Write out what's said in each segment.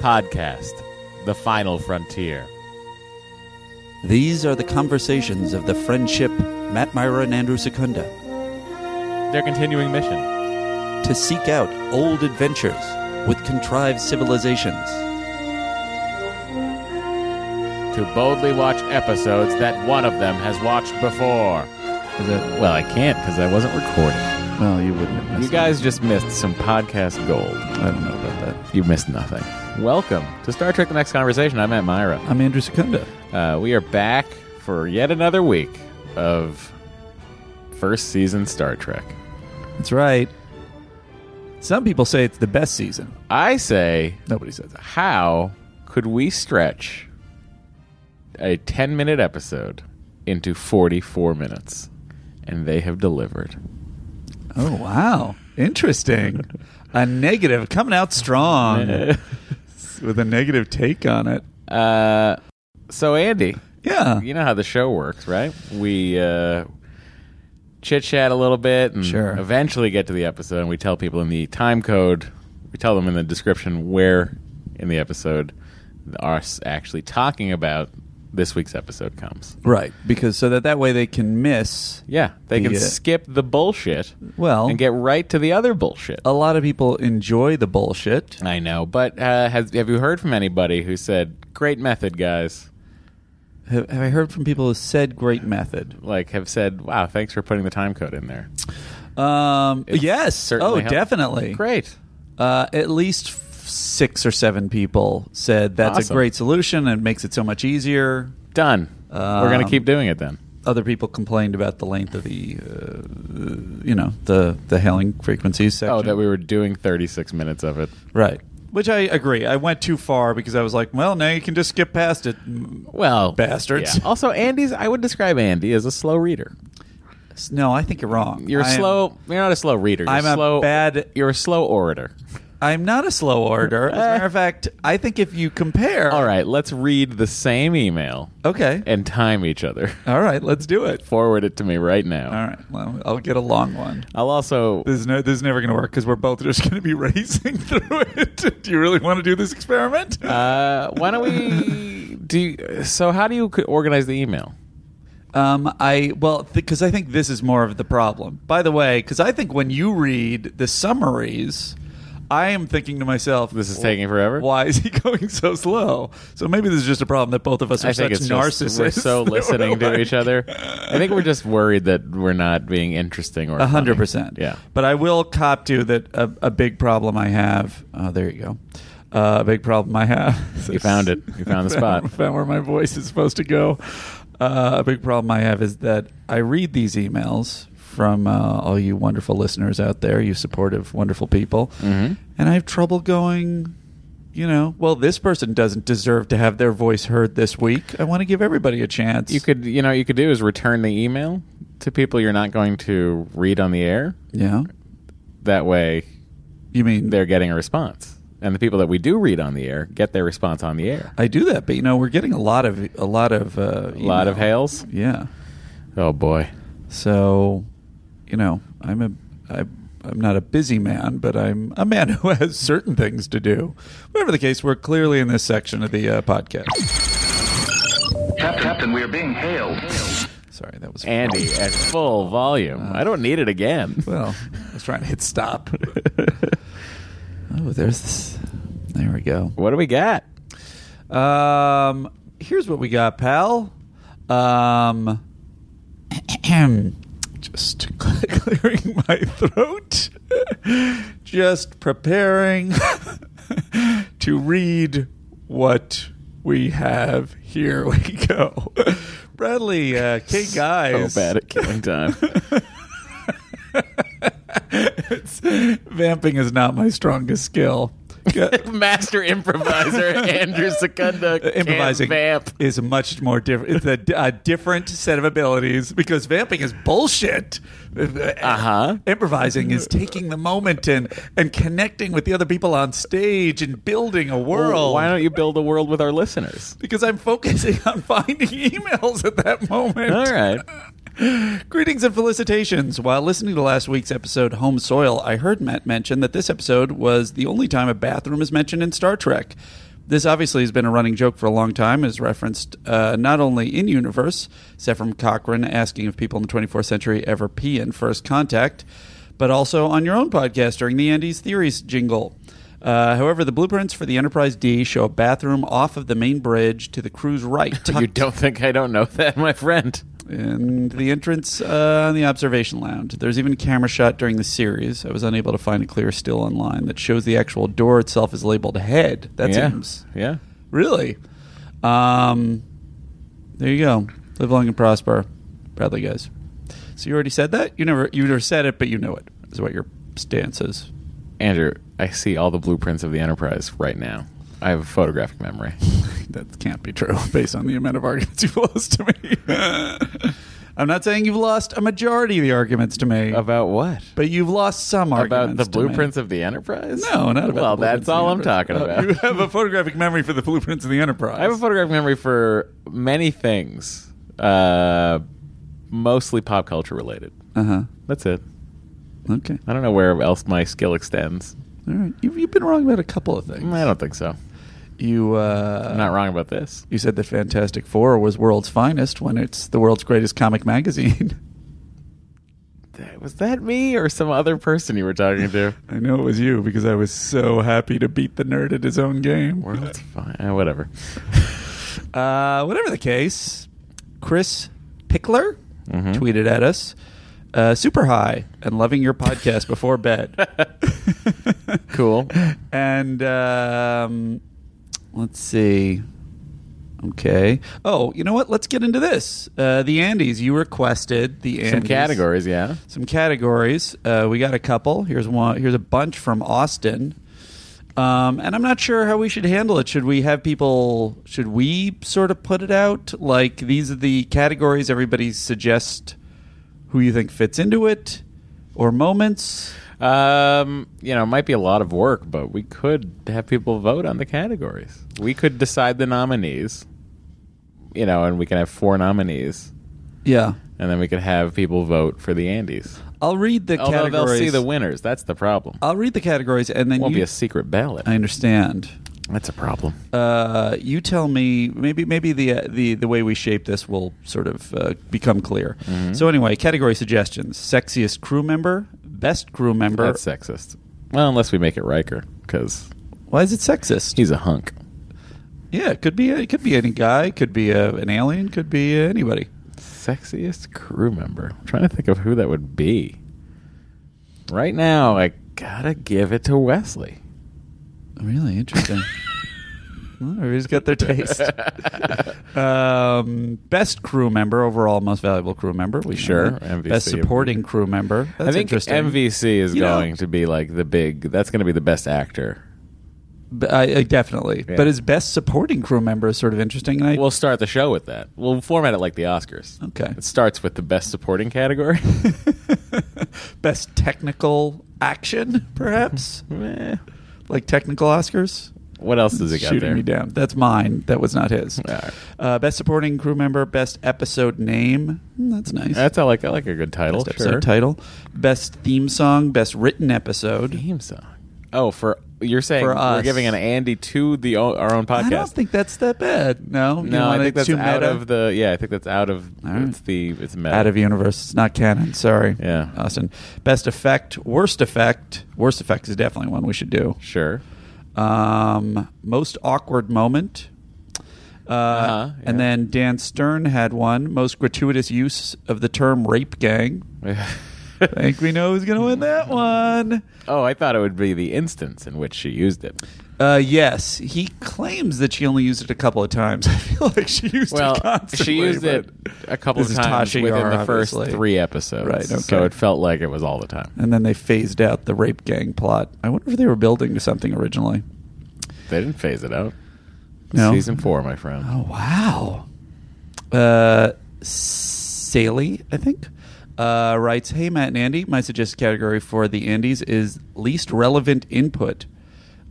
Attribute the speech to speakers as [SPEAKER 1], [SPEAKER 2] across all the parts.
[SPEAKER 1] podcast, The Final Frontier.
[SPEAKER 2] These are the conversations of the friendship Matt Myra and Andrew Secunda
[SPEAKER 1] Their continuing mission.
[SPEAKER 2] to seek out old adventures with contrived civilizations.
[SPEAKER 1] To boldly watch episodes that one of them has watched before. Is it- well, I can't because I wasn't recording.
[SPEAKER 2] Well, you wouldn't have
[SPEAKER 1] You guys just missed some podcast gold.
[SPEAKER 2] I don't know about that.
[SPEAKER 1] You missed nothing. Welcome to Star Trek The Next Conversation. I'm Matt Myra.
[SPEAKER 2] I'm Andrew Secunda.
[SPEAKER 1] Uh, we are back for yet another week of first season Star Trek.
[SPEAKER 2] That's right. Some people say it's the best season.
[SPEAKER 1] I say
[SPEAKER 2] Nobody says that.
[SPEAKER 1] how could we stretch a 10 minute episode into 44 minutes? And they have delivered.
[SPEAKER 2] Oh, wow. Interesting. a negative coming out strong with a negative take on it.
[SPEAKER 1] Uh, so, Andy,
[SPEAKER 2] Yeah.
[SPEAKER 1] you know how the show works, right? We uh, chit chat a little bit and
[SPEAKER 2] Sure.
[SPEAKER 1] eventually get to the episode, and we tell people in the time code, we tell them in the description where in the episode us actually talking about this week's episode comes.
[SPEAKER 2] Right. Because so that that way they can miss. uh,
[SPEAKER 1] Yeah, they can
[SPEAKER 2] Yeah.
[SPEAKER 1] skip the bullshit
[SPEAKER 2] Well,
[SPEAKER 1] and get right to the other bullshit.
[SPEAKER 2] a lot of people enjoy the bullshit.
[SPEAKER 1] I know, but uh, has, have you heard from anybody who said great method, guys?
[SPEAKER 2] Have, have I heard from people who said great method?
[SPEAKER 1] Like, have said, "Wow, thanks for putting the time code in there."
[SPEAKER 2] Um,
[SPEAKER 1] It
[SPEAKER 2] yes.
[SPEAKER 1] certainly
[SPEAKER 2] Oh,
[SPEAKER 1] helped.
[SPEAKER 2] definitely.
[SPEAKER 1] Great.
[SPEAKER 2] Uh, at least f- six or seven people said that's
[SPEAKER 1] Awesome.
[SPEAKER 2] a great solution and makes it so much easier.
[SPEAKER 1] Done. We're going to
[SPEAKER 2] Um,
[SPEAKER 1] keep doing it then.
[SPEAKER 2] Other people complained about the length of the, uh, you know, the the hailing frequencies section.
[SPEAKER 1] Oh, that we were doing 36 minutes of it.
[SPEAKER 2] right. Which I agree. I went too far because I was like, well, now you can just skip past it.
[SPEAKER 1] Well,
[SPEAKER 2] Bastards.
[SPEAKER 1] yeah. Also, Andy's, I would describe Andy as a slow reader.
[SPEAKER 2] No, I think you're wrong.
[SPEAKER 1] You're
[SPEAKER 2] I am-
[SPEAKER 1] slow. Oh, You're not a slow reader. You're
[SPEAKER 2] I'm a
[SPEAKER 1] slow,
[SPEAKER 2] bad-
[SPEAKER 1] You're a slow orator.
[SPEAKER 2] I'm not a slow order. As a matter of fact, I think if you compare.
[SPEAKER 1] All right, let's read the same email
[SPEAKER 2] Okay.
[SPEAKER 1] and time each other.
[SPEAKER 2] All right, let's do it.
[SPEAKER 1] Forward it to me right now.
[SPEAKER 2] All right. Well, I'll get a long one.
[SPEAKER 1] I'll also
[SPEAKER 2] This is no, this is never going to work because we're both just going to be racing through it. do you really want to do this experiment?
[SPEAKER 1] Uh, why don't we do? you- so, how do you co- organize the email?
[SPEAKER 2] Um, I well, because I think this is more of the problem. By the way, because I think when you read the summaries, I am thinking to myself,
[SPEAKER 1] This is taking forever?
[SPEAKER 2] Why is he going so slow? So maybe this is just a problem that both of us are
[SPEAKER 1] I think
[SPEAKER 2] such
[SPEAKER 1] it's
[SPEAKER 2] narcissists.
[SPEAKER 1] just we're so
[SPEAKER 2] that we're
[SPEAKER 1] listening to
[SPEAKER 2] like-
[SPEAKER 1] each other. I think we're just worried that we're not being interesting or
[SPEAKER 2] A hundred
[SPEAKER 1] funny.
[SPEAKER 2] percent.
[SPEAKER 1] Yeah.
[SPEAKER 2] But I will cop to that a, a big problem I have. Oh, there you go. Uh, a big problem I have.
[SPEAKER 1] You found it. You found the spot.
[SPEAKER 2] found where my voice is supposed to go. Uh, a big problem I have is that I read these emails from uh, all you wonderful listeners out there, you supportive, wonderful people,
[SPEAKER 1] Mhm.
[SPEAKER 2] and I have trouble going. You know, well, this person doesn't deserve to have their voice heard this week. I want to give everybody a chance.
[SPEAKER 1] You could, you know, what you could do is return the email to people you're not going to read on the air.
[SPEAKER 2] yeah.
[SPEAKER 1] That way,
[SPEAKER 2] You mean
[SPEAKER 1] they're getting a response, and the people that we do read on the air get their response on the air.
[SPEAKER 2] I do that, but you know, we're getting a lot of a lot of uh,
[SPEAKER 1] A lot of
[SPEAKER 2] email.
[SPEAKER 1] hails.
[SPEAKER 2] Yeah.
[SPEAKER 1] Oh boy.
[SPEAKER 2] So, you know, I'm a I, I'm not a busy man, but I'm a man who has certain things to do. Whatever the case, we're clearly in this section of the uh, podcast.
[SPEAKER 3] Cap- Captain, we are being hailed.
[SPEAKER 2] Sorry, that was Uh,
[SPEAKER 1] Andy at full volume. I don't need it again.
[SPEAKER 2] Well, I was trying to hit stop. oh, there's this. There we go.
[SPEAKER 1] what do we got?
[SPEAKER 2] Um, here's what we got, pal. Um, just clearing my throat. just preparing to read what we have. Here we go. Bradley, uh, K guys.
[SPEAKER 1] So bad at killing time.
[SPEAKER 2] It's- vamping is not my strongest skill.
[SPEAKER 1] Master improviser Andrew Secunda
[SPEAKER 2] Uh, improvising
[SPEAKER 1] can vamp.
[SPEAKER 2] is much more different. It's a, a different set of abilities because vamping is bullshit. Uh
[SPEAKER 1] Uh-huh.
[SPEAKER 2] Improvising is taking the moment and and connecting with the other people on stage and building a world.
[SPEAKER 1] Why don't you build a world with our listeners?
[SPEAKER 2] because I'm focusing on finding emails at that moment.
[SPEAKER 1] All right.
[SPEAKER 2] Greetings and felicitations. While listening to last week's episode, Home Soil, I heard Matt mention that this episode was the only time a bathroom is mentioned in Star Trek. This obviously has been a running joke for a long time, is referenced uh, not only in Universe, Sephram Cochrane asking if people in the 24th century ever pee in First Contact, but also on your own podcast during the Andy's Theories jingle. Uh, however, the blueprints for the Enterprise D show a bathroom off of the main bridge to the crew's right.
[SPEAKER 1] You
[SPEAKER 2] tucked-
[SPEAKER 1] don't think I don't know that, my friend?
[SPEAKER 2] and the entrance uh, on the observation lounge. There's even a camera shot during the series. I was unable to find a clear still online that shows the actual door itself is labeled head. That
[SPEAKER 1] yeah.
[SPEAKER 2] seems
[SPEAKER 1] Yeah.
[SPEAKER 2] really. Um, there you go. Live long and prosper, proudly, guys. So you already said that. You never you never said it, but you know it. Is what your stance is.
[SPEAKER 1] Andrew, I see all the blueprints of the Enterprise right now. I have a photographic memory.
[SPEAKER 2] that can't be true based on the amount of arguments you've lost to me. I'm not saying you've lost a majority of the arguments to me.
[SPEAKER 1] About what?
[SPEAKER 2] But you've lost some
[SPEAKER 1] About
[SPEAKER 2] arguments
[SPEAKER 1] the
[SPEAKER 2] to me.
[SPEAKER 1] blueprints of the Enterprise?
[SPEAKER 2] No, not about.
[SPEAKER 1] Well,
[SPEAKER 2] the
[SPEAKER 1] that's
[SPEAKER 2] blueprints of
[SPEAKER 1] all
[SPEAKER 2] the
[SPEAKER 1] I'm talking
[SPEAKER 2] Enterprise. Oh,
[SPEAKER 1] about.
[SPEAKER 2] You have a photographic memory for the blueprints of the Enterprise.
[SPEAKER 1] I have a photographic memory for many things, uh, mostly pop culture related.
[SPEAKER 2] Uh huh.
[SPEAKER 1] That's it.
[SPEAKER 2] Okay.
[SPEAKER 1] I don't know where else my skill extends.
[SPEAKER 2] All right. You, you've been wrong about a couple of things.
[SPEAKER 1] Mm, I don't think so.
[SPEAKER 2] You. Uh,
[SPEAKER 1] I'm not wrong about this.
[SPEAKER 2] You said that Fantastic Four was world's finest when it's the world's greatest comic magazine.
[SPEAKER 1] Was that me or some other person you were talking to?
[SPEAKER 2] I know it was you because I was so happy to beat the nerd at his own game.
[SPEAKER 1] World's fine. eh, whatever.
[SPEAKER 2] Uh, whatever the case, Chris Pickler
[SPEAKER 1] Mhm.
[SPEAKER 2] tweeted at us, uh, super high and loving your podcast before bed.
[SPEAKER 1] Cool.
[SPEAKER 2] And um, let's see. Okay. Oh, you know what? Let's get into this. Uh, the Andes. You requested the Andes.
[SPEAKER 1] Some categories, yeah.
[SPEAKER 2] Some categories. Uh, we got a couple. Here's one. Here's a bunch from Austin. Um, and I'm not sure how we should handle it. Should we have people? Should we sort of put it out like these are the categories? Everybody suggest who you think fits into it, or moments.
[SPEAKER 1] Um, you know, it might be a lot of work, but we could have people vote on the categories. We could decide the nominees. You know, and we can have four nominees,
[SPEAKER 2] Yeah,
[SPEAKER 1] and then we could have people vote for the Andes.
[SPEAKER 2] I'll read the
[SPEAKER 1] Although
[SPEAKER 2] categories.
[SPEAKER 1] they'll see the winners, that's the problem.
[SPEAKER 2] I'll read the categories and then
[SPEAKER 1] It won't
[SPEAKER 2] you,
[SPEAKER 1] be a secret ballot.
[SPEAKER 2] I understand.
[SPEAKER 1] that's a problem.
[SPEAKER 2] Uh, you tell me. Maybe maybe the uh, the the way we shape this will sort of uh, become clear.
[SPEAKER 1] Mm-hmm.
[SPEAKER 2] So anyway, category suggestions: sexiest crew member, best crew member.
[SPEAKER 1] That's sexist. Well, unless we make it Riker, because
[SPEAKER 2] Why is it sexist?
[SPEAKER 1] he's a hunk.
[SPEAKER 2] yeah, it could be it could be any guy, it could be uh an alien, could be uh, anybody.
[SPEAKER 1] Sexiest crew member. I'm trying to think of who that would be. Right now, I gotta give it to Wesley.
[SPEAKER 2] Really interesting. well, everybody's got their taste. um, best crew member overall, most valuable crew member. We know
[SPEAKER 1] Sure,
[SPEAKER 2] that.
[SPEAKER 1] MVC.
[SPEAKER 2] Best supporting crew member. That's
[SPEAKER 1] I think
[SPEAKER 2] interesting.
[SPEAKER 1] MVC is
[SPEAKER 2] You know-
[SPEAKER 1] going to be like the big. That's going to be the best actor.
[SPEAKER 2] B- I, I definitely.
[SPEAKER 1] Yeah.
[SPEAKER 2] But his best supporting crew member is sort of interesting. And I,
[SPEAKER 1] We'll start the show with that. We'll format it like the Oscars.
[SPEAKER 2] Okay.
[SPEAKER 1] It starts with the best supporting category.
[SPEAKER 2] best technical action, perhaps
[SPEAKER 1] Eh,
[SPEAKER 2] like technical Oscars.
[SPEAKER 1] what else does it got
[SPEAKER 2] Shooting
[SPEAKER 1] there?
[SPEAKER 2] me down. That's mine. That was not his.
[SPEAKER 1] All right.
[SPEAKER 2] Uh, best supporting crew member. Best episode name. Mm, That's nice.
[SPEAKER 1] That's I like. I like a good title.
[SPEAKER 2] best episode
[SPEAKER 1] sure.
[SPEAKER 2] title. Best theme song. Best written episode.
[SPEAKER 1] Theme song. Oh, for you're saying
[SPEAKER 2] For
[SPEAKER 1] we're
[SPEAKER 2] us.
[SPEAKER 1] giving an Andy to the o- our own podcast.
[SPEAKER 2] I don't think that's that bad. No, You
[SPEAKER 1] no, I
[SPEAKER 2] want
[SPEAKER 1] think
[SPEAKER 2] it
[SPEAKER 1] that's
[SPEAKER 2] too
[SPEAKER 1] out
[SPEAKER 2] meta?
[SPEAKER 1] of the. Yeah, I think that's out of.
[SPEAKER 2] All right.
[SPEAKER 1] It's the. It's meta.
[SPEAKER 2] out of universe. It's not canon. Sorry.
[SPEAKER 1] Yeah.
[SPEAKER 2] Austin. Best effect. Worst effect. Worst effect is definitely one we should do.
[SPEAKER 1] Sure.
[SPEAKER 2] Um, most awkward moment. Uh,
[SPEAKER 1] Uh-huh,
[SPEAKER 2] And
[SPEAKER 1] yeah.
[SPEAKER 2] then Dan Stern had one. Most gratuitous use of the term rape gang. I think we know who's going to win that one.
[SPEAKER 1] oh, I thought it would be the instance in which she used it.
[SPEAKER 2] Uh, yes, he claims that she only used it a couple of times. I feel like she used
[SPEAKER 1] Well,
[SPEAKER 2] it constantly.
[SPEAKER 1] she used it
[SPEAKER 2] but-
[SPEAKER 1] a couple
[SPEAKER 2] This
[SPEAKER 1] of
[SPEAKER 2] is
[SPEAKER 1] times
[SPEAKER 2] Tasha
[SPEAKER 1] within
[SPEAKER 2] Yar,
[SPEAKER 1] the first
[SPEAKER 2] obviously.
[SPEAKER 1] three episodes,
[SPEAKER 2] Right, okay.
[SPEAKER 1] so it felt like it was all the time.
[SPEAKER 2] And then they phased out the rape gang plot. I wonder if they were building to something originally.
[SPEAKER 1] They didn't phase it out.
[SPEAKER 2] No.
[SPEAKER 1] Season four, my friend.
[SPEAKER 2] Oh wow. Uh, Saley, I think, uh, writes, "Hey Matt and Andy, my suggested category for the Andes is least relevant input.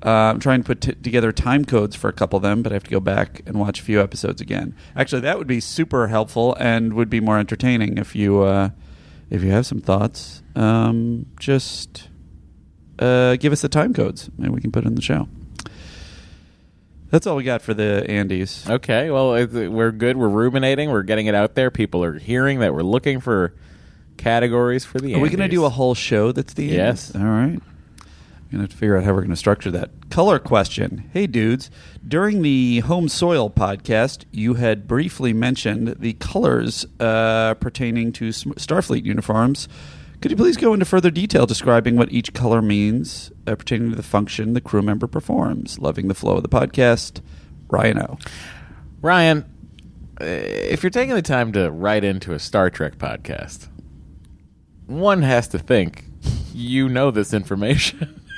[SPEAKER 2] Uh, I'm trying to put t- together time codes for a couple of them, but I have to go back and watch a few episodes again. Actually, that would be super helpful and would be more entertaining if you uh, if you have some thoughts. Um, just uh, give us the time codes and we can put it in the show." That's all we got for the Andes.
[SPEAKER 1] Okay, well, it- we're good. We're ruminating. We're getting it out there. People are hearing that we're looking for categories for the.
[SPEAKER 2] Are we going to
[SPEAKER 1] Andes.
[SPEAKER 2] do a whole show that's the Andes?
[SPEAKER 1] Yes.
[SPEAKER 2] All right. I'm going to have to figure out how we're going to structure that. Color question. Hey, dudes. During the Home Soil podcast, you had briefly mentioned the colors uh, pertaining to S- Starfleet uniforms. Could you please go into further detail describing what each color means uh, pertaining to the function the crew member performs? Loving the flow of the podcast. Rhino.
[SPEAKER 1] Ryan? uh, If you're taking the time to write into a Star Trek podcast, one has to think you know this information.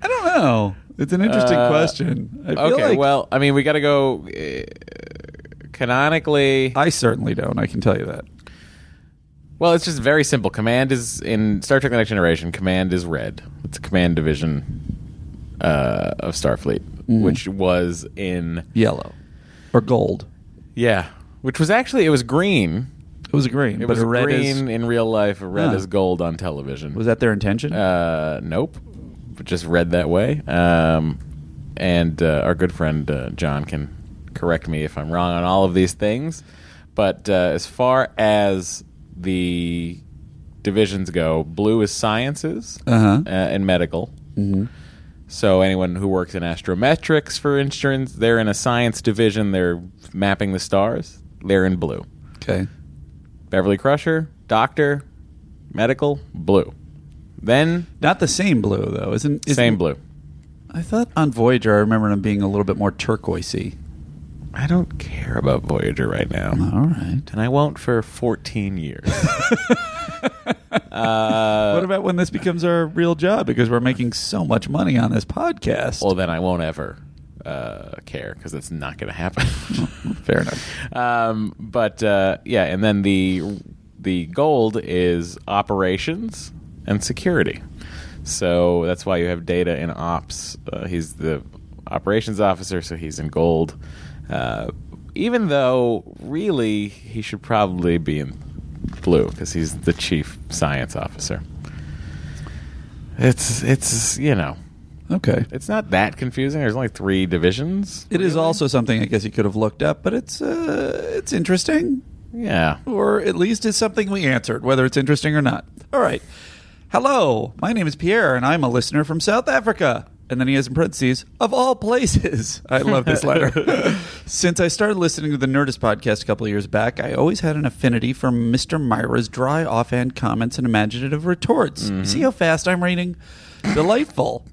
[SPEAKER 2] I don't know. It's an interesting
[SPEAKER 1] Uh,
[SPEAKER 2] question. I feel
[SPEAKER 1] okay,
[SPEAKER 2] like
[SPEAKER 1] well, I mean, we got to go uh, canonically.
[SPEAKER 2] I certainly don't. I can tell you that.
[SPEAKER 1] Well, it's just very simple. Command is in Star Trek: The Next Generation. Command is red. It's a command division uh, of Starfleet, which was in
[SPEAKER 2] Mm-hmm. Yellow or gold.
[SPEAKER 1] yeah, which was actually it was green.
[SPEAKER 2] It was a green.
[SPEAKER 1] It
[SPEAKER 2] but
[SPEAKER 1] was
[SPEAKER 2] a red is-
[SPEAKER 1] green in real life. Red
[SPEAKER 2] Huh.
[SPEAKER 1] is gold on television.
[SPEAKER 2] was that their intention?
[SPEAKER 1] Uh, nope, But just read that way. Um, and uh, our good friend uh, John can correct me if I'm wrong on all of these things. But uh, as far as the divisions go, blue is sciences
[SPEAKER 2] Uh-huh. Mm-hmm.
[SPEAKER 1] uh, and medical. So anyone who works in astrometrics, for instance, they're in a science division. They're mapping the stars. They're in blue.
[SPEAKER 2] okay.
[SPEAKER 1] Beverly Crusher, doctor, medical, blue. Then
[SPEAKER 2] Not the same blue though, isn't? isn't
[SPEAKER 1] same blue.
[SPEAKER 2] I thought on Voyager, I remember them being a little bit more turquoisey.
[SPEAKER 1] I don't care about Voyager right now,
[SPEAKER 2] All right.
[SPEAKER 1] and I won't for 14 years.
[SPEAKER 2] what about when
[SPEAKER 1] Uh,
[SPEAKER 2] this becomes our real job? Because we're making so much money on this podcast.
[SPEAKER 1] well, then I won't ever uh, care because it's not going to happen.
[SPEAKER 2] Fair enough.
[SPEAKER 1] um, but uh, yeah, and then the the gold is operations and security. So that's why you have data in ops. Uh, he's the operations officer, so he's in gold. Uh, even though, really, he should probably be in blue because he's the chief science officer. It's it's you know
[SPEAKER 2] Okay.
[SPEAKER 1] it's not that confusing. There's only three divisions.
[SPEAKER 2] It is also something I guess you could have looked up, but it's uh, it's interesting.
[SPEAKER 1] Yeah.
[SPEAKER 2] or at least it's something we answered, whether it's interesting or not. All right. Hello, my name is Pierre, and I'm a listener from South Africa. And then he has in parentheses, of all places. I love this letter. Since I started listening to the Nerdist podcast a couple of years back, I always had an affinity for Mr. Myra's dry, offhand comments and imaginative retorts. You see how fast I'm reading? Delightful.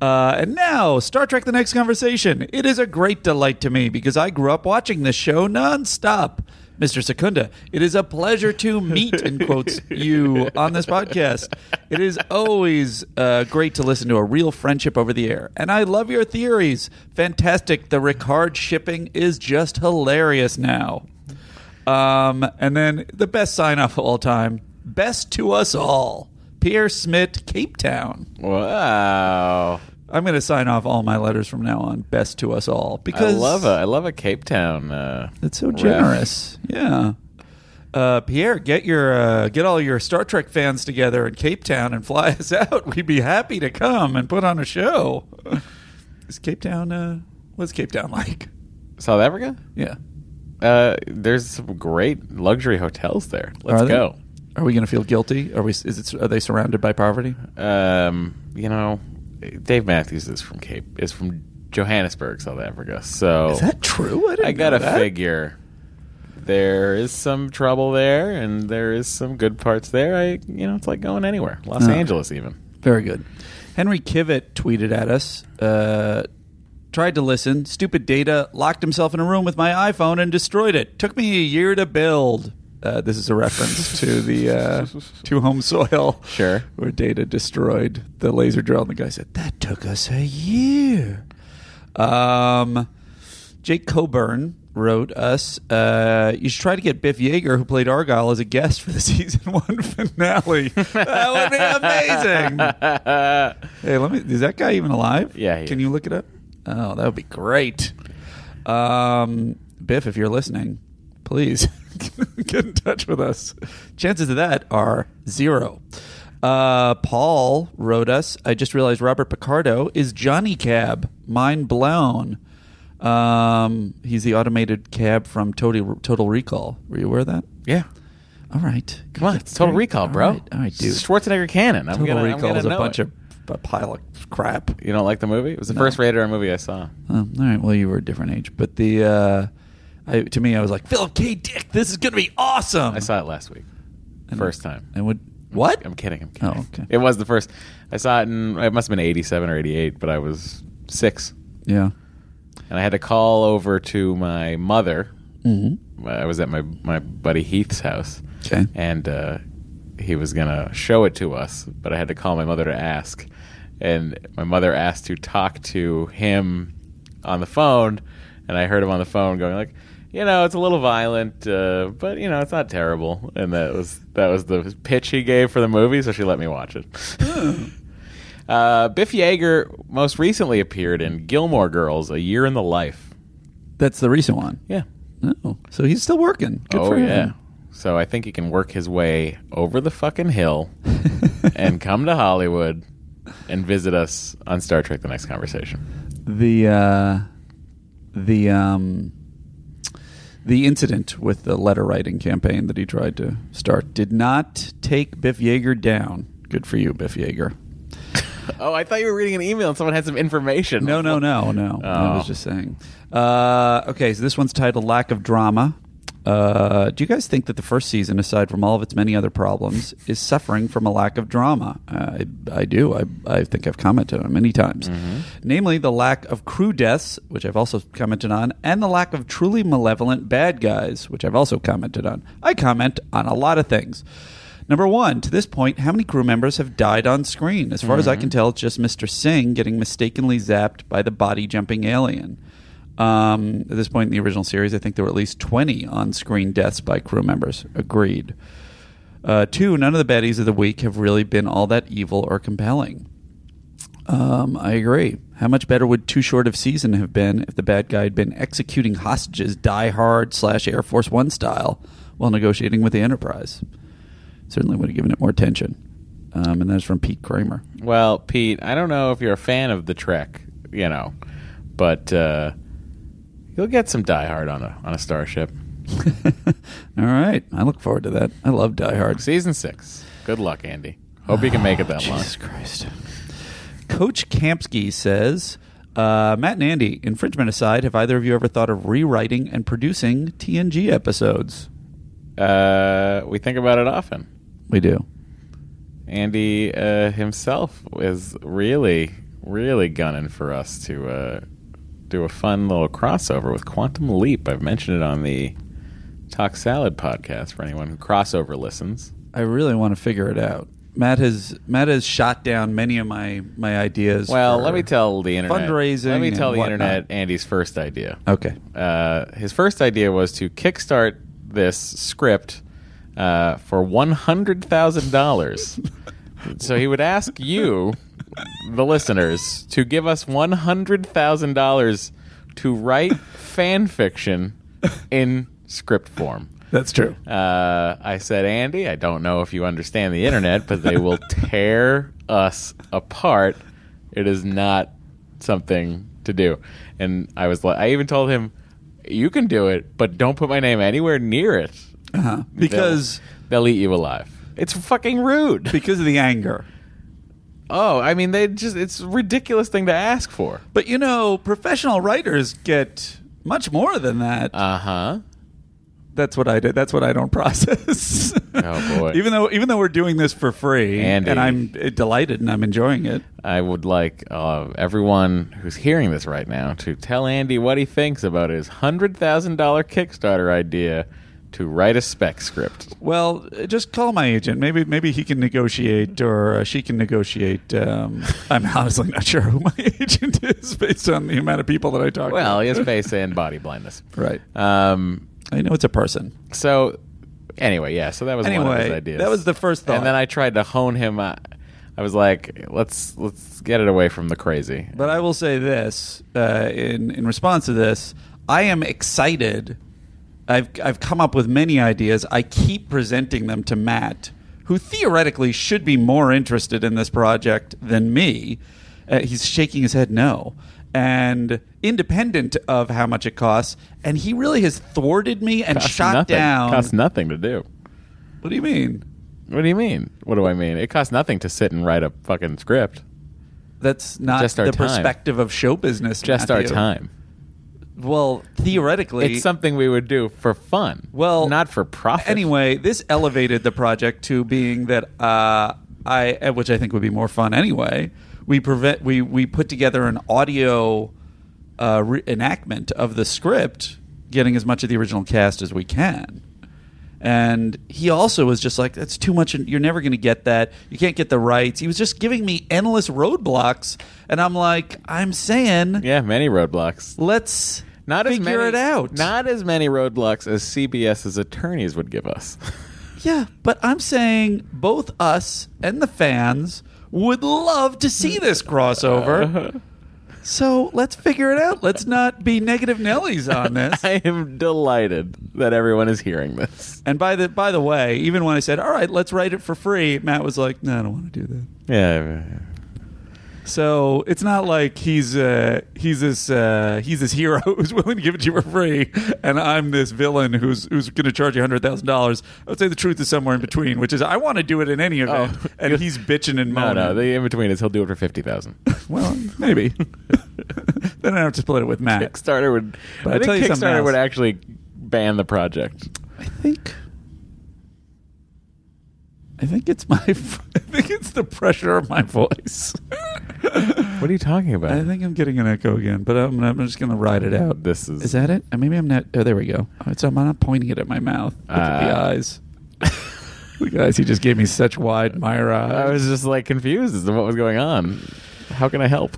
[SPEAKER 2] Uh, and now, Star Trek The Next Conversation. It is a great delight to me because I grew up watching this show nonstop. Mr. Secunda, it is a pleasure to meet, in quotes, you on this podcast. It is always uh, great to listen to a real friendship over the air. And I love your theories. Fantastic. The Ricard shipping is just hilarious now. Um, and then the best sign off of all time best to us all, Pierre Smith, Cape Town.
[SPEAKER 1] Wow.
[SPEAKER 2] I'm going to sign off all my letters from now on. Best to us all because
[SPEAKER 1] I love a I love a Cape Town. Uh,
[SPEAKER 2] It's so
[SPEAKER 1] ref.
[SPEAKER 2] generous. Yeah. Uh, Pierre, get your uh, get all your Star Trek fans together in Cape Town and fly us out. We'd be happy to come and put on a show. Is Cape Town? Uh, what's Cape Town like?
[SPEAKER 1] South Africa.
[SPEAKER 2] Yeah.
[SPEAKER 1] Uh, there's some great luxury hotels there. Let's
[SPEAKER 2] Are they-
[SPEAKER 1] go.
[SPEAKER 2] Are we going to feel guilty? Are we? Is it? Are they surrounded by poverty?
[SPEAKER 1] Um, you know, Dave Matthews is from Cape is from Johannesburg, South Africa. So
[SPEAKER 2] Is that true? I, didn't
[SPEAKER 1] I gotta
[SPEAKER 2] know that.
[SPEAKER 1] figure there is some trouble there, and there is some good parts there. I you know, it's like going anywhere. Los
[SPEAKER 2] Oh.
[SPEAKER 1] Angeles, even.
[SPEAKER 2] Very good. Henry Kivett tweeted at us. Uh, tried to listen. Stupid data. Locked himself in a room with my iPhone and destroyed it. Took me a year to build. Uh, this is a reference to the uh, to home soil,
[SPEAKER 1] Sure.
[SPEAKER 2] where data destroyed the laser drill, and the guy said that took us a year. Um, Jake Coburn wrote us, uh, you should try to get Biff Yeager, who played Argyle, as a guest for the season one finale. That would be amazing. Hey, let me. Is that guy even alive?
[SPEAKER 1] Yeah, he
[SPEAKER 2] Can
[SPEAKER 1] is.
[SPEAKER 2] you look it up? Oh, that would be great. Um, Biff, if you're listening, please get in touch with us. Chances of that are zero. Uh, Paul wrote us. I just realized Robert Picardo is Johnny Cab. Mind blown. Um, he's the automated cab from Total, Total Recall. Were you aware of that?
[SPEAKER 1] Yeah.
[SPEAKER 2] All right.
[SPEAKER 1] Come on, it's Total
[SPEAKER 2] All
[SPEAKER 1] Recall, bro.
[SPEAKER 2] All right, all right dude.
[SPEAKER 1] Schwarzenegger canon. I'm
[SPEAKER 2] Total
[SPEAKER 1] gonna, I'm
[SPEAKER 2] Recall
[SPEAKER 1] gonna
[SPEAKER 2] is a
[SPEAKER 1] know
[SPEAKER 2] bunch
[SPEAKER 1] it.
[SPEAKER 2] of a pile of crap.
[SPEAKER 1] You don't like the movie? It was the
[SPEAKER 2] No.
[SPEAKER 1] first rated R movie I saw.
[SPEAKER 2] Um, all right. Well, you were a different age, but the uh, I, to me, I was like Philip K. Dick. This is gonna be awesome.
[SPEAKER 1] I saw it last week, first time.
[SPEAKER 2] And would what?
[SPEAKER 1] I'm kidding. I'm kidding.
[SPEAKER 2] Oh, okay.
[SPEAKER 1] It was the first. I saw it in. It must have been '87 or '88, but I was six,
[SPEAKER 2] Yeah.
[SPEAKER 1] and I had to call over to my mother.
[SPEAKER 2] Mm-hmm.
[SPEAKER 1] I was at my my buddy Heath's house,
[SPEAKER 2] Okay.
[SPEAKER 1] and uh, he was gonna show it to us, but I had to call my mother to ask, and my mother asked to talk to him on the phone, and I heard him on the phone going like, you know, it's a little violent, uh, but you know, it's not terrible, and that was that was the pitch he gave for the movie, so she let me watch it.
[SPEAKER 2] Oh.
[SPEAKER 1] uh, Biff Yeager most recently appeared in Gilmore Girls: A Year in the Life.
[SPEAKER 2] That's the recent one.
[SPEAKER 1] Yeah.
[SPEAKER 2] Oh, so he's still working. Good
[SPEAKER 1] oh
[SPEAKER 2] for
[SPEAKER 1] yeah.
[SPEAKER 2] him.
[SPEAKER 1] So I think he can work his way over the fucking hill and come to Hollywood and visit us on Star Trek: The Next Conversation.
[SPEAKER 2] the uh, the um, the incident with the letter writing campaign that he tried to start did not take Biff Yeager down. Good for you, Biff Yeager.
[SPEAKER 1] Oh, I thought you were reading an email and someone had some information.
[SPEAKER 2] No, no, no, no. I was
[SPEAKER 1] Oh.
[SPEAKER 2] just saying. Uh, okay, so this one's titled "Lack of Drama." Uh, do you guys think that the first season, aside from all of its many other problems, is suffering from a lack of drama? Uh, I, I do. I, I think I've commented on it many times, namely the lack of crew deaths, which I've also commented on, and the lack of truly malevolent bad guys, which I've also commented on. I comment on a lot of things. Number one, to this point, how many crew members have died on screen? As far as I can tell, it's just Mr. Singh getting mistakenly zapped by the body jumping alien. Um, at this point in the original series, I think there were at least 20 on screen deaths by crew members. Agreed. Uh, two, none of the baddies of the week have really been all that evil or compelling. Um, I agree. How much better would Too Short of Season have been if the bad guy had been executing hostages die hard slash Air Force One style while negotiating with the Enterprise? Certainly would have given it more attention. Um, and that's from Pete Kramer.
[SPEAKER 1] Well, Pete, I don't know if you're a fan of the Trek, you know, but uh, you'll get some Die Hard on a on a starship.
[SPEAKER 2] All right. I look forward to that. I love Die Hard. Ah,
[SPEAKER 1] Season six. Good luck, Andy. Hope you can make it that long.
[SPEAKER 2] Jesus Christ. Coach Kampsky says, uh, Matt and Andy, infringement aside, have either of you ever thought of rewriting and producing TNG episodes?
[SPEAKER 1] Uh, we think about it often.
[SPEAKER 2] We do.
[SPEAKER 1] Andy uh, himself is really, really gunning for us to uh, do a fun little crossover with Quantum Leap. I've mentioned it on the Talk Salad podcast for anyone who crossover listens.
[SPEAKER 2] I really want to figure it out. Matt has Matt has shot down many of my my ideas.
[SPEAKER 1] Well,
[SPEAKER 2] for-
[SPEAKER 1] let me tell the internet.
[SPEAKER 2] fundraising
[SPEAKER 1] Let me
[SPEAKER 2] and
[SPEAKER 1] tell the
[SPEAKER 2] whatnot.
[SPEAKER 1] internet Andy's first idea.
[SPEAKER 2] Okay.
[SPEAKER 1] Uh, his first idea was to kickstart this script uh, for one hundred thousand dollars. so he would ask you, the listeners, to give us one hundred thousand dollars to write fan fiction in script form.
[SPEAKER 2] That's true.
[SPEAKER 1] Uh, I said, Andy, I don't know if you understand the internet, but they will tear us apart. It is not something to do. And I was like, I even told him, you can do it, but don't put my name anywhere near it.
[SPEAKER 2] Uh-huh. Because
[SPEAKER 1] They'll, they'll eat you alive. It's fucking rude.
[SPEAKER 2] because of the anger.
[SPEAKER 1] Oh, I mean, they just, it's a ridiculous thing to ask for.
[SPEAKER 2] But you know, professional writers get much more than that.
[SPEAKER 1] Uh huh.
[SPEAKER 2] That's what I did. That's what I don't process.
[SPEAKER 1] Oh, boy.
[SPEAKER 2] even though even though we're doing this for free,
[SPEAKER 1] Andy.
[SPEAKER 2] and I'm uh, delighted and I'm enjoying it.
[SPEAKER 1] I would like uh, everyone who's hearing this right now to tell Andy what he thinks about his hundred thousand dollar Kickstarter idea to write a spec script.
[SPEAKER 2] Well, uh, just call my agent. Maybe maybe he can negotiate, or uh, she can negotiate. Um, I'm honestly not sure who my agent is based on the amount of people that I talk.
[SPEAKER 1] Well,
[SPEAKER 2] to.
[SPEAKER 1] he has face and body blindness.
[SPEAKER 2] right.
[SPEAKER 1] Um,
[SPEAKER 2] I know it's a person.
[SPEAKER 1] so anyway, yeah. So that was one of his
[SPEAKER 2] Anyway,
[SPEAKER 1] ideas.
[SPEAKER 2] that was the first thought.
[SPEAKER 1] And then I tried to hone him. Uh, I was like, let's let's get it away from the crazy.
[SPEAKER 2] But I will say this uh, in in response to this, I am excited. I've I've come up with many ideas. I keep presenting them to Matt, who theoretically should be more interested in this project than me. Uh, he's shaking his head no, and independent of how much it costs. And he really has thwarted me and
[SPEAKER 1] Costs
[SPEAKER 2] shot
[SPEAKER 1] nothing.
[SPEAKER 2] down.
[SPEAKER 1] Costs nothing to do.
[SPEAKER 2] what do you mean?
[SPEAKER 1] What do you mean? What do I mean? It costs nothing to sit and write a fucking script.
[SPEAKER 2] That's not
[SPEAKER 1] Just our
[SPEAKER 2] the
[SPEAKER 1] time.
[SPEAKER 2] perspective of show business.
[SPEAKER 1] Just our
[SPEAKER 2] Matthew.
[SPEAKER 1] time.
[SPEAKER 2] Well, theoretically,
[SPEAKER 1] It's something we would do for fun.
[SPEAKER 2] Well,
[SPEAKER 1] not for profit.
[SPEAKER 2] Anyway, this elevated the project to being that uh, I, uh, which I think would be more fun anyway. We prevent we we put together an audio uh, reenactment of the script, getting as much of the original cast as we can. And he also was just like, "That's too much. and You're never going to get that. You can't get the rights." He was just giving me endless roadblocks, and I'm like, "I'm saying,
[SPEAKER 1] yeah, many roadblocks.
[SPEAKER 2] let's
[SPEAKER 1] Not as
[SPEAKER 2] figure
[SPEAKER 1] many,
[SPEAKER 2] it out."
[SPEAKER 1] Not as many roadblocks as CBS's attorneys would give us.
[SPEAKER 2] Yeah, but I'm saying both us and the fans would love to see this crossover. So let's figure it out. Let's not be negative Nellies on this.
[SPEAKER 1] I am delighted that everyone is hearing this.
[SPEAKER 2] And by the by the way, even when I said, "All right, let's write it for free," Matt was like, "No, I don't want to do that."
[SPEAKER 1] Yeah,
[SPEAKER 2] So it's not like he's uh, he's this uh, he's this hero who's willing to give it to you for free, and I'm this villain who's who's going to charge you hundred thousand dollars. I would say the truth is somewhere in between, which is I want to do it in any event,
[SPEAKER 1] Oh.
[SPEAKER 2] and he's bitching and
[SPEAKER 1] no,
[SPEAKER 2] moaning.
[SPEAKER 1] no. The in between is he'll do it for fifty thousand.
[SPEAKER 2] Well, maybe. then I have to split it with Matt.
[SPEAKER 1] Kickstarter would. I
[SPEAKER 2] But I'll
[SPEAKER 1] think
[SPEAKER 2] tell you something
[SPEAKER 1] Kickstarter
[SPEAKER 2] else.
[SPEAKER 1] would actually ban the project.
[SPEAKER 2] I think. I think it's my. I think it's the pressure of my voice.
[SPEAKER 1] What are you talking about?
[SPEAKER 2] I think I'm getting an echo again, but I'm, I'm just going to ride it out.
[SPEAKER 1] This is-
[SPEAKER 2] Is that it? Uh, Maybe I'm not. Oh, there we go. Oh, it's, I'm not pointing it at my mouth. Look at the
[SPEAKER 1] Uh.
[SPEAKER 2] eyes. Look at the eyes. He just gave me such wide Myra eyes.
[SPEAKER 1] I was just like confused as to what was going on. How can I help?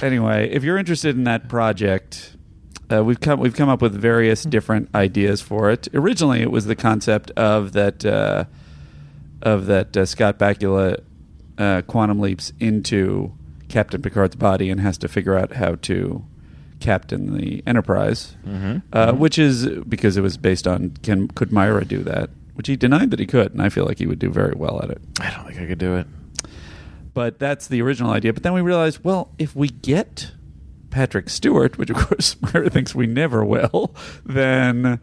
[SPEAKER 2] anyway, if you're interested in that project, uh, we've come we've come up with various different ideas for it. Originally, it was the concept of that uh, of that uh, Scott Bakula uh, quantum leaps into Captain Picard's body and has to figure out how to captain the Enterprise,
[SPEAKER 1] Mm-hmm.
[SPEAKER 2] uh, which is because it was based on can could Myra do that, which he denied that he could, and I feel like he would do very well at it
[SPEAKER 1] I don't think I could do it.
[SPEAKER 2] but that's the original idea. But then we realized, well, if we get Patrick Stewart, which of course Myra thinks we never will, then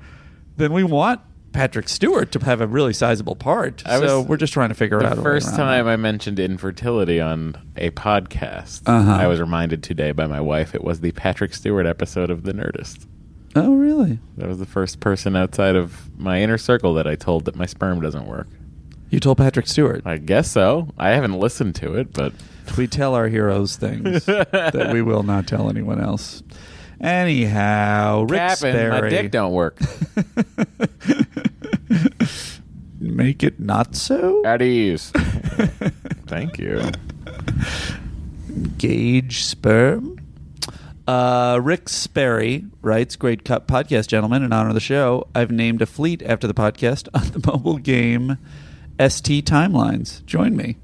[SPEAKER 2] then we want Patrick Stewart to have a really sizable part.
[SPEAKER 1] I
[SPEAKER 2] so
[SPEAKER 1] was-
[SPEAKER 2] we're just trying to figure out
[SPEAKER 1] The
[SPEAKER 2] a way
[SPEAKER 1] first
[SPEAKER 2] around
[SPEAKER 1] time
[SPEAKER 2] that.
[SPEAKER 1] I mentioned infertility on a podcast,
[SPEAKER 2] Uh-huh.
[SPEAKER 1] I was reminded today by my wife it was the Patrick Stewart episode of The Nerdist.
[SPEAKER 2] Oh, really?
[SPEAKER 1] That was the first person outside of my inner circle that I told that my sperm doesn't work.
[SPEAKER 2] You told Patrick Stewart.
[SPEAKER 1] I guess so. I haven't listened to it, but
[SPEAKER 2] We tell our heroes things that we will not tell anyone else. Anyhow, Rick
[SPEAKER 1] Captain,
[SPEAKER 2] Sperry,
[SPEAKER 1] my dick don't work.
[SPEAKER 2] make it not so.
[SPEAKER 1] At ease. Thank you.
[SPEAKER 2] Gage Sperm. Uh, Rick Sperry writes, Great co- podcast, gentlemen, in honor of the show. I've named a fleet after the podcast on the mobile game ST Timelines. Join me.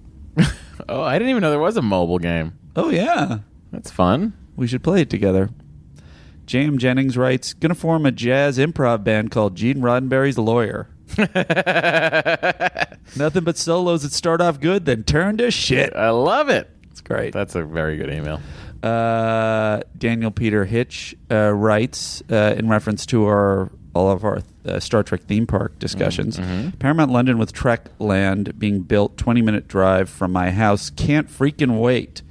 [SPEAKER 1] Oh, I didn't even know there was a mobile game.
[SPEAKER 2] Oh, yeah.
[SPEAKER 1] That's fun.
[SPEAKER 2] We should play it together. Jam Jennings writes, Gonna form a jazz improv band called Gene Roddenberry's Lawyer. Nothing but solos that start off good, then turn to shit.
[SPEAKER 1] I love it.
[SPEAKER 2] It's great.
[SPEAKER 1] That's a very good email.
[SPEAKER 2] Uh, Daniel Peter Hitch uh, writes uh, in reference to our all of our uh, Star Trek theme park discussions. Paramount London with Trek Land being built, twenty minute drive from my house. Can't freaking wait.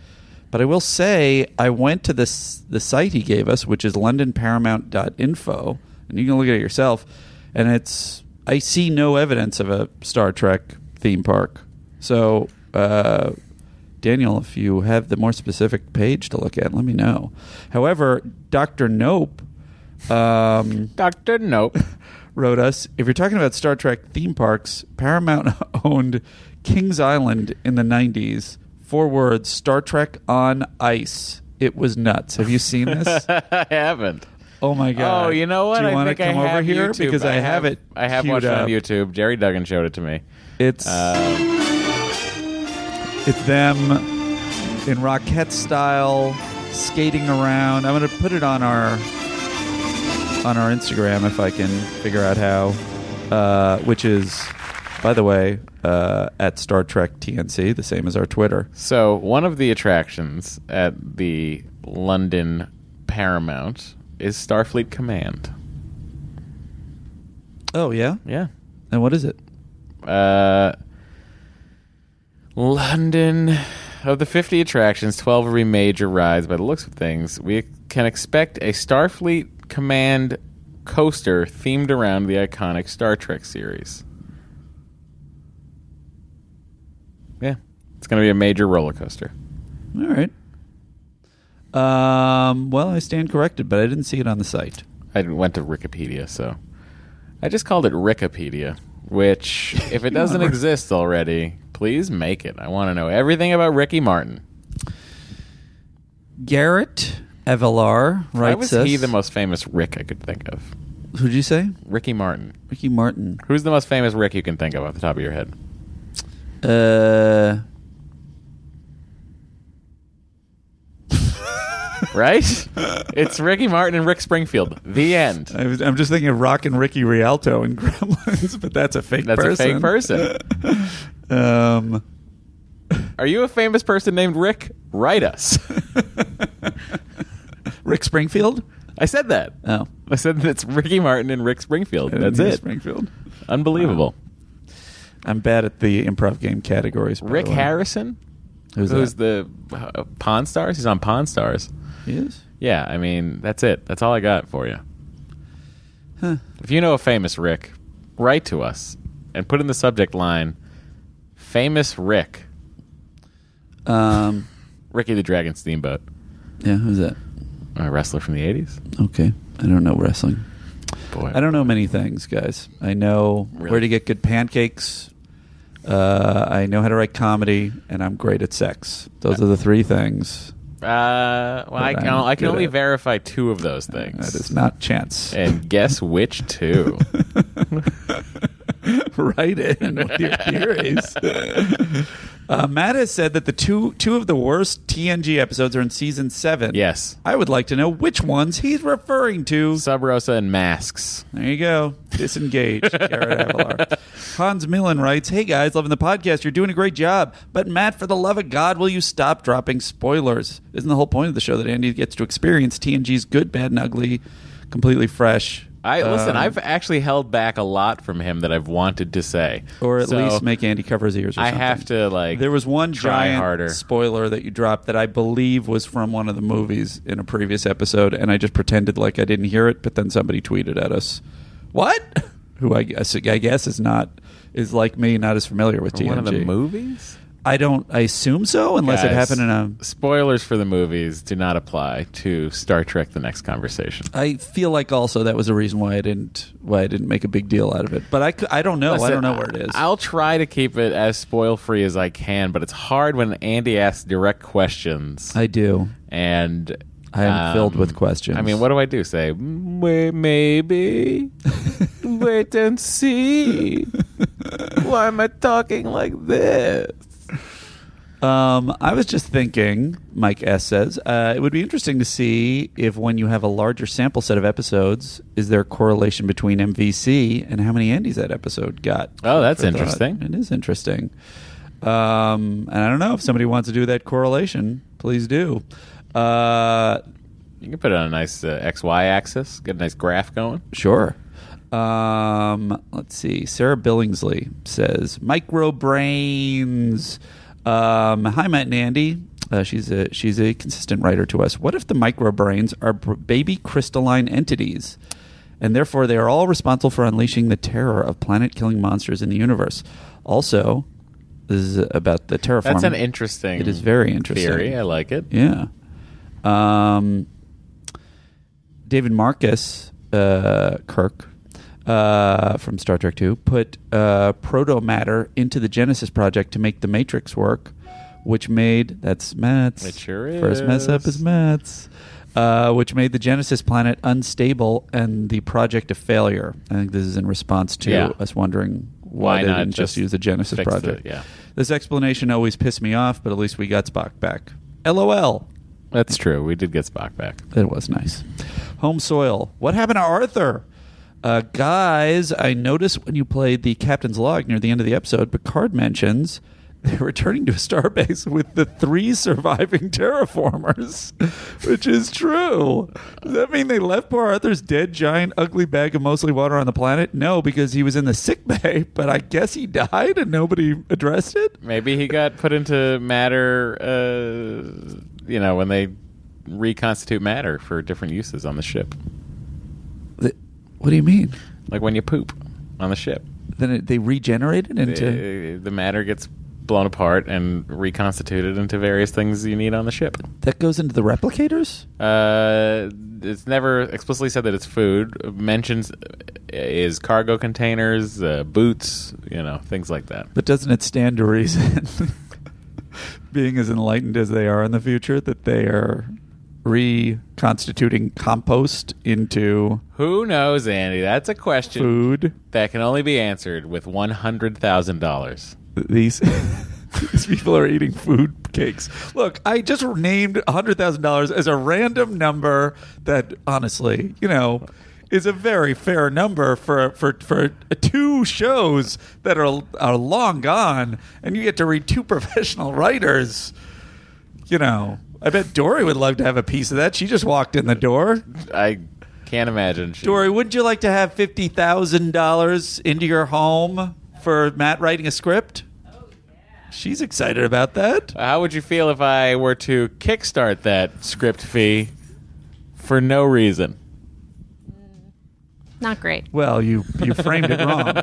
[SPEAKER 2] But I will say, I went to this the site he gave us, which is londonparamount.info, and you can look at it yourself. And it's I see no evidence of a Star Trek theme park. So. Uh, Daniel, if you have the more specific page to look at, let me know. However, Dr. Nope um,
[SPEAKER 1] Dr. Nope.
[SPEAKER 2] wrote us if you're talking about Star Trek theme parks, Paramount owned Kings Island in the 90s. Four words Star Trek on ice. It was nuts. Have you seen this?
[SPEAKER 1] I haven't.
[SPEAKER 2] Oh my god!
[SPEAKER 1] Oh, you know what?
[SPEAKER 2] Do you
[SPEAKER 1] I
[SPEAKER 2] want to
[SPEAKER 1] think I
[SPEAKER 2] come over
[SPEAKER 1] have
[SPEAKER 2] here
[SPEAKER 1] YouTube.
[SPEAKER 2] because I, have, it.
[SPEAKER 1] I have
[SPEAKER 2] queued
[SPEAKER 1] watched it on
[SPEAKER 2] up.
[SPEAKER 1] YouTube. Jerry Duggan showed it to me. Uh,
[SPEAKER 2] It's it's them in Rockette style skating around. I'm gonna put it on our on our Instagram if I can figure out how. Uh, which is, by the way, uh, at Star Trek TNC, the same as our Twitter.
[SPEAKER 1] So one of the attractions at the London Paramount is Starfleet Command.
[SPEAKER 2] Oh yeah.
[SPEAKER 1] Yeah.
[SPEAKER 2] And what is it?
[SPEAKER 1] Uh, London. Of the 50 attractions, 12 will be major rides by the looks of things. We can expect a Starfleet Command coaster themed around the iconic Star Trek series. Yeah. It's going to be a major roller coaster.
[SPEAKER 2] All right. Um, well, I stand corrected, but I didn't see it on the site.
[SPEAKER 1] I went to Wikipedia, so I just called it Wikipedia, which if it doesn't exist already, please make it. I want to know everything about Ricky Martin.
[SPEAKER 2] Garrett Evelar
[SPEAKER 1] Why
[SPEAKER 2] writes
[SPEAKER 1] was
[SPEAKER 2] us.
[SPEAKER 1] he the most famous Rick I could think of?
[SPEAKER 2] Who'd you say?
[SPEAKER 1] Ricky Martin.
[SPEAKER 2] Ricky Martin.
[SPEAKER 1] Who's the most famous Rick you can think of off the top of your head?
[SPEAKER 2] Uh,
[SPEAKER 1] Right? it's Ricky Martin and Rick Springfield. The end.
[SPEAKER 2] I was, I'm just thinking of Rock and Ricky Rialto in Gremlins, but that's a fake
[SPEAKER 1] That's a fake person.
[SPEAKER 2] um,
[SPEAKER 1] Are you a famous person named Rick? Write us.
[SPEAKER 2] Rick Springfield.
[SPEAKER 1] I said that.
[SPEAKER 2] Oh,
[SPEAKER 1] I said that it's Ricky Martin and Rick Springfield.
[SPEAKER 2] I didn't
[SPEAKER 1] That's
[SPEAKER 2] hear
[SPEAKER 1] it.
[SPEAKER 2] Springfield.
[SPEAKER 1] Unbelievable.
[SPEAKER 2] I'm bad at the improv game categories. by
[SPEAKER 1] Rick
[SPEAKER 2] the way.
[SPEAKER 1] Harrison,
[SPEAKER 2] Who's,
[SPEAKER 1] who's
[SPEAKER 2] that?
[SPEAKER 1] the uh, Pawn Stars? He's on Pawn Stars.
[SPEAKER 2] He is.
[SPEAKER 1] Yeah, I mean that's it. That's all I got for you.
[SPEAKER 2] Huh.
[SPEAKER 1] If you know a famous Rick, write to us and put in the subject line "Famous Rick."
[SPEAKER 2] Um,
[SPEAKER 1] Ricky the Dragon Steamboat,
[SPEAKER 2] yeah, who's that?
[SPEAKER 1] a wrestler from the '80s.
[SPEAKER 2] Okay, I don't know wrestling.
[SPEAKER 1] Boy,
[SPEAKER 2] I don't know many things, guys. I know
[SPEAKER 1] Really?
[SPEAKER 2] where to get good pancakes. Uh, I know how to write comedy, and I'm great at sex. Those are the three things.
[SPEAKER 1] Uh, well, I
[SPEAKER 2] But
[SPEAKER 1] can,
[SPEAKER 2] I'm
[SPEAKER 1] I can
[SPEAKER 2] good
[SPEAKER 1] only
[SPEAKER 2] at-
[SPEAKER 1] verify two of those things.
[SPEAKER 2] That is not chance.
[SPEAKER 1] And guess which two?
[SPEAKER 2] Write in with your theories. uh, Matt has said that the two two of the worst TNG episodes are in season seven.
[SPEAKER 1] yes,
[SPEAKER 2] I would like to know which ones he's referring to.
[SPEAKER 1] Sub Rosa and masks.
[SPEAKER 2] There you go. Disengage, Garrett Avalar. Hans Millen writes, Hey guys, loving the podcast. You're doing a great job. But Matt, for the love of God, will you stop dropping spoilers? Isn't the whole point of the show that Andy gets to experience TNG's good, bad, and ugly completely fresh?
[SPEAKER 1] I listen.
[SPEAKER 2] Um,
[SPEAKER 1] I've actually held back a lot from him that I've wanted to say,
[SPEAKER 2] Or at
[SPEAKER 1] So
[SPEAKER 2] least make Andy cover his ears or
[SPEAKER 1] I
[SPEAKER 2] something.
[SPEAKER 1] have to like.
[SPEAKER 2] There was one
[SPEAKER 1] try
[SPEAKER 2] giant
[SPEAKER 1] harder.
[SPEAKER 2] spoiler that you dropped that I believe was from one of the movies in a previous episode, and I just pretended like I didn't hear it, but then somebody tweeted at us, "What?" Who I guess, I guess is not is like me, not as familiar with TNG.
[SPEAKER 1] one of the movies.
[SPEAKER 2] I don't. I assume so, unless it
[SPEAKER 1] Guys,
[SPEAKER 2] happened in a.
[SPEAKER 1] spoilers for the movies do not apply to Star Trek: The Next Conversation.
[SPEAKER 2] I feel like also that was a reason why I didn't why I didn't make a big deal out of it. But I, cou- I don't know. I
[SPEAKER 1] Listen,
[SPEAKER 2] don't know where it is.
[SPEAKER 1] I'll try to keep it as spoil free as I can, but it's hard when Andy asks direct questions,
[SPEAKER 2] I do.
[SPEAKER 1] and
[SPEAKER 2] I am
[SPEAKER 1] um,
[SPEAKER 2] filled with questions.
[SPEAKER 1] I mean, what do I do? Say, "Mm, wait, maybe, wait and see. Why am I talking like this?
[SPEAKER 2] Um, I was just thinking, Mike S says, uh, it would be interesting to see if when you have a larger sample set of episodes, is there a correlation between MVC and how many Andes that episode got?
[SPEAKER 1] Oh, that's
[SPEAKER 2] For thought.
[SPEAKER 1] interesting.
[SPEAKER 2] It is interesting. Um, and I don't know if somebody wants to do that correlation, please do. Uh,
[SPEAKER 1] You can put it on a nice uh, XY axis, get a nice graph going.
[SPEAKER 2] Sure. Um, let's see. Sarah Billingsley says, "Microbrains." Um, hi, Matt and Andy. Uh, she's a she's a consistent writer to us. What if the microbrains are br- baby crystalline entities, and therefore they are all responsible for unleashing the terror of planet-killing monsters in the universe? Also, this is about the terraform.
[SPEAKER 1] That's an interesting.
[SPEAKER 2] It is very interesting.
[SPEAKER 1] theory. I like it.
[SPEAKER 2] Yeah. Um, David Marcus uh, Kirk uh, from Star Trek Two put uh, proto matter into the Genesis project to make the Matrix work, which made that's Matt's
[SPEAKER 1] It sure
[SPEAKER 2] first mess up
[SPEAKER 1] is.
[SPEAKER 2] is Matt's. Uh, which made the Genesis planet unstable and the project a failure. I think this is in response to
[SPEAKER 1] Yeah.
[SPEAKER 2] us wondering why,
[SPEAKER 1] Why
[SPEAKER 2] they
[SPEAKER 1] not
[SPEAKER 2] didn't just
[SPEAKER 1] just
[SPEAKER 2] use the Genesis
[SPEAKER 1] fix
[SPEAKER 2] project.
[SPEAKER 1] it, yeah.
[SPEAKER 2] This explanation always pissed me off, but at least we got Spock back. LOL.
[SPEAKER 1] That's true. We did get Spock back.
[SPEAKER 2] It was nice. Home soil. What happened to Arthur? Uh, guys, I noticed when you played the captain's log near the end of the episode, Picard mentions they're returning to a starbase with the three surviving terraformers, which is true. Does that mean they left poor Arthur's dead, giant, ugly bag of mostly water on the planet? No, because he was in the sick bay, but I guess he died and nobody addressed it?
[SPEAKER 1] Maybe he got put into matter, uh, you know, when they reconstitute matter for different uses on the ship.
[SPEAKER 2] Th- What do you mean?
[SPEAKER 1] Like when you poop on the ship,
[SPEAKER 2] Then it, they regenerated into.
[SPEAKER 1] the, the matter gets blown apart and reconstituted into various things you need on the ship.
[SPEAKER 2] That goes into the replicators?
[SPEAKER 1] Uh, it's never explicitly said that it's food. Mentions uh, is cargo containers, uh, boots, you know, things like that.
[SPEAKER 2] But doesn't it stand to reason, being as enlightened as they are in the future, that they are reconstituting compost into
[SPEAKER 1] Who knows, Andy? That's a question
[SPEAKER 2] food?
[SPEAKER 1] that can only be answered with one hundred thousand dollars.
[SPEAKER 2] These these people are eating food cakes. Look, I just named hundred thousand dollars as a random number that, honestly, you know. Is a very fair number for for for two shows that are are long gone, and you get to read two professional writers. you know, I bet Dory would love to have a piece of that. She just walked in the door.
[SPEAKER 1] I can't imagine. She,
[SPEAKER 2] Dory, would you like to have fifty thousand dollars into your home for Matt writing a script?
[SPEAKER 4] Oh,
[SPEAKER 2] She's excited about that.
[SPEAKER 1] Uh, How would you feel if I were to kickstart that script fee for no reason?
[SPEAKER 4] Not great.
[SPEAKER 2] Well, you you framed it wrong.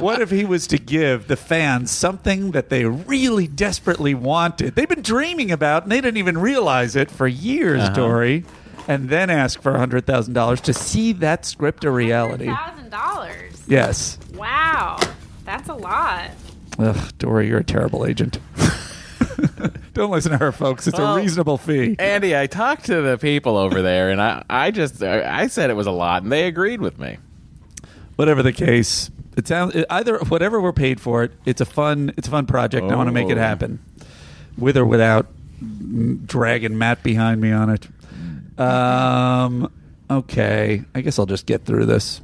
[SPEAKER 2] What if he was to give the fans something that they really desperately wanted? They've been dreaming about and they didn't even realize it for years, Dory. And then ask for $100,000 to see that script a reality.
[SPEAKER 4] Thousand dollars.
[SPEAKER 2] Yes.
[SPEAKER 4] Wow, that's a lot.
[SPEAKER 2] Ugh, Dory, you're a terrible agent. Don't listen to her, folks. It's
[SPEAKER 1] Well-
[SPEAKER 2] a reasonable fee.
[SPEAKER 1] Andy, I talked to the people over there, and I, I just I I said it was a lot, and they agreed with me.
[SPEAKER 2] Whatever the case, it sounds it- either whatever we're paid for it. It's a fun. It's a fun project. and I want to make it
[SPEAKER 1] Oh.
[SPEAKER 2] happen, with or without mm, dragging Matt behind me on it. Um. Okay. I guess I'll just get through this.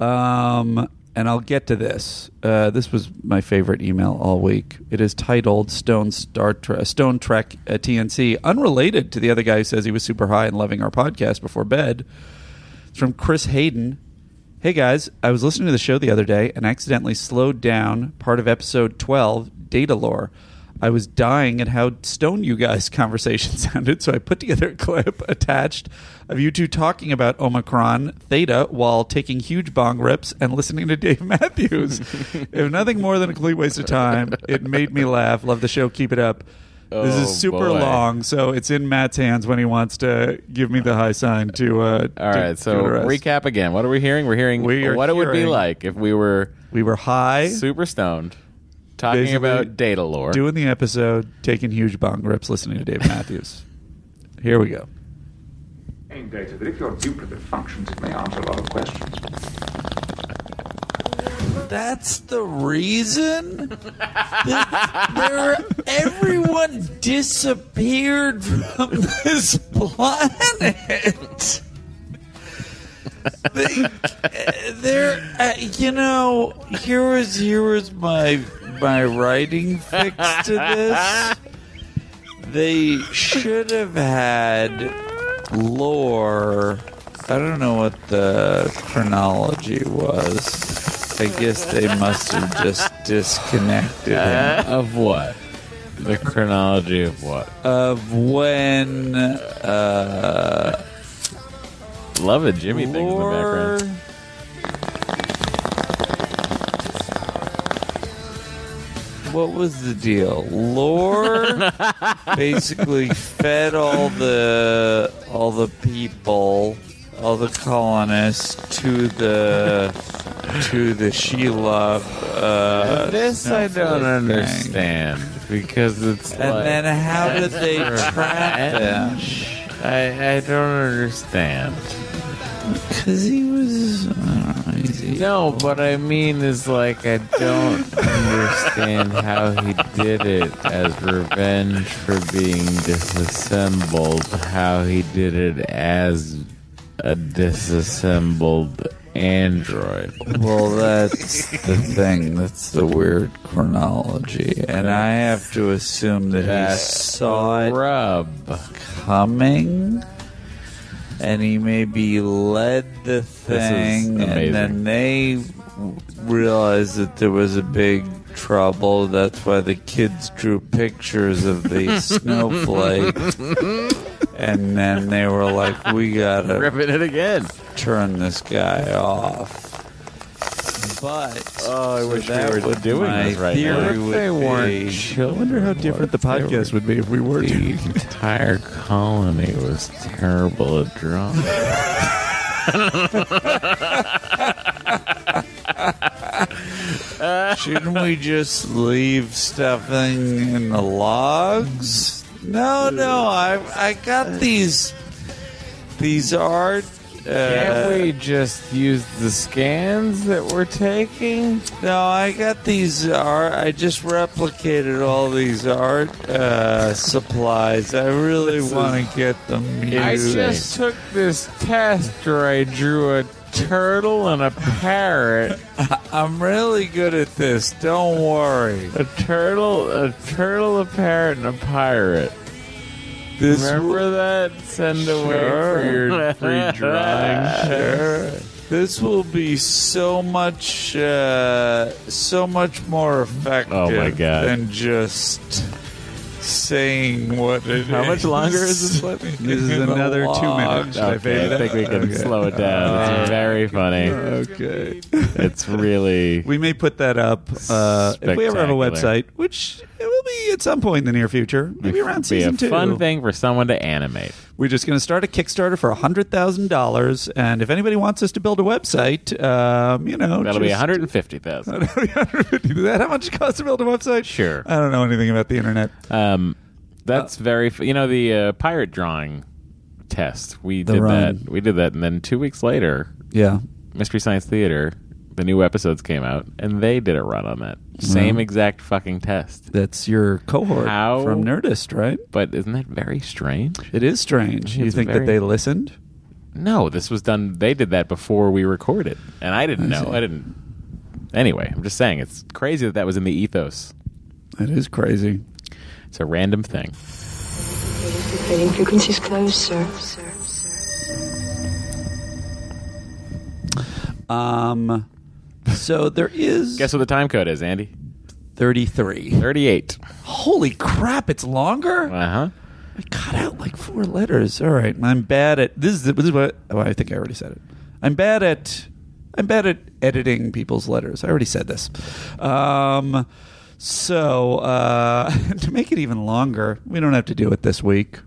[SPEAKER 2] Um. And I'll get to this. Uh, this was my favorite email all week. It is titled "Stone Star Tre- Stone Trek uh, TNC," unrelated to the other guy who says he was super high and loving our podcast before bed. It's from Chris Hayden. Hey guys, I was listening to the show the other day and accidentally slowed down part of episode 12, Data Lore. I was dying at how stone you guys' conversation sounded, so I put together a clip attached of you two talking about Omicron Theta while taking huge bong rips and listening to Dave Matthews. if nothing more than a complete waste of time, it made me laugh. Love the show. Keep it up. this
[SPEAKER 1] Oh,
[SPEAKER 2] is super
[SPEAKER 1] boy.
[SPEAKER 2] long, so it's in Matt's hands when he wants to give me the high sign to uh,
[SPEAKER 1] All
[SPEAKER 2] to-
[SPEAKER 1] right, so
[SPEAKER 2] give it a rest.
[SPEAKER 1] recap again. What are we hearing? We're hearing
[SPEAKER 2] We are
[SPEAKER 1] what it would be
[SPEAKER 2] hearing-
[SPEAKER 1] like if we were
[SPEAKER 2] We were high,
[SPEAKER 1] super stoned, talking
[SPEAKER 2] Basically,
[SPEAKER 1] about data lore.
[SPEAKER 2] doing the episode, taking huge bong rips, listening to Dave Matthews. Here we go.
[SPEAKER 3] Main data that if you're duplicate functions, it may answer a lot of questions.
[SPEAKER 2] That's the reason that there, everyone disappeared from this planet. They- there, uh, you know, here was here was my my writing fix to this. They should have had lore. I don't know what the chronology was. I guess they must have just disconnected him
[SPEAKER 1] of what? The chronology of what?
[SPEAKER 2] of when uh,
[SPEAKER 1] Love it, Jimmy thing in the
[SPEAKER 2] lore.
[SPEAKER 1] background.
[SPEAKER 2] What was the deal? Lore basically fed all the all the people, all the colonists to the to the Sheila. Uh,
[SPEAKER 1] This I don't
[SPEAKER 2] snowflake thing.
[SPEAKER 1] understand because it's
[SPEAKER 2] And
[SPEAKER 1] like,
[SPEAKER 2] then how did they trap him?
[SPEAKER 1] I I don't understand.
[SPEAKER 2] Because he was. I don't know, he's- he-
[SPEAKER 1] No, but I mean is like I don't understand how he did it as revenge for being disassembled. How he did it as a disassembled Android.
[SPEAKER 5] Well, that's the thing. That's the weird chronology. And I have to assume that he saw it
[SPEAKER 1] Rub.
[SPEAKER 5] coming. And he maybe led the thing.
[SPEAKER 1] amazing.
[SPEAKER 5] And then they realized that there was a big trouble. That's why the kids drew pictures of the snowflake. And then they were like, we gotta
[SPEAKER 1] Ripping it again.
[SPEAKER 5] turn this guy off. But
[SPEAKER 1] Oh, I wish we
[SPEAKER 5] that
[SPEAKER 1] were
[SPEAKER 5] would-
[SPEAKER 1] doing
[SPEAKER 5] my
[SPEAKER 1] this right
[SPEAKER 5] theory
[SPEAKER 1] now.
[SPEAKER 5] What if would they weren't be-
[SPEAKER 2] I wonder how different the podcast would be if we were.
[SPEAKER 1] The entire colony was terrible at drums.
[SPEAKER 5] shouldn't we just leave stuffing in the logs? No, no, I I got these these art. Uh,
[SPEAKER 1] Can't we just use the scans that we're taking?
[SPEAKER 5] no, I got these art. I just replicated all these art uh, supplies. I really want to get them.
[SPEAKER 1] I
[SPEAKER 5] used.
[SPEAKER 1] just took this test where I drew a turtle and a parrot.
[SPEAKER 5] I'm really good at this. Don't worry.
[SPEAKER 1] A turtle, a turtle, a parrot, and a pirate.
[SPEAKER 5] This
[SPEAKER 1] Remember that? Send away for
[SPEAKER 5] Sure.
[SPEAKER 1] your free drawing.
[SPEAKER 5] Sure. This will be so much, uh, so much more effective.
[SPEAKER 1] Oh, my God.
[SPEAKER 5] Than just saying what it
[SPEAKER 2] How much longer is this?
[SPEAKER 5] Let me
[SPEAKER 2] This is another two minutes. Should I fade it
[SPEAKER 1] Okay, I think we can slow it down. It's very funny.
[SPEAKER 2] Uh, Okay.
[SPEAKER 1] It's really
[SPEAKER 2] We may put that up uh, if we ever have a
[SPEAKER 1] Spectacular.
[SPEAKER 2] website, which it will be at some point in the near future, maybe around
[SPEAKER 1] be a
[SPEAKER 2] season two.
[SPEAKER 1] fun thing for someone to animate.
[SPEAKER 2] We're just going to start a Kickstarter for hundred thousand dollars, and if anybody wants us to build a website, um, you know,
[SPEAKER 1] That'll be
[SPEAKER 2] just-
[SPEAKER 1] one hundred and fifty thousand.
[SPEAKER 2] That'll be 150. Is that how much it costs to build a website?
[SPEAKER 1] Sure.
[SPEAKER 2] I don't know anything about the internet.
[SPEAKER 1] Um, that's very. F- you know the uh, pirate drawing test. We
[SPEAKER 2] The
[SPEAKER 1] did
[SPEAKER 2] run.
[SPEAKER 1] that. We did that, and then two weeks later,
[SPEAKER 2] Yeah.
[SPEAKER 1] Mystery Science Theater, the new episodes came out, and they did a run on that same exact fucking test.
[SPEAKER 2] That's your cohort
[SPEAKER 1] How-
[SPEAKER 2] from Nerdist, right?
[SPEAKER 1] But isn't that very strange?
[SPEAKER 2] It is strange. you
[SPEAKER 1] It's
[SPEAKER 2] think
[SPEAKER 1] very-
[SPEAKER 2] that they listened?
[SPEAKER 1] No, this was done. They did that before we recorded, and I didn't
[SPEAKER 2] I
[SPEAKER 1] know.
[SPEAKER 2] see.
[SPEAKER 1] I didn't. Anyway, I'm just saying it's crazy that that was in the ethos.
[SPEAKER 2] That is crazy.
[SPEAKER 1] It's a random thing.
[SPEAKER 4] Rating frequencies closed, sir.
[SPEAKER 2] Um, so there is
[SPEAKER 1] Guess what the time code is, Andy?
[SPEAKER 2] 33.
[SPEAKER 1] Thirty-eight.
[SPEAKER 2] Holy crap, it's longer?
[SPEAKER 1] Uh huh.
[SPEAKER 2] I cut out like four letters. All right, I'm bad at this. Is, this is what oh, I think I already said it. I'm bad at I'm bad at editing people's letters. I already said this. Um, so uh, to make it even longer, we don't have to do it this week.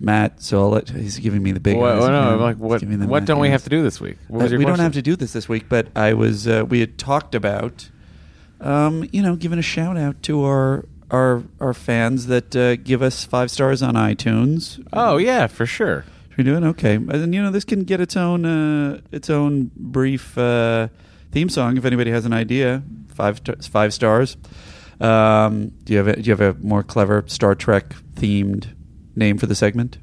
[SPEAKER 2] Matt, so I'll let, he's giving me the big.
[SPEAKER 1] Well,
[SPEAKER 2] eyes
[SPEAKER 1] well, no,
[SPEAKER 2] again.
[SPEAKER 1] I'm like,
[SPEAKER 2] He's
[SPEAKER 1] what?
[SPEAKER 2] giving the
[SPEAKER 1] What
[SPEAKER 2] Matt
[SPEAKER 1] don't we
[SPEAKER 2] eyes.
[SPEAKER 1] have to do this week? What
[SPEAKER 2] Uh,
[SPEAKER 1] was your
[SPEAKER 2] we don't
[SPEAKER 1] question?
[SPEAKER 2] have to do this this week, but I was uh, we had talked about, um, you know, giving a shout out to our our our fans that uh, give us five stars on iTunes.
[SPEAKER 1] Oh yeah, for sure.
[SPEAKER 2] Should we do it? Okay, and then, you know this can get its own uh, its own brief uh, theme song. If anybody has an idea, five t- five stars. Um, do you have a, do you have a more clever Star Trek themed name for the segment?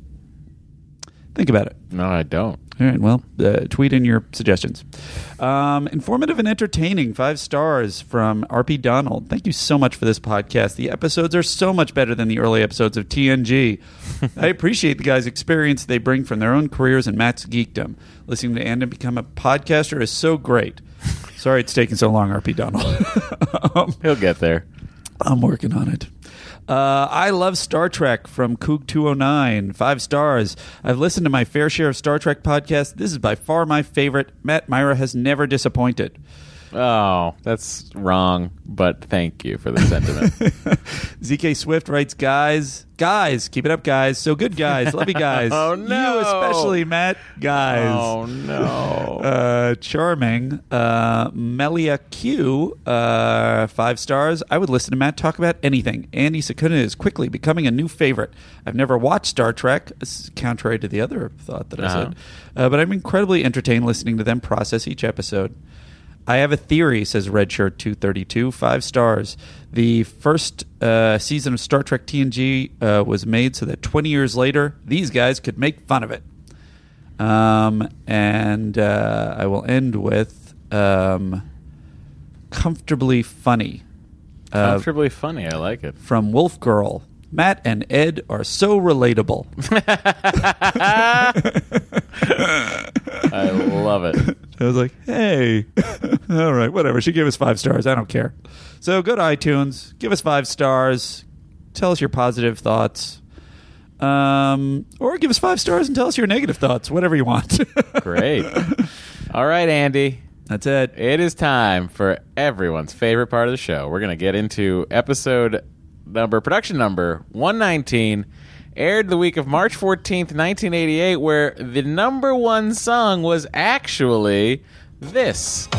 [SPEAKER 2] Think about it.
[SPEAKER 1] No, I don't.
[SPEAKER 2] All right. Well, uh, tweet in your suggestions. Um, informative and entertaining. Five stars from RP Donald. Thank you so much for this podcast. The episodes are so much better than the early episodes of TNG. I appreciate the guys' experience they bring from their own careers and Matt's geekdom. Listening to Andon become a podcaster is so great. Sorry it's taking so long, RP Donald. Um,
[SPEAKER 1] He'll get there.
[SPEAKER 2] I'm working on it. Uh, I love Star Trek from Coog 209, five stars. I've listened to my fair share of Star Trek podcasts. This is by far my favorite. Matt Myra has never disappointed.
[SPEAKER 1] Oh, that's wrong. But thank you for the sentiment.
[SPEAKER 2] ZK Swift writes, guys, guys, keep it up, guys. So good, guys. Love you, guys.
[SPEAKER 1] Oh, no.
[SPEAKER 2] You especially, Matt, guys.
[SPEAKER 1] oh no.
[SPEAKER 2] uh, charming. Uh, Melia Q, uh, five stars. I would listen to Matt talk about anything. Andy Sakuna is quickly becoming a new favorite. I've never watched Star Trek, s- contrary to the other thought that I
[SPEAKER 1] Uh-huh.
[SPEAKER 2] said, uh, but I'm incredibly entertained listening to them process each episode. I have a theory, says Redshirt 232, five stars. The first uh, season of Star Trek TNG uh, was made so that 20 years later, these guys could make fun of it. Um, and uh, I will end with um, Comfortably Funny uh,
[SPEAKER 1] Comfortably funny. I like it.
[SPEAKER 2] from Wolf Girl. Matt and Ed are so relatable.
[SPEAKER 1] I love it.
[SPEAKER 2] I was like, hey, all right, whatever. She gave us five stars. I don't care. So go to iTunes, give us five stars, tell us your positive thoughts, um, or give us five stars and tell us your negative thoughts, whatever you want.
[SPEAKER 1] Great. All right, Andy.
[SPEAKER 2] That's it.
[SPEAKER 1] It is time for everyone's favorite part of the show. We're going to get into episode number, production number 119, aired the week of March 14th, 1988, where the number one song was actually this.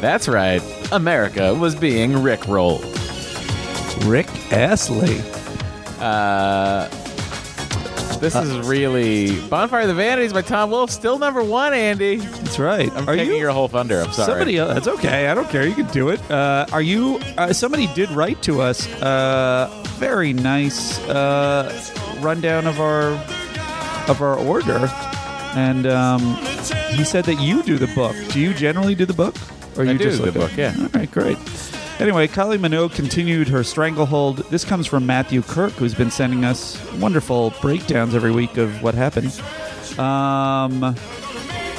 [SPEAKER 1] That's right. America was being rickrolled.
[SPEAKER 2] Rick Astley.
[SPEAKER 1] Uh, this is really Bonfire of the Vanities by Tom Wolfe, still number one, Andy.
[SPEAKER 2] That's right.
[SPEAKER 1] I'm
[SPEAKER 2] Are
[SPEAKER 1] taking
[SPEAKER 2] you
[SPEAKER 1] your whole thunder. I'm sorry.
[SPEAKER 2] Somebody else. That's okay. I don't care. You can do it. Uh, are you? Uh, somebody did write to us. Uh, very nice uh, rundown of our of our order, and um, he said that you do the book. Do you generally do the book, or
[SPEAKER 1] I
[SPEAKER 2] you
[SPEAKER 1] do
[SPEAKER 2] just
[SPEAKER 1] the
[SPEAKER 2] look at-
[SPEAKER 1] book, yeah.
[SPEAKER 2] All right. Great. Anyway, Kylie Minogue continued her stranglehold. This comes from Matthew Kirk, who's been sending us wonderful breakdowns every week of what happened. Um,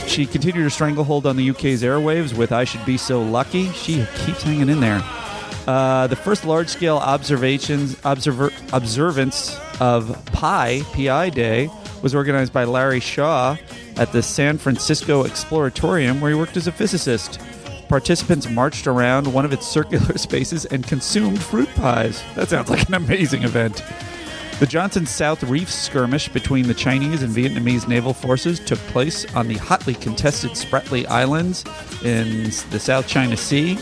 [SPEAKER 2] she continued her stranglehold on the UK's airwaves with I Should Be So Lucky. She keeps hanging in there. Uh, the first large scale observations observer, observance of Pi, PI Day, was organized by Larry Shaw at the San Francisco Exploratorium, where he worked as a physicist. Participants marched around one of its circular spaces and consumed fruit pies. That sounds like an amazing event. The Johnson South Reef skirmish between the Chinese and Vietnamese naval forces took place on the hotly contested Spratly Islands in the South China Sea.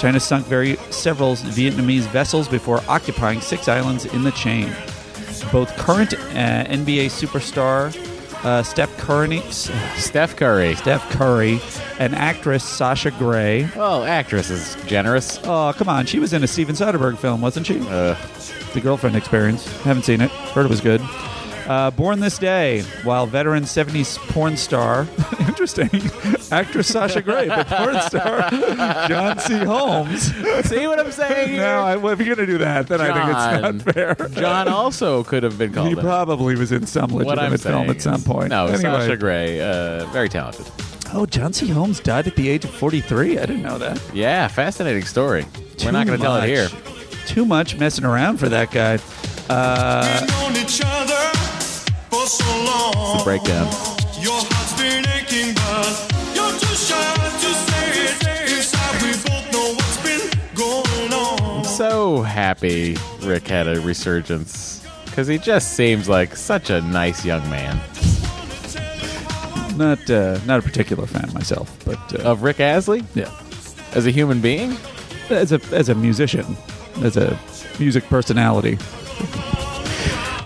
[SPEAKER 2] China sunk very, several Vietnamese vessels before occupying six islands in the chain. Both current uh, NBA superstar uh, Steph Curry,
[SPEAKER 1] Steph Curry.
[SPEAKER 2] Steph Curry, and actress Sasha Grey.
[SPEAKER 1] Well, Oh, actress is generous.
[SPEAKER 2] Oh, come on, she was in a Steven Soderbergh film, wasn't she?
[SPEAKER 1] Uh,
[SPEAKER 2] The Girlfriend Experience. Haven't seen it. Heard it was good. Uh, born this day, while veteran 70s porn star, interesting, actress Sasha Grey, but porn star John C. Holmes.
[SPEAKER 1] see what I'm saying? here?
[SPEAKER 2] Now, I, well, if you're going to do that, then I think it's not fair.
[SPEAKER 1] John also could have been called.
[SPEAKER 2] He
[SPEAKER 1] in.
[SPEAKER 2] probably was in some
[SPEAKER 1] what I'm
[SPEAKER 2] legitimate film
[SPEAKER 1] saying
[SPEAKER 2] at some
[SPEAKER 1] is-
[SPEAKER 2] point.
[SPEAKER 1] No,
[SPEAKER 2] Anyway.
[SPEAKER 1] Sasha Grey, uh, very talented.
[SPEAKER 2] Oh, John C. Holmes died at the age of 43. I didn't know that.
[SPEAKER 1] Yeah, fascinating story.
[SPEAKER 2] Too
[SPEAKER 1] We're not going to tell it
[SPEAKER 2] much-
[SPEAKER 1] here.
[SPEAKER 2] Too much messing around for that guy. Uh,
[SPEAKER 6] We've known each other for so long.
[SPEAKER 1] The breakdown.
[SPEAKER 6] Your heart's been aching, but you're too shy to say it. Inside, we both know what's been going on.
[SPEAKER 1] So happy Rick had a resurgence because he just seems like such a nice young man.
[SPEAKER 2] not uh, not a particular fan myself, but uh,
[SPEAKER 1] Of Rick Asley
[SPEAKER 2] yeah.
[SPEAKER 1] as a human being,
[SPEAKER 2] as a as a musician, as a music personality.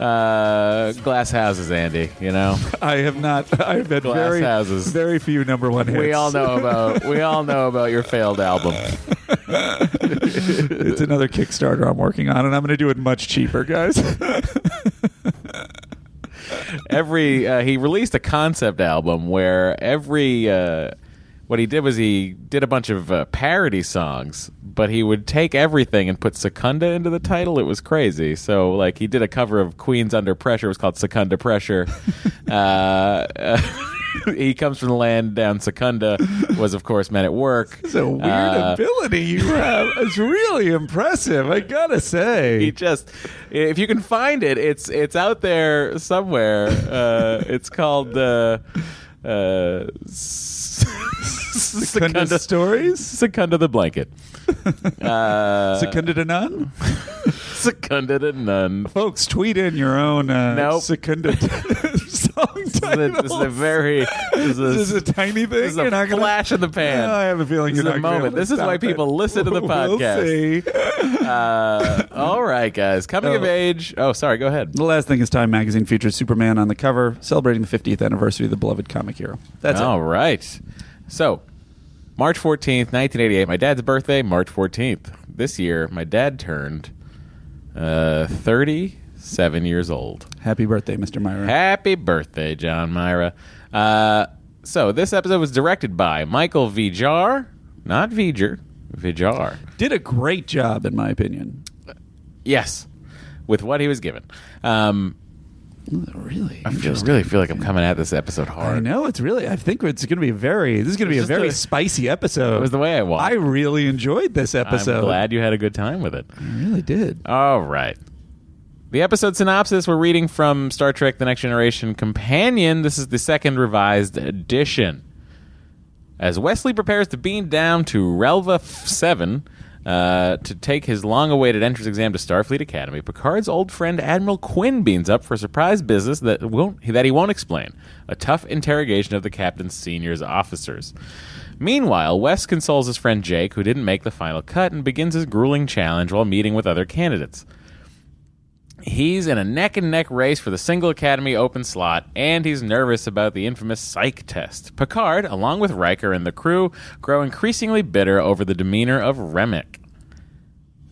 [SPEAKER 1] uh, glass houses, Andy. You know,
[SPEAKER 2] I have not. I have had
[SPEAKER 1] Glass
[SPEAKER 2] very
[SPEAKER 1] houses.
[SPEAKER 2] very few number one hits.
[SPEAKER 1] we all know about we all know about your failed album.
[SPEAKER 2] it's another Kickstarter I'm working on, and I'm going to do it much cheaper, guys.
[SPEAKER 1] every uh, he released a concept album where every uh, what he did was he did a bunch of uh, parody songs, but he would take everything and put Secunda into the title. It was crazy. So like he did a cover of Queen's Under Pressure. It was called Secunda Pressure. uh, uh, he comes from the land down Secunda. Was of course men at work.
[SPEAKER 2] it's a weird
[SPEAKER 1] Uh,
[SPEAKER 2] ability you have. It's really impressive. I gotta
[SPEAKER 1] he
[SPEAKER 2] say.
[SPEAKER 1] just if you can find it it's it's out there somewhere uh it's called uh uh
[SPEAKER 2] Secunda
[SPEAKER 1] secunda
[SPEAKER 2] stories.
[SPEAKER 1] secunda the blanket uh
[SPEAKER 2] Secunda to none,
[SPEAKER 1] secunda the nun
[SPEAKER 2] folks. Tweet in your own uh,
[SPEAKER 1] Nope.
[SPEAKER 2] Secunda song
[SPEAKER 1] this
[SPEAKER 2] titles.
[SPEAKER 1] is a very this is a,
[SPEAKER 2] This is a tiny thing.
[SPEAKER 1] this is a
[SPEAKER 2] You're not gonna-
[SPEAKER 1] flash in the pan
[SPEAKER 2] No, I have a feeling
[SPEAKER 1] This
[SPEAKER 2] you're
[SPEAKER 1] is a
[SPEAKER 2] not gonna be
[SPEAKER 1] moment.
[SPEAKER 2] able to
[SPEAKER 1] This is why
[SPEAKER 2] stop it.
[SPEAKER 1] people listen to the podcast.
[SPEAKER 2] We'll see.
[SPEAKER 1] uh, all right guys coming of
[SPEAKER 2] Oh.
[SPEAKER 1] age oh sorry go ahead
[SPEAKER 2] The last thing is Time Magazine features Superman on the cover, celebrating the 50th anniversary of the beloved comic hero. That's
[SPEAKER 1] All right. So, March 14th, 1988, my dad's birthday, March 14th. This year, my dad turned uh, 30, seven years old.
[SPEAKER 2] Happy birthday, Mr. Myra.
[SPEAKER 1] Happy birthday, John Myra. Uh, so this episode was directed by Michael Vijar, not Vijar, Vijar.
[SPEAKER 2] Did a great job, in my opinion.
[SPEAKER 1] Yes, with what he was given. Um,
[SPEAKER 2] Really?
[SPEAKER 1] I just really feel like I'm coming at this episode hard.
[SPEAKER 2] I know it's really. I think it's going to be very. This is going to be a
[SPEAKER 1] It's just
[SPEAKER 2] very
[SPEAKER 1] a-
[SPEAKER 2] spicy episode.
[SPEAKER 1] It was the way I
[SPEAKER 2] I
[SPEAKER 1] watched.
[SPEAKER 2] really enjoyed this episode.
[SPEAKER 1] I'm glad you had a good time with it.
[SPEAKER 2] I really did.
[SPEAKER 1] All right. The episode synopsis we're reading from Star Trek The Next Generation Companion. This is the second revised edition. As Wesley prepares to beam down to Relva F- 7 uh, to take his long awaited entrance exam to Starfleet Academy, Picard's old friend Admiral Quinn beams up for a surprise business that, won't, that he won't explain a tough interrogation of the captain's seniors officers. Meanwhile, Wes consoles his friend Jake, who didn't make the final cut, and begins his grueling challenge while meeting with other candidates. He's in a neck and neck race for the single Academy open slot, and he's nervous about the infamous psych test. Picard, along with Riker and the crew, grow increasingly bitter over the demeanor of Remick,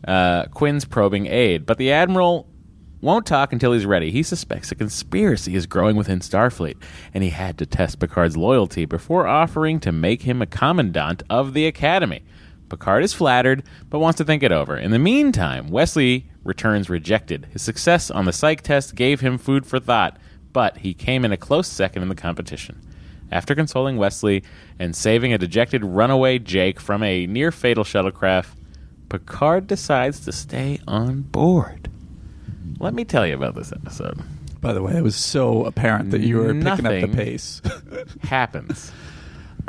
[SPEAKER 1] uh, Quinn's probing aide. But the Admiral won't talk until he's ready. He suspects a conspiracy is growing within Starfleet, and he had to test Picard's loyalty before offering to make him a commandant of the Academy. Picard is flattered, but wants to think it over. In the meantime, Wesley returns rejected. His success on the psych test gave him food for thought, but he came in a close second in the competition. After consoling Wesley and saving a dejected runaway Jake from a near fatal shuttlecraft, Picard decides to stay on board. Let me tell you about this episode.
[SPEAKER 2] By the way, it was so apparent that you were picking up
[SPEAKER 1] Nothing.
[SPEAKER 2] the pace.
[SPEAKER 1] Happens.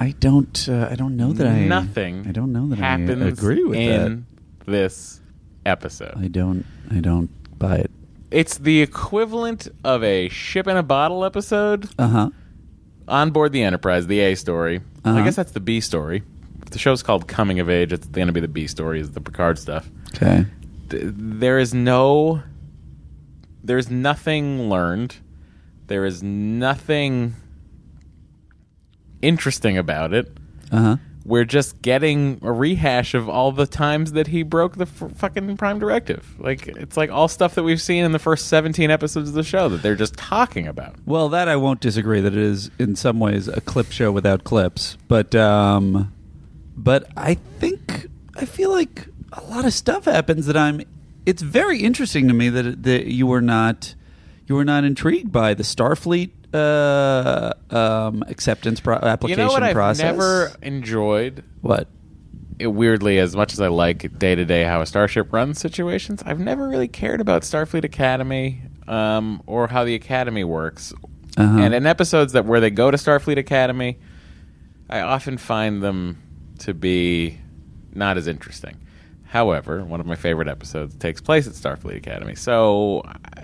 [SPEAKER 2] I don't. Uh, I don't know that I.
[SPEAKER 1] Nothing.
[SPEAKER 2] I don't know that
[SPEAKER 1] happens
[SPEAKER 2] I agree with
[SPEAKER 1] in this episode.
[SPEAKER 2] that. I don't. I don't buy it.
[SPEAKER 1] it's the equivalent of a ship in a bottle episode
[SPEAKER 2] Uh huh.
[SPEAKER 1] on board the Enterprise, the A story.
[SPEAKER 2] Uh-huh.
[SPEAKER 1] I guess that's the B story. If the show's called Coming of Age. It's going to be the B story. Is the Picard stuff.
[SPEAKER 2] Okay.
[SPEAKER 1] th- there is no there's nothing learned there is nothing interesting about it
[SPEAKER 2] Uh huh.
[SPEAKER 1] we're just getting a rehash of all the times that he broke the f- fucking prime directive like it's like all stuff that we've seen in the first 17 episodes of the show that they're just talking about
[SPEAKER 2] Well, that I won't disagree that it is in some ways a clip show without clips, but um, but I think I feel like a lot of stuff happens that I'm. It's very interesting to me that that you were not you were not intrigued by the Starfleet uh, um, acceptance pro-
[SPEAKER 1] you
[SPEAKER 2] application
[SPEAKER 1] know what i've
[SPEAKER 2] process.
[SPEAKER 1] never enjoyed
[SPEAKER 2] what?
[SPEAKER 1] it weirdly, as much as I like day to day how a starship runs situations, I've never really cared about Starfleet Academy um, or how the Academy works.
[SPEAKER 2] Uh-huh.
[SPEAKER 1] And in episodes that where they go to Starfleet Academy, I often find them to be not as interesting. However, one of my favorite episodes takes place at Starfleet Academy, so I,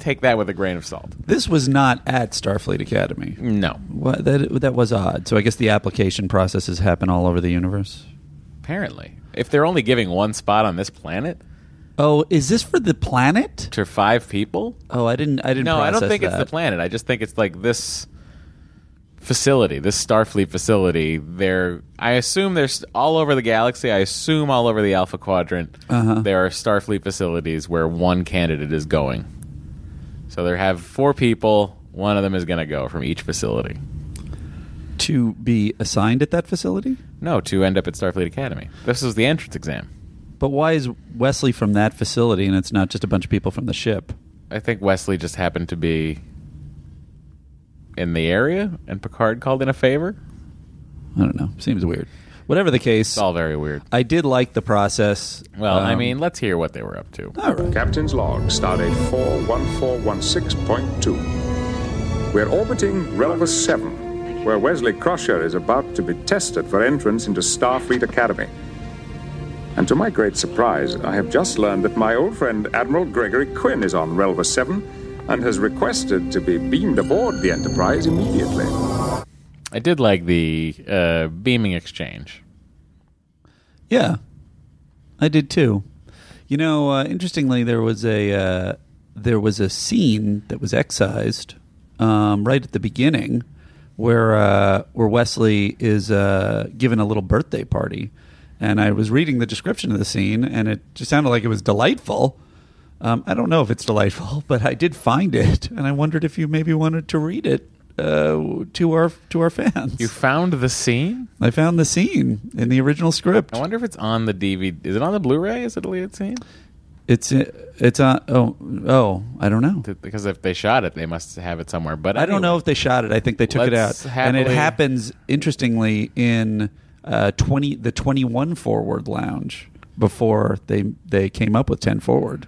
[SPEAKER 1] take that with a grain of salt.
[SPEAKER 2] This was not at Starfleet Academy.
[SPEAKER 1] No,
[SPEAKER 2] What, that that was odd. So I guess the application processes happen all over the universe.
[SPEAKER 1] apparently, if they're only giving one spot on this planet
[SPEAKER 2] Oh, is this for the planet?
[SPEAKER 1] to five people,
[SPEAKER 2] Oh, I didn't. I didn't.
[SPEAKER 1] No, I don't
[SPEAKER 2] process
[SPEAKER 1] think it's
[SPEAKER 2] that.
[SPEAKER 1] the planet. I just think it's like this facility, this Starfleet facility. They're I assume there's all over the galaxy. I assume all over the Alpha Quadrant
[SPEAKER 2] Uh-huh.
[SPEAKER 1] there are Starfleet facilities where one candidate is going. So there have four people. One of them is going to go from each facility.
[SPEAKER 2] to be assigned at that facility.
[SPEAKER 1] No, to end up at Starfleet Academy. This is the entrance exam.
[SPEAKER 2] But why is Wesley from that facility, and it's not just a bunch of people from the ship?
[SPEAKER 1] I think Wesley just happened to be in the area, and Picard called in a favor.
[SPEAKER 2] I don't know. Seems weird. Whatever the case,
[SPEAKER 1] It's all very weird.
[SPEAKER 2] I did like the process.
[SPEAKER 1] Well, I
[SPEAKER 2] Um,
[SPEAKER 1] mean, let's hear what they were up to.
[SPEAKER 2] all right.
[SPEAKER 3] Captain's log, stardate 41416.2. We're orbiting Relva 7, where Wesley Crusher is about to be tested for entrance into Starfleet Academy. And to my great surprise, I have just learned that my old friend Admiral Gregory Quinn is on Relva 7 and has requested to be beamed aboard the Enterprise immediately.
[SPEAKER 1] I did like the uh, beaming exchange.
[SPEAKER 2] Yeah, I did too. You know, uh, interestingly, there was a uh, there was a scene that was excised um, right at the beginning, where uh, where Wesley is uh, given a little birthday party, and I was reading the description of the scene, and it just sounded like it was delightful. Um, I don't know if it's delightful, but I did find it, and I wondered if you maybe wanted to read it uh, to our to our fans.
[SPEAKER 1] You found the scene.
[SPEAKER 2] I found the scene in the original script.
[SPEAKER 1] I wonder if it's on the DVD. Is it on the Blu-ray? Is it a deleted scene?
[SPEAKER 2] It's uh, it's on. Oh oh, I don't know.
[SPEAKER 1] Th- Because if they shot it, they must have it somewhere. But
[SPEAKER 2] I don't know
[SPEAKER 1] anyway.
[SPEAKER 2] if they shot it. I think they took it out,
[SPEAKER 1] Let's
[SPEAKER 2] and it
[SPEAKER 1] happily-
[SPEAKER 2] happens interestingly in uh, twenty the twenty one forward lounge before they they came up with ten forward,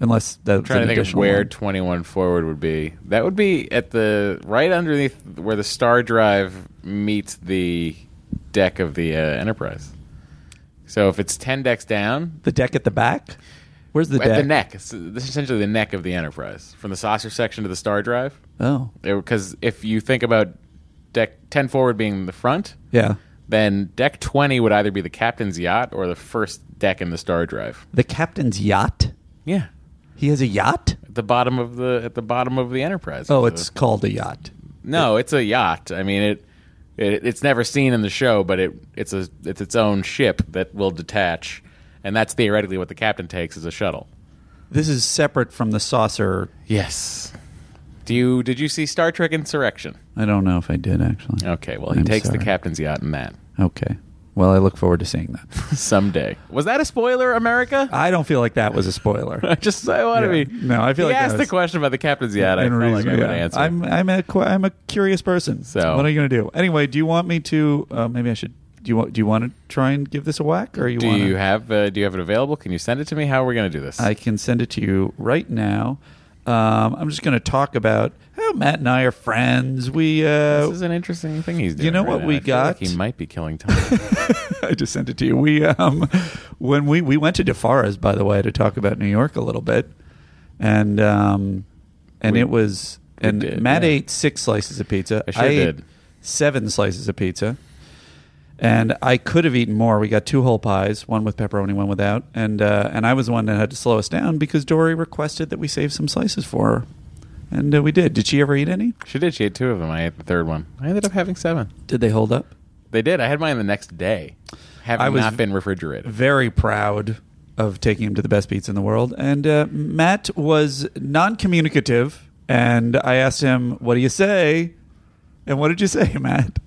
[SPEAKER 2] unless that's
[SPEAKER 1] I'm trying
[SPEAKER 2] an
[SPEAKER 1] to think of
[SPEAKER 2] additional
[SPEAKER 1] where
[SPEAKER 2] one.
[SPEAKER 1] 21 forward would be. That would be at the right underneath where the star drive meets the deck of the uh, Enterprise. So if it's 10 decks down,
[SPEAKER 2] the deck at the back. Where's the
[SPEAKER 1] at
[SPEAKER 2] deck?
[SPEAKER 1] the neck. It's, this is essentially the neck of the Enterprise from the saucer section to the star drive.
[SPEAKER 2] Oh
[SPEAKER 1] Because if you think about deck 10 forward being the front,
[SPEAKER 2] yeah,
[SPEAKER 1] then deck 20 would either be the captain's yacht or the first deck in the star drive.
[SPEAKER 2] the captain's yacht.
[SPEAKER 1] Yeah.
[SPEAKER 2] He has a yacht.
[SPEAKER 1] At the bottom of the at the bottom of the Enterprise.
[SPEAKER 2] Oh,
[SPEAKER 1] So-
[SPEAKER 2] it's called a yacht.
[SPEAKER 1] No, it's a yacht. I mean it. it it's never seen in the show, but it it's a it's its own ship that will detach, and that's theoretically what the captain takes as a shuttle.
[SPEAKER 2] This is separate from the saucer.
[SPEAKER 1] Yes. Do you did you see Star Trek Insurrection?
[SPEAKER 2] I don't know if I did actually.
[SPEAKER 1] Okay, well he
[SPEAKER 2] I'm
[SPEAKER 1] takes
[SPEAKER 2] sorry.
[SPEAKER 1] the captain's yacht in that
[SPEAKER 2] Okay. Well, I look forward to seeing that.
[SPEAKER 1] someday. Was that a spoiler, America?
[SPEAKER 2] I don't feel like that was a spoiler.
[SPEAKER 1] I just I want to
[SPEAKER 2] Yeah.
[SPEAKER 1] be
[SPEAKER 2] No, I feel
[SPEAKER 1] he
[SPEAKER 2] like that
[SPEAKER 1] asked
[SPEAKER 2] was-
[SPEAKER 1] the question about the captain's yacht. I
[SPEAKER 2] and
[SPEAKER 1] feel like
[SPEAKER 2] reason-
[SPEAKER 1] I would
[SPEAKER 2] yeah.
[SPEAKER 1] answer.
[SPEAKER 2] I'm I'm a qu- I'm a curious person.
[SPEAKER 1] So-
[SPEAKER 2] what are you going to do? Anyway, do you want me to? Uh, maybe I should. Do you want? Do you want to try and give this a whack, or you
[SPEAKER 1] do
[SPEAKER 2] want?
[SPEAKER 1] you have uh, do you have it available? Can you send it to me? How are we going to do this?
[SPEAKER 2] I can send it to you right now. Um, I'm just going to talk about how Matt and I are friends. We uh,
[SPEAKER 1] this is an interesting thing he's doing.
[SPEAKER 2] know
[SPEAKER 1] right
[SPEAKER 2] what
[SPEAKER 1] now.
[SPEAKER 2] we
[SPEAKER 1] I feel like
[SPEAKER 2] got?
[SPEAKER 1] he might be killing time.
[SPEAKER 2] I just sent it to you. We um, when we we went to DeFara's, by the way, to talk about New York a little bit, and um, and
[SPEAKER 1] We-
[SPEAKER 2] it was
[SPEAKER 1] we
[SPEAKER 2] and
[SPEAKER 1] did,
[SPEAKER 2] Matt
[SPEAKER 1] yeah.
[SPEAKER 2] ate six slices of pizza.
[SPEAKER 1] I sure
[SPEAKER 2] ate
[SPEAKER 1] did.
[SPEAKER 2] seven slices of pizza, and I could have eaten more. We got two whole pies, one with pepperoni, one without, and uh, and I was the one that had to slow us down because Dory requested that we save some slices for her, and uh, we did. Did she ever eat any?
[SPEAKER 1] She did. She had two of them. I ate the third one. I ended up having seven.
[SPEAKER 2] Did they hold up?
[SPEAKER 1] They did. I had mine the next day, having
[SPEAKER 2] I was-
[SPEAKER 1] not been refrigerated.
[SPEAKER 2] very proud of taking him to the best beats in the world. And uh, Matt was non communicative. And I asked him, What do you say? And what did you say, Matt?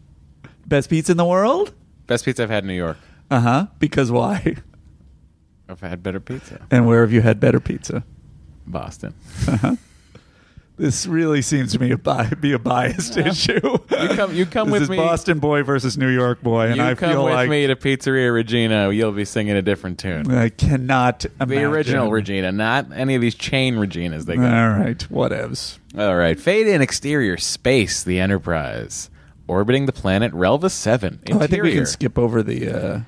[SPEAKER 2] Best beats in the world?
[SPEAKER 1] Best pizza I've had in New York.
[SPEAKER 2] Uh huh. Because why?
[SPEAKER 1] I've had better pizza.
[SPEAKER 2] And where have you had better pizza?
[SPEAKER 1] Boston.
[SPEAKER 2] Uh-huh. This really seems to me a bi- be a biased issue.
[SPEAKER 1] You come- you come
[SPEAKER 2] this
[SPEAKER 1] with
[SPEAKER 2] is
[SPEAKER 1] me-
[SPEAKER 2] Boston boy versus New York boy, and
[SPEAKER 1] you
[SPEAKER 2] I
[SPEAKER 1] come
[SPEAKER 2] feel
[SPEAKER 1] with
[SPEAKER 2] like
[SPEAKER 1] me to Pizzeria Regina. You'll be singing a different tune.
[SPEAKER 2] I cannot.
[SPEAKER 1] The original Regina, not any of these chain Reginas they
[SPEAKER 2] All
[SPEAKER 1] got.
[SPEAKER 2] right, whatevs.
[SPEAKER 1] All right. Fade in exterior space, the Enterprise. Orbiting the planet Relva 7. Interior.
[SPEAKER 2] Oh, I think we can skip over the. Uh,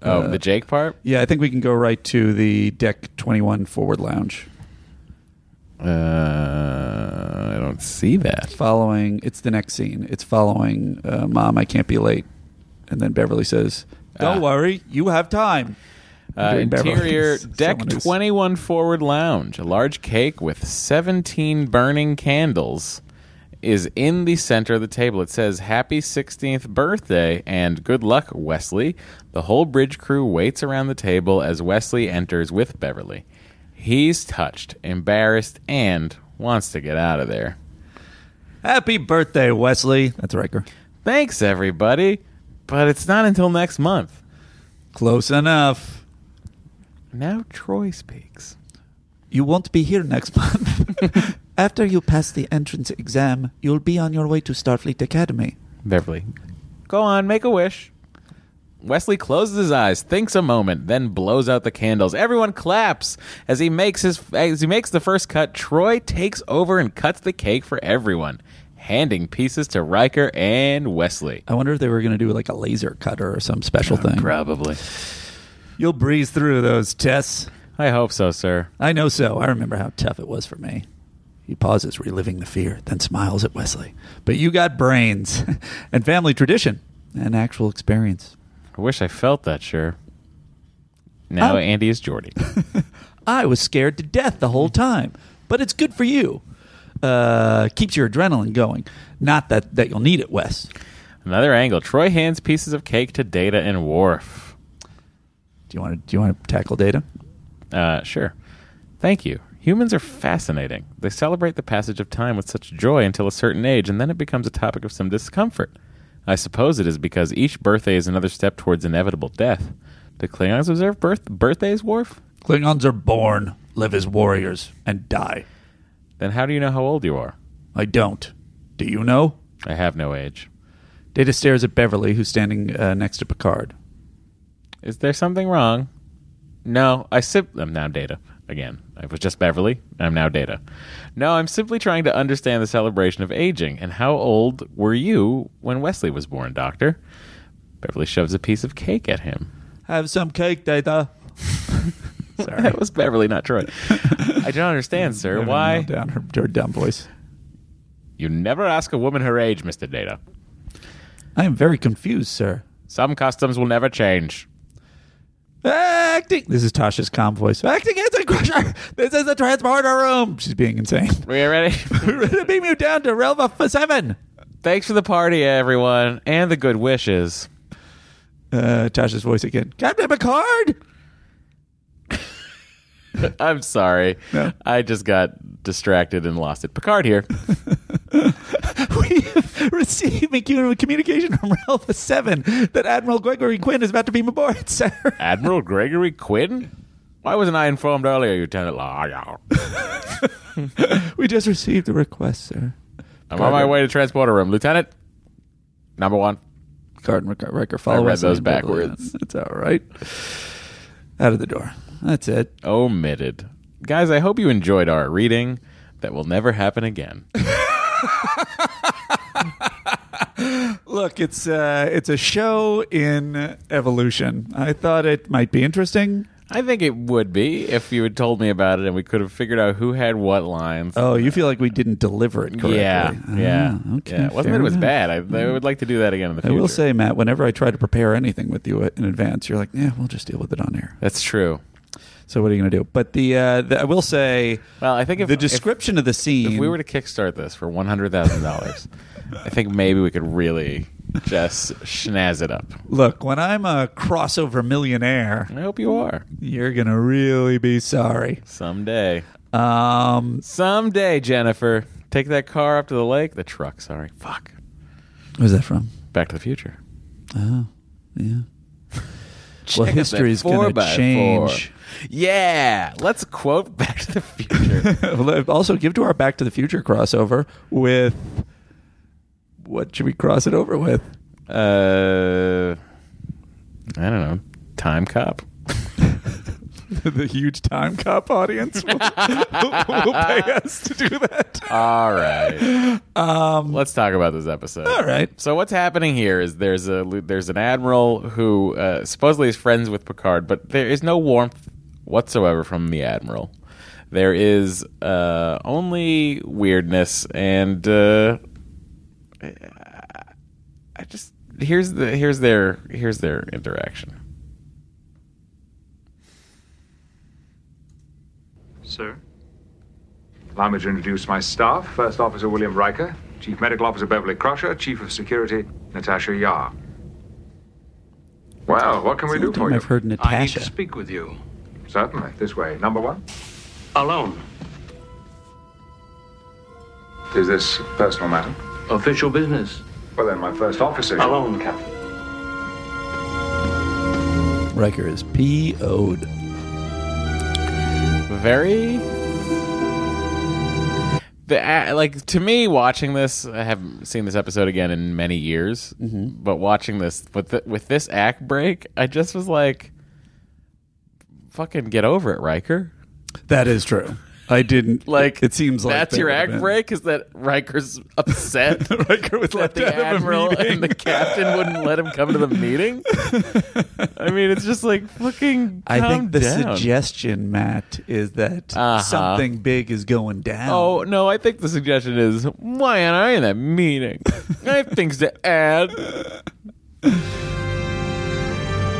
[SPEAKER 1] Oh, the Jake part?
[SPEAKER 2] Yeah, I think we can go right to the deck 21 forward lounge.
[SPEAKER 1] Uh, I don't see that.
[SPEAKER 2] Following, it's the next scene. It's following, uh, Mom, I can't be late. And then Beverly says, Don't
[SPEAKER 1] Ah.
[SPEAKER 2] worry, you have time.
[SPEAKER 1] Uh,
[SPEAKER 2] Doing Beverly
[SPEAKER 1] interior
[SPEAKER 2] Hills.
[SPEAKER 1] deck
[SPEAKER 2] Someone who's-
[SPEAKER 1] 21 forward lounge. A large cake with 17 burning candles is in the center of the table. It says, Happy 16th birthday and good luck, Wesley. The whole bridge crew waits around the table as Wesley enters with Beverly. He's touched, embarrassed, and wants to get out of there.
[SPEAKER 2] Happy birthday, Wesley. That's Riker.
[SPEAKER 1] Thanks, everybody, but it's not until next month.
[SPEAKER 2] Close enough.
[SPEAKER 1] Now Troy speaks.
[SPEAKER 2] You won't be here next month. After you pass the entrance exam, you'll be on your way to Starfleet Academy.
[SPEAKER 1] Beverly. Go on, make a wish. Wesley closes his eyes, thinks a moment, then blows out the candles. Everyone claps as he makes his as he makes the first cut. Troy takes over and cuts the cake for everyone, handing pieces to Riker and Wesley.
[SPEAKER 2] I wonder if they were going to do like a laser cutter or some
[SPEAKER 1] Oh,
[SPEAKER 2] special thing.
[SPEAKER 1] Probably.
[SPEAKER 2] You'll breeze through those tests.
[SPEAKER 1] I hope so, sir.
[SPEAKER 2] I know so. I remember how tough it was for me. He pauses, reliving the fear, then smiles at Wesley. But you got brains and family tradition and actual experience.
[SPEAKER 1] I wish I felt that, sure. Now
[SPEAKER 2] Oh.
[SPEAKER 1] Andy is Jordy.
[SPEAKER 2] I was scared to death the whole time, but it's good for you. Uh, keeps your adrenaline going. Not that, that you'll need it, Wes.
[SPEAKER 1] Another angle. Troy hands pieces of cake to Data and Worf.
[SPEAKER 2] Do you want to do you want to tackle data?
[SPEAKER 1] Uh, sure. Thank you. Humans are fascinating. They celebrate the passage of time with such joy until a certain age, and then it becomes a topic of some discomfort. I suppose it is because each birthday is another step towards inevitable death. Do Klingons observe birth- birthdays, Worf?
[SPEAKER 2] Klingons are born, live as warriors, and die.
[SPEAKER 1] Then how do you know how old you are?
[SPEAKER 2] I don't. Do you know?
[SPEAKER 1] I have no age.
[SPEAKER 2] Data stares at Beverly, who's standing uh, next to Picard.
[SPEAKER 1] Is there something wrong? No, I sim- I'm now Data. Again, I was just Beverly. I'm now Data. No, I'm simply trying to understand the celebration of aging and how old were you when Wesley was born, Doctor? Beverly shoves a piece of cake at him.
[SPEAKER 2] Have some cake, Data. Sorry.
[SPEAKER 1] That was Beverly, not Troy. I don't understand, sir. Why?
[SPEAKER 2] Down her, her dumb voice.
[SPEAKER 1] You never ask a woman her age, Mr. Data.
[SPEAKER 2] I am very confused, sir.
[SPEAKER 1] Some customs will never change.
[SPEAKER 2] Acting. This is Tasha's calm voice. Acting is a crusher. This is the transporter room. She's being insane.
[SPEAKER 1] We are ready?
[SPEAKER 2] Beam you down to Relva for seven.
[SPEAKER 1] Thanks for the party, everyone, and the good wishes.
[SPEAKER 2] Uh, Tasha's voice again. Captain Picard.
[SPEAKER 1] I'm sorry. I just got distracted and lost it. Picard here.
[SPEAKER 2] We have received a commu- communication from Relva seven that Admiral Gregory Quinn is about to beam aboard, sir.
[SPEAKER 1] Admiral Gregory Quinn? Why wasn't I informed earlier, Lieutenant Lawyer?
[SPEAKER 2] We just received a request, sir.
[SPEAKER 1] I'm on my way to transporter room. Lieutenant, number one.
[SPEAKER 2] Picard and Riker follow.
[SPEAKER 1] I read
[SPEAKER 2] us and
[SPEAKER 1] those
[SPEAKER 2] then we'll-
[SPEAKER 1] backwards.
[SPEAKER 2] It's all right. Out of the door. That's it.
[SPEAKER 1] Omitted. Guys, I hope you enjoyed our reading. That will never happen again.
[SPEAKER 2] Look, it's uh, it's a show in evolution. I thought it might be interesting.
[SPEAKER 1] I think it would be if you had told me about it and we could have figured out who had what lines.
[SPEAKER 2] Oh, you feel like we didn't deliver it correctly.
[SPEAKER 1] yeah. Yeah.
[SPEAKER 2] Ah, okay.
[SPEAKER 1] yeah. It wasn't
[SPEAKER 2] fair
[SPEAKER 1] that it was
[SPEAKER 2] enough. Hmm.
[SPEAKER 1] bad. I, I would like to do that again in the
[SPEAKER 2] I
[SPEAKER 1] future.
[SPEAKER 2] will say, Matt, whenever I try to prepare anything with you in advance, you're like, yeah, we'll just deal with it on air.
[SPEAKER 1] That's true.
[SPEAKER 2] So what are you going to do? But the, uh, the I will say,
[SPEAKER 1] Well, I think if
[SPEAKER 2] the description of the scene.
[SPEAKER 1] If we were to kickstart this for one hundred thousand dollars, I think maybe we could really just snazz it up.
[SPEAKER 2] look, when I'm a crossover millionaire,
[SPEAKER 1] I hope you are
[SPEAKER 2] you're going to really be sorry.
[SPEAKER 1] someday.
[SPEAKER 2] Um,
[SPEAKER 1] Someday, Jennifer, take that car up to the lake. The truck, sorry. Fuck.
[SPEAKER 2] where's that from?
[SPEAKER 1] Back to the Future.
[SPEAKER 2] Oh, yeah. well,
[SPEAKER 1] Check out that
[SPEAKER 2] history's
[SPEAKER 1] four
[SPEAKER 2] going to
[SPEAKER 1] by
[SPEAKER 2] change.
[SPEAKER 1] four. Yeah, let's quote Back to the Future.
[SPEAKER 2] also, give to our Back to the Future crossover with what should we cross it over with?
[SPEAKER 1] uh, I don't know. Time cop.
[SPEAKER 2] the huge time cop audience will, will pay us to do that.
[SPEAKER 1] All right. Um, Let's talk about this episode.
[SPEAKER 2] All right.
[SPEAKER 1] So what's happening here is there's a there's an admiral who uh, supposedly is friends with Picard, but there is no warmth whatsoever from the admiral. There is uh, only weirdness, and uh, I just here's the here's their here's their interaction.
[SPEAKER 7] Sir?
[SPEAKER 8] Allow me to introduce my staff First Officer William Riker, Chief Medical Officer Beverly Crusher, Chief of Security Natasha Yar. Well, what can we do for you?
[SPEAKER 2] I've heard
[SPEAKER 7] I need to
[SPEAKER 2] Natasha.
[SPEAKER 7] speak with you.
[SPEAKER 8] Certainly, this way. Number one.
[SPEAKER 7] Alone.
[SPEAKER 8] Is this personal matter?
[SPEAKER 7] Official business.
[SPEAKER 8] Well, then, my first officer.
[SPEAKER 7] Alone, Captain.
[SPEAKER 2] Riker is PO'd.
[SPEAKER 1] very the a like to me watching this i haven't seen this episode again in many years
[SPEAKER 2] Mm-hmm.
[SPEAKER 1] but watching this with the, with this act break i just was like fucking get over it riker
[SPEAKER 2] That is true. I didn't
[SPEAKER 1] like
[SPEAKER 2] It seems like
[SPEAKER 1] that's
[SPEAKER 2] they
[SPEAKER 1] your
[SPEAKER 2] would've
[SPEAKER 1] act
[SPEAKER 2] been-
[SPEAKER 1] break is that riker's upset
[SPEAKER 2] Riker was
[SPEAKER 1] that
[SPEAKER 2] left
[SPEAKER 1] the
[SPEAKER 2] out of a
[SPEAKER 1] admiral
[SPEAKER 2] meeting.
[SPEAKER 1] and the captain wouldn't let him come to the meeting i mean it's just like fucking
[SPEAKER 2] I
[SPEAKER 1] calm
[SPEAKER 2] think the
[SPEAKER 1] down.
[SPEAKER 2] suggestion, Matt, is that
[SPEAKER 1] Uh-huh.
[SPEAKER 2] something big is going down.
[SPEAKER 1] Oh no! I think the suggestion is why aren't I in that meeting? I have things to add.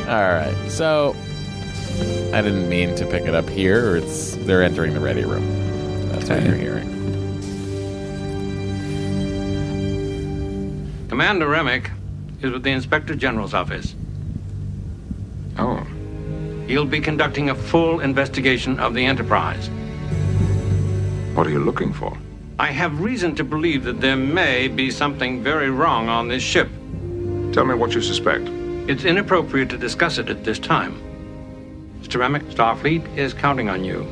[SPEAKER 1] All right, so I didn't mean to pick it up here. It's they're entering the ready room. That's what you're hearing.
[SPEAKER 7] Commander Remick is with the Inspector General's office.
[SPEAKER 8] Oh,
[SPEAKER 7] He'll be conducting a full investigation of the Enterprise.
[SPEAKER 3] What are you looking for?
[SPEAKER 7] I have reason to believe that there may be something very wrong on this ship.
[SPEAKER 3] Tell me what you suspect.
[SPEAKER 7] It's inappropriate to discuss it at this time. Mr. Remick, Starfleet is counting on you.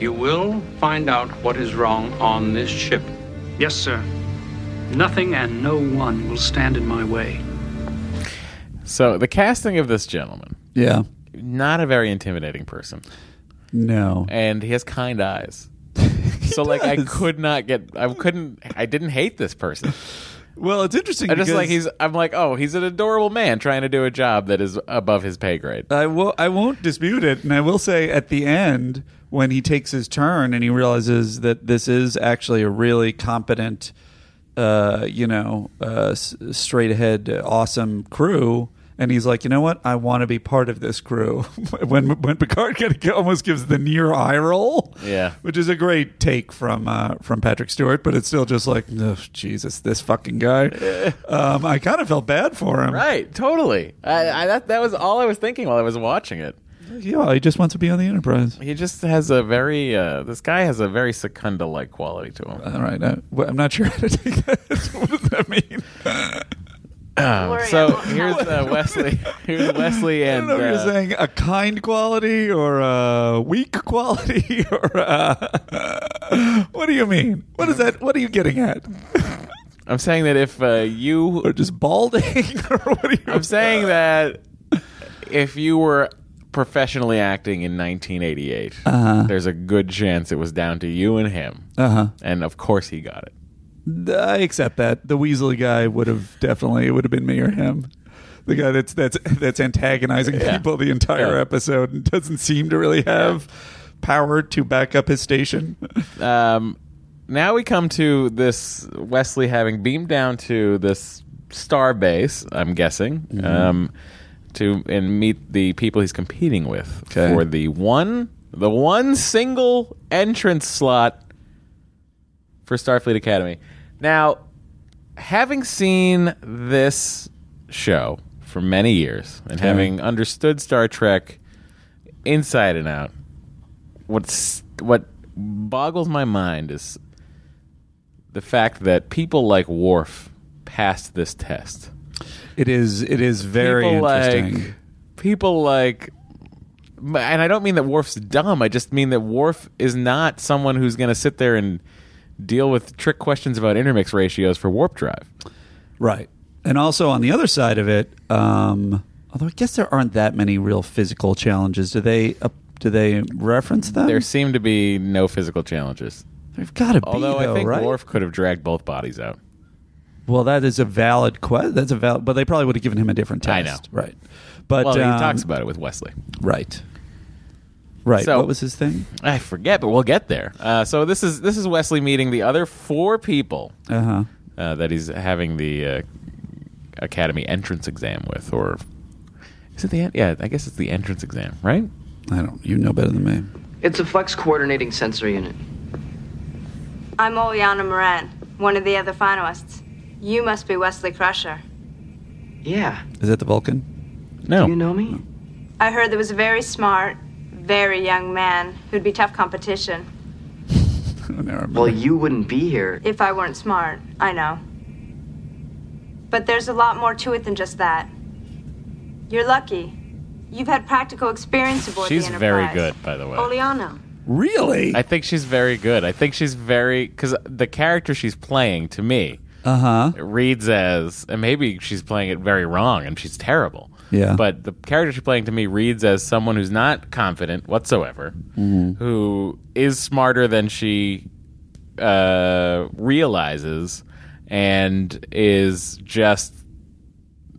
[SPEAKER 7] You will find out what is wrong on this ship.
[SPEAKER 9] Yes, sir. Nothing and no one will stand in my way.
[SPEAKER 1] So the casting of this gentleman,
[SPEAKER 2] Yeah.
[SPEAKER 1] not a very intimidating person,
[SPEAKER 2] No.
[SPEAKER 1] and he has kind eyes. So like I
[SPEAKER 2] does.
[SPEAKER 1] could not get I couldn't I didn't hate this person.
[SPEAKER 2] Well, it's interesting.
[SPEAKER 1] I just like
[SPEAKER 2] because
[SPEAKER 1] he's I'm like, "Oh, he's an adorable man trying to do a job that is above his pay grade."
[SPEAKER 2] I will. I won't dispute it, and I will say at the end when he takes his turn and he realizes that this is actually a really competent, uh, you know, uh, s- straight ahead, uh, awesome crew. And he's like, you know what? I want to be part of this crew. when when Picard kind of almost gives the near eye roll,
[SPEAKER 1] Yeah.
[SPEAKER 2] which is a great take from uh, from Patrick Stewart, but it's still just like, oh, Jesus, this fucking guy. um, I kind of felt bad for him.
[SPEAKER 1] Right, totally. I, I that that was all I was thinking while I was watching it.
[SPEAKER 2] Yeah, he just wants to be on the Enterprise.
[SPEAKER 1] He just has a very uh, this guy has a very Secunda like quality to him.
[SPEAKER 2] All right. Uh, well, I'm not sure how to take that. what does that mean?
[SPEAKER 4] Gloria,
[SPEAKER 1] Um, So
[SPEAKER 4] I won't
[SPEAKER 1] here's
[SPEAKER 4] help.
[SPEAKER 1] uh, Wesley. Here's Wesley
[SPEAKER 2] I
[SPEAKER 1] and
[SPEAKER 2] don't know if
[SPEAKER 1] uh,
[SPEAKER 2] you're saying a kind quality or a weak quality or a, what do you mean? What is that? What are you getting at?
[SPEAKER 1] I'm saying that if uh, you
[SPEAKER 2] Or just balding or what are you?
[SPEAKER 1] I'm saying that if you were professionally acting in 1988, there's a good chance it was down to you and him.
[SPEAKER 2] Uh-huh.
[SPEAKER 1] And of course he got it.
[SPEAKER 2] I accept that the Weasley guy would have definitely it would have been me or him. The guy that's that's that's antagonizing
[SPEAKER 1] Yeah.
[SPEAKER 2] people the entire
[SPEAKER 1] Yeah.
[SPEAKER 2] episode and doesn't seem to really have power to back up his station.
[SPEAKER 1] Um, now we come to this Wesley having beamed down to this star base, I'm guessing,
[SPEAKER 2] Mm-hmm.
[SPEAKER 1] um, to and meet the people he's competing with
[SPEAKER 2] Okay.
[SPEAKER 1] for the one the one single entrance slot for Starfleet Academy. Now, having seen this show for many years and having understood Star Trek inside and out, what's what boggles my mind is the fact that people like Worf passed this test.
[SPEAKER 2] It is. It is very
[SPEAKER 1] people
[SPEAKER 2] interesting.
[SPEAKER 1] like people like and I don't mean that Worf's dumb. I just mean that Worf is not someone who's going to sit there and deal with trick questions about intermix ratios for warp drive.
[SPEAKER 2] right, and also on the other side of it, um, although I guess there aren't that many real physical challenges. Do they? Uh, do they reference them?
[SPEAKER 1] There seem to be no physical challenges.
[SPEAKER 2] They've got to be.
[SPEAKER 1] Although
[SPEAKER 2] though,
[SPEAKER 1] I think
[SPEAKER 2] right?
[SPEAKER 1] Worf could have dragged both bodies out.
[SPEAKER 2] Well, that is a valid quest. That's a valid, but they probably would have given him a different test.
[SPEAKER 1] I know.
[SPEAKER 2] right? But
[SPEAKER 1] well,
[SPEAKER 2] um,
[SPEAKER 1] he talks about it with Wesley.
[SPEAKER 2] right, right.
[SPEAKER 1] So-
[SPEAKER 2] what was his thing?
[SPEAKER 1] I forget, but we'll get there. Uh, so this is this is Wesley meeting the other four people
[SPEAKER 2] Uh huh.
[SPEAKER 1] uh, that he's having the uh, academy entrance exam with, or is it the en- yeah? I guess it's the entrance exam, right?
[SPEAKER 2] I don't. You know better than me.
[SPEAKER 10] It's a flex coordinating sensor unit.
[SPEAKER 11] I'm Oleana Moran, one of the other finalists. You must be Wesley Crusher.
[SPEAKER 10] Yeah.
[SPEAKER 2] Is that the Vulcan?
[SPEAKER 1] No,
[SPEAKER 10] You know me?
[SPEAKER 11] I heard there was a very smart, very young man who'd be tough competition.
[SPEAKER 2] I don't know.
[SPEAKER 10] Well, you wouldn't be here.
[SPEAKER 11] If I weren't smart, I know. But there's a lot more to it than just that. You're lucky. You've had practical experience aboard
[SPEAKER 1] she's
[SPEAKER 11] the
[SPEAKER 1] very
[SPEAKER 11] Enterprise.
[SPEAKER 1] good, by the way.
[SPEAKER 11] Oleana.
[SPEAKER 2] really?
[SPEAKER 1] I think she's very good. I think she's very because the character she's playing to me
[SPEAKER 2] Uh huh.
[SPEAKER 1] reads as, and maybe she's playing it very wrong, and she's terrible.
[SPEAKER 2] Yeah.
[SPEAKER 1] But the character she's playing to me reads as someone who's not confident whatsoever,
[SPEAKER 2] Mm-hmm.
[SPEAKER 1] who is smarter than she uh, realizes, and is just,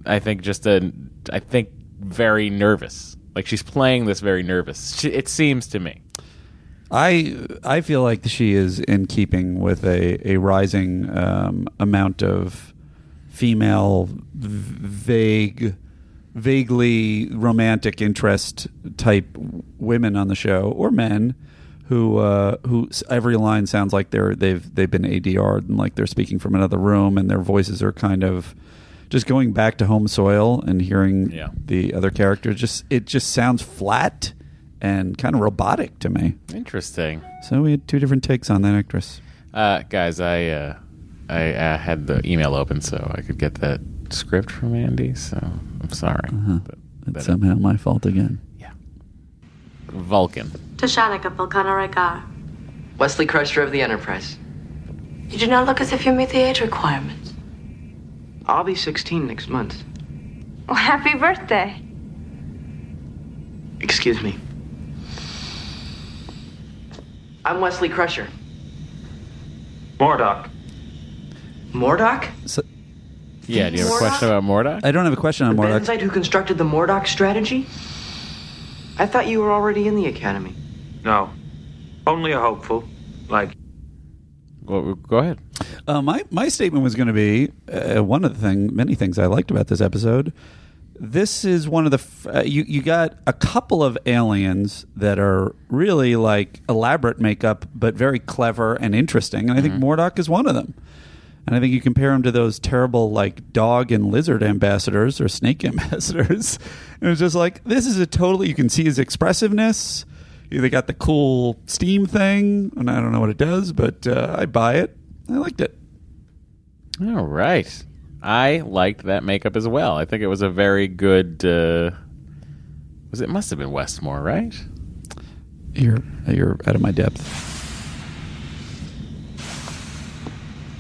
[SPEAKER 1] I think, just a, I think, very nervous. Like she's playing this very nervous. She, it seems to me.
[SPEAKER 2] I I feel like she is in keeping with a a rising um, amount of female v- vague vaguely romantic interest type women on the show or men who uh, who s- every line sounds like they're they've they've been ADR'd and like they're speaking from another room and their voices are kind of just going back to home soil and hearing
[SPEAKER 1] Yeah.
[SPEAKER 2] the other characters just it just sounds flat and kind of robotic to me.
[SPEAKER 1] Interesting.
[SPEAKER 2] So we had two different takes on that actress.
[SPEAKER 1] Uh, guys, I uh, I uh, had the email open so I could get that script from Andy. So I'm sorry.
[SPEAKER 2] Uh-huh.
[SPEAKER 1] that-
[SPEAKER 2] It's somehow my fault again.
[SPEAKER 1] Vulcan.
[SPEAKER 12] Tashanika Volcana Regar.
[SPEAKER 10] Wesley Crusher of the Enterprise.
[SPEAKER 12] You do not look as if you meet the age requirement.
[SPEAKER 10] I'll be 16 next month.
[SPEAKER 11] Well, happy birthday.
[SPEAKER 10] Excuse me. I'm Wesley Crusher.
[SPEAKER 7] Mordock.
[SPEAKER 10] Mordock?
[SPEAKER 2] So,
[SPEAKER 1] Yeah, do you have a
[SPEAKER 10] Mordock?
[SPEAKER 1] question about Mordock?
[SPEAKER 2] I don't have a question on Mordock.
[SPEAKER 10] Benzite who constructed the Mordock strategy? I thought you were already in the Academy.
[SPEAKER 7] No. Only a hopeful. Like
[SPEAKER 1] Go, go ahead.
[SPEAKER 2] Uh, my my statement was going to be uh, one of the thing, many things I liked about this episode. This is one of the f- uh, you you got a couple of aliens that are really like elaborate makeup, but very clever and interesting. And I think
[SPEAKER 1] Mm-hmm.
[SPEAKER 2] Mordock is one of them. And I think you compare him to those terrible like dog and lizard ambassadors or snake ambassadors. and it's just like this is a totally you can see his expressiveness. They got the cool steam thing, and I don't know what it does, but uh, I buy it. I liked it.
[SPEAKER 1] All right. I liked that makeup as well. I think it was a very good. Uh, was it must have been Westmore, right?
[SPEAKER 2] You're you're out of my depth.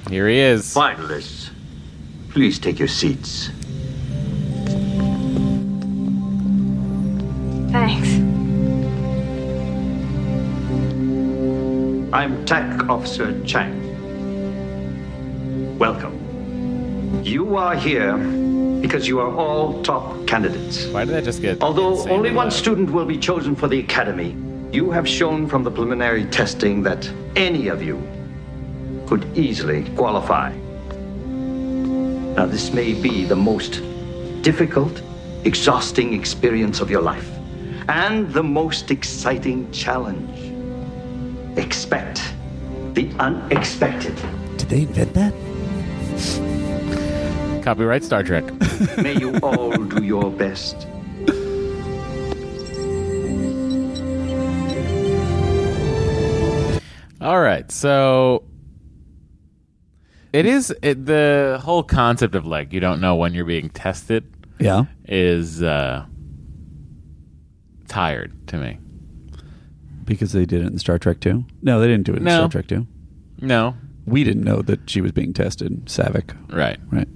[SPEAKER 1] Here he is.
[SPEAKER 13] Finalists, please take your seats.
[SPEAKER 11] Thanks.
[SPEAKER 13] I'm TAC Officer Chang. Welcome. You are here because you are all top candidates.
[SPEAKER 1] Why did that just get?
[SPEAKER 13] Although
[SPEAKER 1] insanely
[SPEAKER 13] only one
[SPEAKER 1] loud?
[SPEAKER 13] student will be chosen for the academy, you have shown from the preliminary testing that any of you could easily qualify. Now, this may be the most difficult, exhausting experience of your life, and the most exciting challenge. Expect the unexpected.
[SPEAKER 2] Did they invent that?
[SPEAKER 1] Copyright Star Trek.
[SPEAKER 13] May you all do your best.
[SPEAKER 1] All right, so it is it, the whole concept of like you don't know when you're being tested
[SPEAKER 2] Yeah.
[SPEAKER 1] is uh, tired to me.
[SPEAKER 2] Because they did it in Star Trek 2. No, they didn't do it in
[SPEAKER 1] No.
[SPEAKER 2] Star Trek 2.
[SPEAKER 1] No,
[SPEAKER 2] We didn't know that she was being tested, Savick.
[SPEAKER 1] right?
[SPEAKER 2] Right.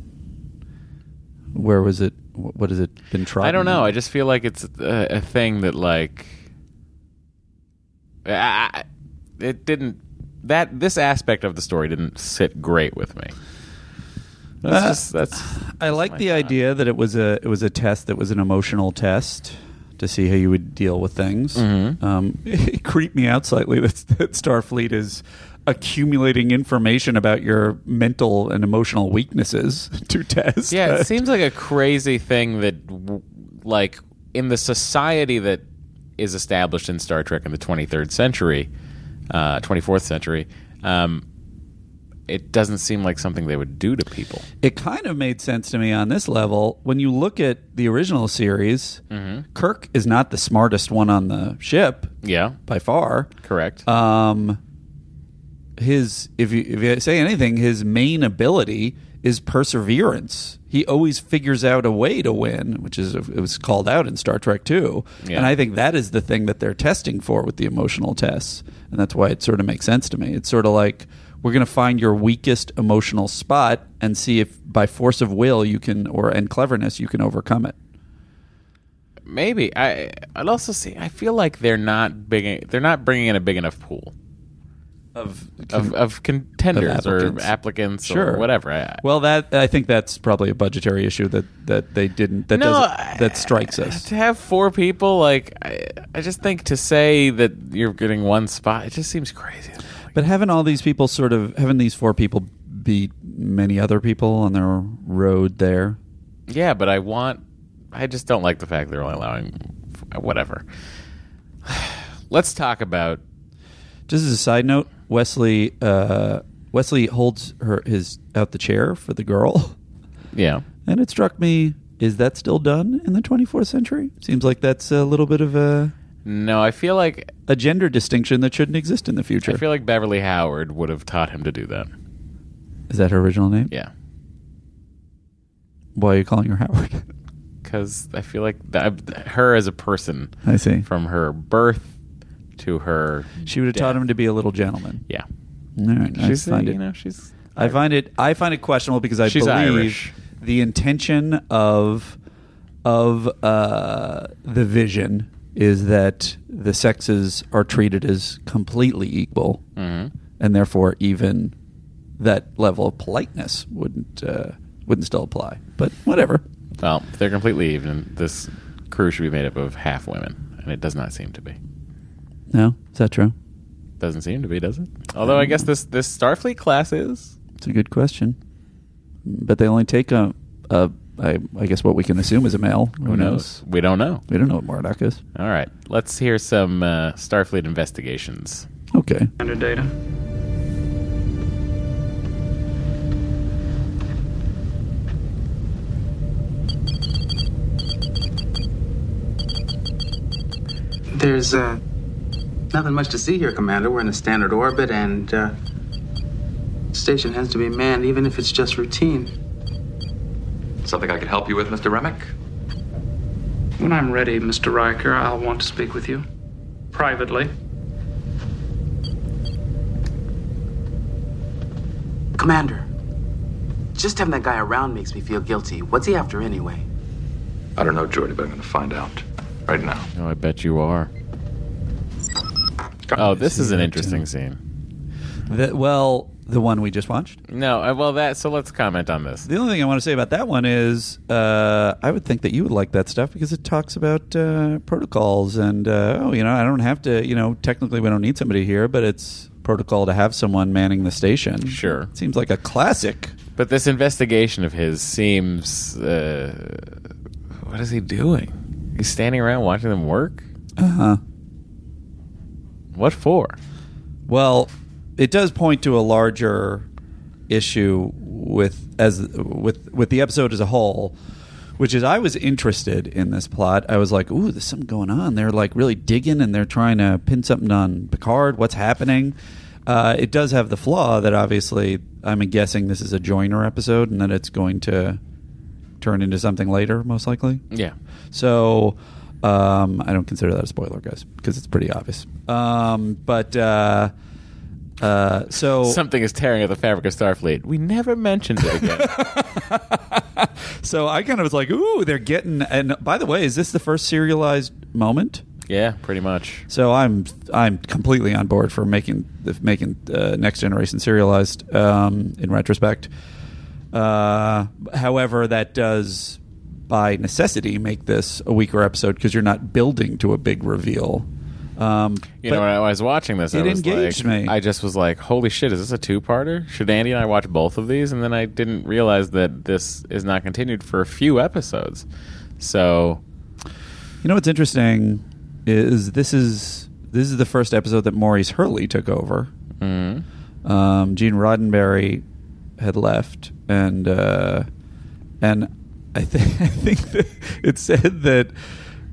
[SPEAKER 2] Where was it? wh- What has it been tried?
[SPEAKER 1] I don't
[SPEAKER 2] on?
[SPEAKER 1] know. I just feel like it's a, a thing that like I, I- it didn't that this aspect of the story didn't sit great with me. That's
[SPEAKER 2] Uh,
[SPEAKER 1] just that's
[SPEAKER 2] I like the idea that it was a it was a test that was an emotional test to see how you would deal with things.
[SPEAKER 1] Mm-hmm.
[SPEAKER 2] Um, it creeped me out slightly that, that Starfleet is accumulating information about your mental and emotional weaknesses to test.
[SPEAKER 1] yeah. It
[SPEAKER 2] but-
[SPEAKER 1] seems like a crazy thing that w- like in the society that is established in Star Trek in the 23rd century, uh, 24th century. Um, it doesn't seem like something they would do to people.
[SPEAKER 2] it kind of made sense to me on this level when you look at the original series. Kirk is not the smartest one on the ship
[SPEAKER 1] Mm-hmm. Yeah,
[SPEAKER 2] by far.
[SPEAKER 1] correct.
[SPEAKER 2] Um, his if you if you say anything, his main ability is perseverance. He always figures out a way to win, which is it was called out in Star Trek Two,
[SPEAKER 1] Yeah.
[SPEAKER 2] and I think that is the thing that they're testing for with the emotional tests, and that's why it sort of makes sense to me. It's sort of like we're going to find your weakest emotional spot and see if by force of will you can or and cleverness you can overcome it.
[SPEAKER 1] Maybe I. I'd also see. I feel like they're not big. They're not bringing in a big enough pool
[SPEAKER 2] Of
[SPEAKER 1] of of contenders
[SPEAKER 2] Of
[SPEAKER 1] or
[SPEAKER 2] applicants.
[SPEAKER 1] applicants
[SPEAKER 2] Sure.
[SPEAKER 1] or whatever. I,
[SPEAKER 2] Well, that I think that's probably a budgetary issue that that they didn't that
[SPEAKER 1] No, I-
[SPEAKER 2] doesn't, that strikes us.
[SPEAKER 1] to have four people, like I, I just think to say that you're getting one spot, it just seems crazy.
[SPEAKER 2] But having all these people sort of having these four people beat many other people on their road there.
[SPEAKER 1] Yeah, but I want. I just don't like the fact they're only allowing whatever. Let's talk about.
[SPEAKER 2] Just as a side note, Wesley uh, Wesley holds her his out the chair for the girl,
[SPEAKER 1] Yeah.
[SPEAKER 2] and it struck me: is that still done in the 24th century? Seems like that's a little bit of a
[SPEAKER 1] No, I feel like
[SPEAKER 2] a gender distinction that shouldn't exist in the future.
[SPEAKER 1] I feel like Beverly Howard would have taught him to do that.
[SPEAKER 2] Is that her original name?
[SPEAKER 1] Yeah.
[SPEAKER 2] Why are you calling her Howard?
[SPEAKER 1] Because I feel like that, her as a person.
[SPEAKER 2] I see.
[SPEAKER 1] From her birth to her,
[SPEAKER 2] she would have
[SPEAKER 1] death.
[SPEAKER 2] taught him to be a little gentleman.
[SPEAKER 1] Yeah.
[SPEAKER 2] All right. I
[SPEAKER 1] She's
[SPEAKER 2] find
[SPEAKER 1] you
[SPEAKER 2] it.
[SPEAKER 1] know she's
[SPEAKER 2] I find it. I find it questionable because I
[SPEAKER 1] She's
[SPEAKER 2] believe
[SPEAKER 1] Irish.
[SPEAKER 2] the intention of of uh, the vision is that the sexes are treated as completely equal,
[SPEAKER 1] Mhm.
[SPEAKER 2] and therefore even that level of politeness wouldn't uh, wouldn't still apply. But whatever.
[SPEAKER 1] well. if They're completely even. This crew should be made up of half women, and it does not seem to be.
[SPEAKER 2] No, is that true?
[SPEAKER 1] Doesn't seem to be, does it? Although
[SPEAKER 2] Mm.
[SPEAKER 1] I guess this this Starfleet class is
[SPEAKER 2] It's a good question, but they only take a. a I, I guess what we can assume is a male. Who, knows?
[SPEAKER 1] We don't know.
[SPEAKER 2] We don't know what Murdoch is.
[SPEAKER 1] All right, let's hear some uh, Starfleet investigations.
[SPEAKER 2] Okay.
[SPEAKER 9] Under data.
[SPEAKER 14] There's uh, nothing much to see here, Commander. We're in a standard orbit, and uh, station has to be manned, even if it's just routine.
[SPEAKER 5] Something I can help you with, Mr. Remick?
[SPEAKER 9] When I'm ready, Mr. Riker, I'll want to speak with you. Privately.
[SPEAKER 14] Commander, just having that guy around makes me feel guilty. What's he after anyway?
[SPEAKER 5] I don't know, Jordy, but I'm going to find out right now.
[SPEAKER 1] Oh, I bet you are. Oh, this is an
[SPEAKER 2] uh,
[SPEAKER 1] interesting scene.
[SPEAKER 2] The, well, the one we just watched.
[SPEAKER 1] No, uh, well that. So let's comment on this.
[SPEAKER 2] The only thing I want to say about that one is uh, I would think that you would like that stuff because it talks about uh, protocols and uh, oh, you know, I don't have to, you know, technically we don't need somebody here, but it's protocol to have someone manning the station.
[SPEAKER 1] Sure.
[SPEAKER 2] seems like a classic.
[SPEAKER 1] But this investigation of his seems. Uh, what is he doing? He's standing around watching them work.
[SPEAKER 2] Uh huh.
[SPEAKER 1] What for?
[SPEAKER 2] Well, it does point to a larger issue with as with with the episode as a whole, which is I was interested in this plot. I was like, "Ooh, there's something going on." They're like really digging and they're trying to pin something on Picard. What's happening? Uh, it does have the flaw that obviously I'm guessing this is a Joiner episode and that it's going to turn into something later, most likely.
[SPEAKER 1] Yeah.
[SPEAKER 2] So um, I don't consider that a spoiler, guys, because it's pretty obvious. Um, but uh, uh, so
[SPEAKER 1] Something is tearing at the fabric of Starfleet. We never mentioned it again.
[SPEAKER 2] so I kind of was like, "Ooh, they're getting." And by the way, is this the first serialized moment?
[SPEAKER 1] yeah, pretty much.
[SPEAKER 2] So I'm I'm completely on board for making the making uh, next generation serialized. Um, in retrospect, uh, however, that does by necessity make this a weaker episode because you're not building to a big reveal. Um,
[SPEAKER 1] You
[SPEAKER 2] but-
[SPEAKER 1] know, when I was watching this,
[SPEAKER 2] it
[SPEAKER 1] I was
[SPEAKER 2] engaged
[SPEAKER 1] like,
[SPEAKER 2] me.
[SPEAKER 1] I just was like, "Holy shit, is this a two-parter? Should Andy and I watch both of these?" And then I didn't realize that this is not continued for a few episodes. So
[SPEAKER 2] You know what's interesting is this is this is the first episode that Maurice Hurley took over.
[SPEAKER 1] Mhm.
[SPEAKER 2] Um, Gene Roddenberry had left, and uh, and I think I think that it said that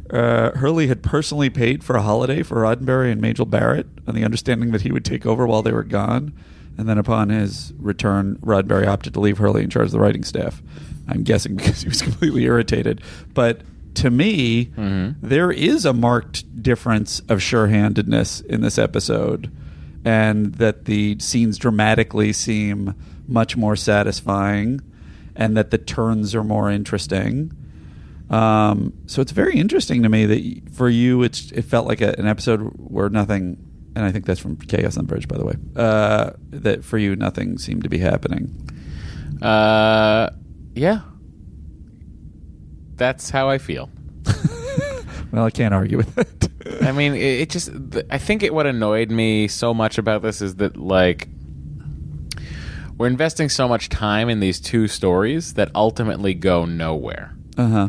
[SPEAKER 2] uh, Hurley had personally paid for a holiday for Roddenberry and Majel Barrett on the understanding that he would take over while they were gone. And then upon his return, Roddenberry opted to leave Hurley in charge of the writing staff. I'm guessing because he was completely irritated. But to me, there is a marked difference of sure handedness in this episode, and that the scenes dramatically seem much more satisfying, and that the turns are more interesting. Um, so it's very interesting to me that y- for you, it's it felt like a, an episode where nothing, and I think that's from Chaos on the Bridge, by the way. Uh, that for you, nothing seemed to be happening.
[SPEAKER 1] Uh, yeah. That's how I feel.
[SPEAKER 2] Well, I can't argue with that.
[SPEAKER 1] I mean, it, it just. th- I think it what annoyed me so much about this is that like we're investing so much time in these two stories that ultimately go nowhere.
[SPEAKER 2] Uh huh.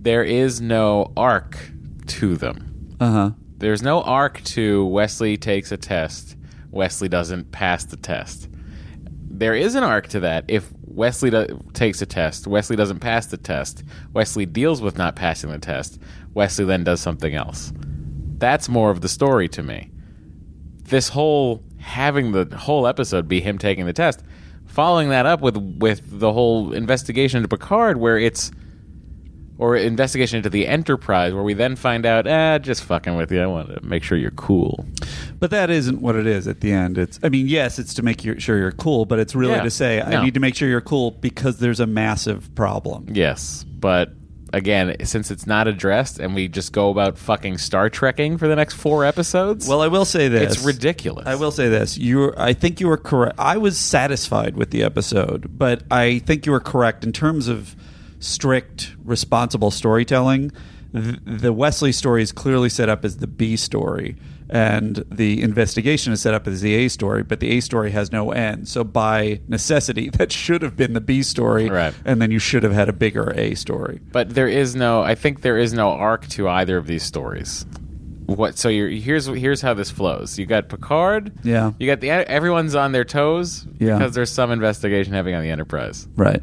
[SPEAKER 1] There is no arc to them.
[SPEAKER 2] Uh huh.
[SPEAKER 1] There's no arc to Wesley takes a test. Wesley doesn't pass the test. There is an arc to that. If Wesley do- takes a test, Wesley doesn't pass the test. Wesley deals with not passing the test. Wesley then does something else. That's more of the story to me. This whole having the whole episode be him taking the test, following that up with with the whole investigation into Picard, where it's or investigation into the Enterprise, where we then find out, ah, just fucking with you. I want to make sure you're cool.
[SPEAKER 2] But that isn't what it is at the end. It's I mean, yes, it's to make you, sure you're cool, but it's really
[SPEAKER 1] Yeah.
[SPEAKER 2] to say
[SPEAKER 1] No.
[SPEAKER 2] I need to make sure you're cool because there's a massive problem.
[SPEAKER 1] Yes, but again, since it's not addressed, and we just go about fucking Star Trekking for the next four episodes.
[SPEAKER 2] Well, I will say this.
[SPEAKER 1] It's ridiculous.
[SPEAKER 2] I will say this. You I think you were correct. I was satisfied with the episode, but I think you were correct in terms of strict responsible storytelling. th- The Wesley story is clearly set up as the B story, and the investigation is set up as the A story, but the A story has no end. So, by necessity, that should have been the B story,
[SPEAKER 1] Right.
[SPEAKER 2] and then you should have had a bigger A story.
[SPEAKER 1] But there is no. I think there is no arc to either of these stories. What? So you're, here's here's how this flows. You got Picard.
[SPEAKER 2] Yeah.
[SPEAKER 1] You got the everyone's on their toes
[SPEAKER 2] Yeah.
[SPEAKER 1] because there's some investigation happening on the Enterprise.
[SPEAKER 2] Right.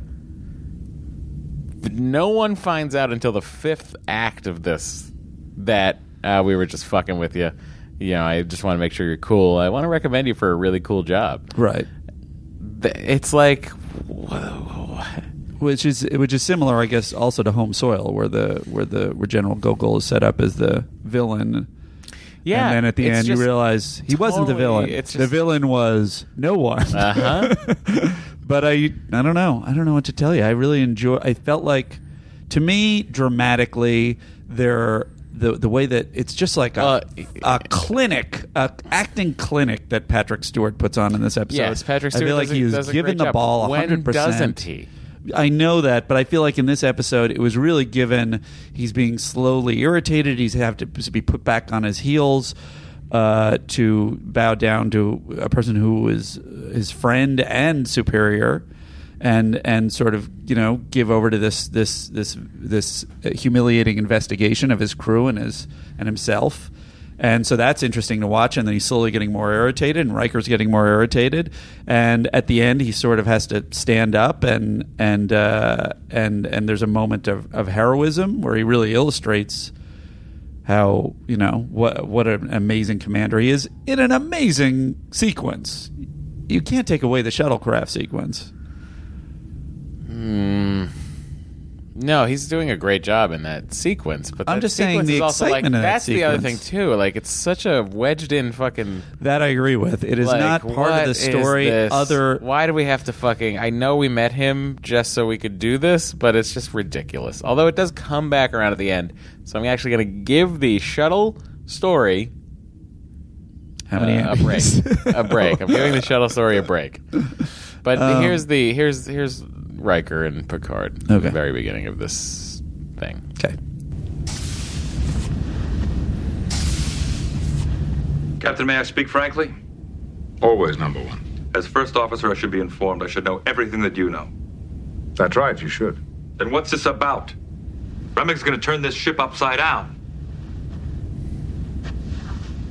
[SPEAKER 1] No one finds out until the fifth act of this that uh, we were just fucking with you. You know, I just want to make sure you're cool. I want to recommend you for a really cool job.
[SPEAKER 2] Right.
[SPEAKER 1] Th- It's like, whoa.
[SPEAKER 2] which is which is similar, I guess, also to Home Soil, where the where the where General Gogol is set up as the villain.
[SPEAKER 1] Yeah,
[SPEAKER 2] and then at the
[SPEAKER 1] it's
[SPEAKER 2] end you
[SPEAKER 1] just
[SPEAKER 2] realize he wasn't the
[SPEAKER 1] totally-
[SPEAKER 2] villain.
[SPEAKER 1] it's
[SPEAKER 2] the
[SPEAKER 1] just-
[SPEAKER 2] villain was no one.
[SPEAKER 1] Uh-huh.
[SPEAKER 2] but I I don't know I don't know what to tell you. I really enjoy. I felt like to me dramatically there. The, the way that it's just like a,
[SPEAKER 1] Uh,
[SPEAKER 2] a clinic, a acting clinic that Patrick Stewart puts on in this episode.
[SPEAKER 1] Yes, Patrick
[SPEAKER 2] I
[SPEAKER 1] Stewart
[SPEAKER 2] feel like
[SPEAKER 1] does a-
[SPEAKER 2] he
[SPEAKER 1] does
[SPEAKER 2] is
[SPEAKER 1] a
[SPEAKER 2] given
[SPEAKER 1] great
[SPEAKER 2] the
[SPEAKER 1] job.
[SPEAKER 2] ball
[SPEAKER 1] When
[SPEAKER 2] 100%.
[SPEAKER 1] doesn't he?
[SPEAKER 2] I know that, but I feel like in this episode, it was really given he's being slowly irritated. He's have to be put back on his heels uh, to bow down to a person who is his friend and superior, and and sort of you know give over to this this this this humiliating investigation of his crew and his and himself. And so that's interesting to watch. And then he's slowly getting more irritated, and Riker's getting more irritated. And at the end, he sort of has to stand up, and and uh, and and there's a moment of, of heroism where he really illustrates how you know what what an amazing commander he is in an amazing sequence. You can't take away the shuttlecraft sequence.
[SPEAKER 1] Hmm. No, he's doing a great job in that sequence. But
[SPEAKER 2] I'm
[SPEAKER 1] that
[SPEAKER 2] just saying
[SPEAKER 1] sequence
[SPEAKER 2] the
[SPEAKER 1] is also, like,
[SPEAKER 2] excitement in that
[SPEAKER 1] That's the other thing
[SPEAKER 2] sequence.
[SPEAKER 1] too. Like it's such a wedged in fucking.
[SPEAKER 2] That I agree with. It is
[SPEAKER 1] Like,
[SPEAKER 2] not part
[SPEAKER 1] what
[SPEAKER 2] of the
[SPEAKER 1] is
[SPEAKER 2] story.
[SPEAKER 1] this?
[SPEAKER 2] Other
[SPEAKER 1] Why do we have to fucking? I know we met him just so we could do this, but it's just ridiculous. Although it does come back around at the end, so I'm actually going to give the shuttle story
[SPEAKER 2] how many
[SPEAKER 1] uh, a break.
[SPEAKER 2] Emmys?
[SPEAKER 1] a break. I'm giving the shuttle story a break. But
[SPEAKER 2] Um,
[SPEAKER 1] here's the here's here's Riker and Picard at
[SPEAKER 2] Okay.
[SPEAKER 1] the very beginning of this thing.
[SPEAKER 2] Okay.
[SPEAKER 5] Captain, may I speak frankly?
[SPEAKER 3] Always number one.
[SPEAKER 5] As first officer, I should be informed. I should know everything that you know.
[SPEAKER 3] That's right, you should.
[SPEAKER 5] Then what's this about? Remick's gonna turn this ship upside down.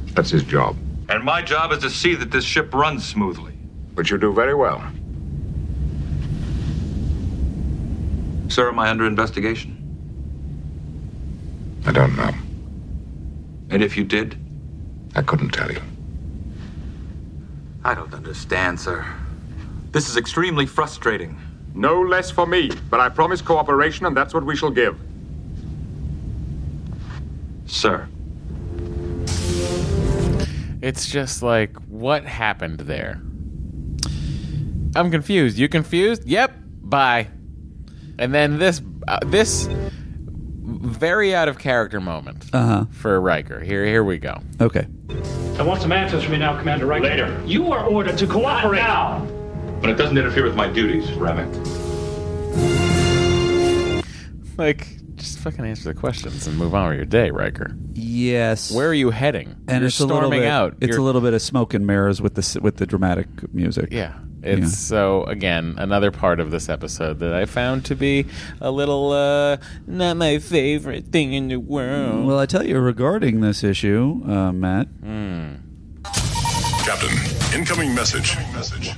[SPEAKER 3] That's his job.
[SPEAKER 5] And my job is to see that this ship runs smoothly.
[SPEAKER 3] But you do very well.
[SPEAKER 5] Sir, am I under investigation?
[SPEAKER 3] I don't know.
[SPEAKER 5] And if you did?
[SPEAKER 3] I couldn't tell you.
[SPEAKER 15] I don't understand, sir. This is extremely frustrating.
[SPEAKER 3] No less for me, but I promise cooperation, and that's what we shall give.
[SPEAKER 5] Sir.
[SPEAKER 1] It's just like what happened there? I'm confused. You confused? Yep. Bye. And then this uh, this very out of character moment
[SPEAKER 2] Uh-huh.
[SPEAKER 1] for Riker. Here here we go.
[SPEAKER 2] Okay.
[SPEAKER 16] I want some answers from you now, Commander Riker. Later. You are ordered to cooperate. now.
[SPEAKER 5] But it doesn't interfere with my duties, Remick.
[SPEAKER 1] Like just fucking answer the questions and move on with your day, Riker.
[SPEAKER 2] Yes.
[SPEAKER 1] Where are you heading?
[SPEAKER 2] and
[SPEAKER 1] You're
[SPEAKER 2] it's a
[SPEAKER 1] storming
[SPEAKER 2] little bit,
[SPEAKER 1] out.
[SPEAKER 2] It's
[SPEAKER 1] You're-
[SPEAKER 2] a little bit of smoke and mirrors with the s- with the dramatic music.
[SPEAKER 1] Yeah. It's so again another part of this episode that I found to be a little uh, not my favorite thing in the world.
[SPEAKER 2] Well, I tell you, regarding this issue, uh, Matt,
[SPEAKER 1] Hmm.
[SPEAKER 17] Captain, incoming message. message.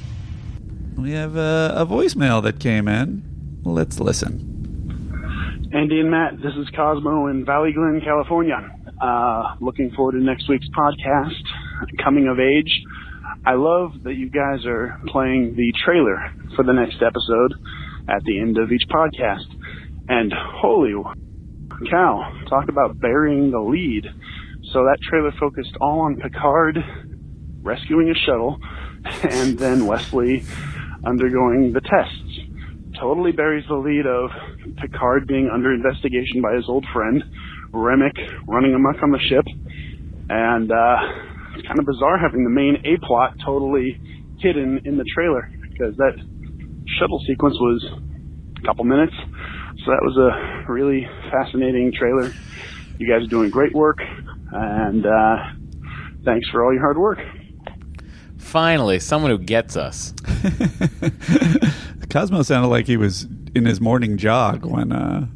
[SPEAKER 2] we have a, a voicemail that came in. Let's listen.
[SPEAKER 18] Andy and Matt, this is Cosmo in Valley Glen, California. Uh, looking forward to next week's podcast, Coming of Age. I love that you guys are playing the trailer for the next episode at the end of each podcast. And holy cow, talk about burying the lead. So that trailer focused all on Picard rescuing a shuttle and then Wesley undergoing the tests. Totally buries the lead of Picard being under investigation by his old friend, Remick running amuck on the ship. And uh, it's kind of bizarre having the main A plot totally hidden in the trailer because that shuttle sequence was a couple minutes. So that was a really fascinating trailer. You guys are doing great work, and uh, thanks for all your hard work.
[SPEAKER 1] Finally, someone who gets us.
[SPEAKER 2] Cosmo sounded like he was in his morning jog when uh,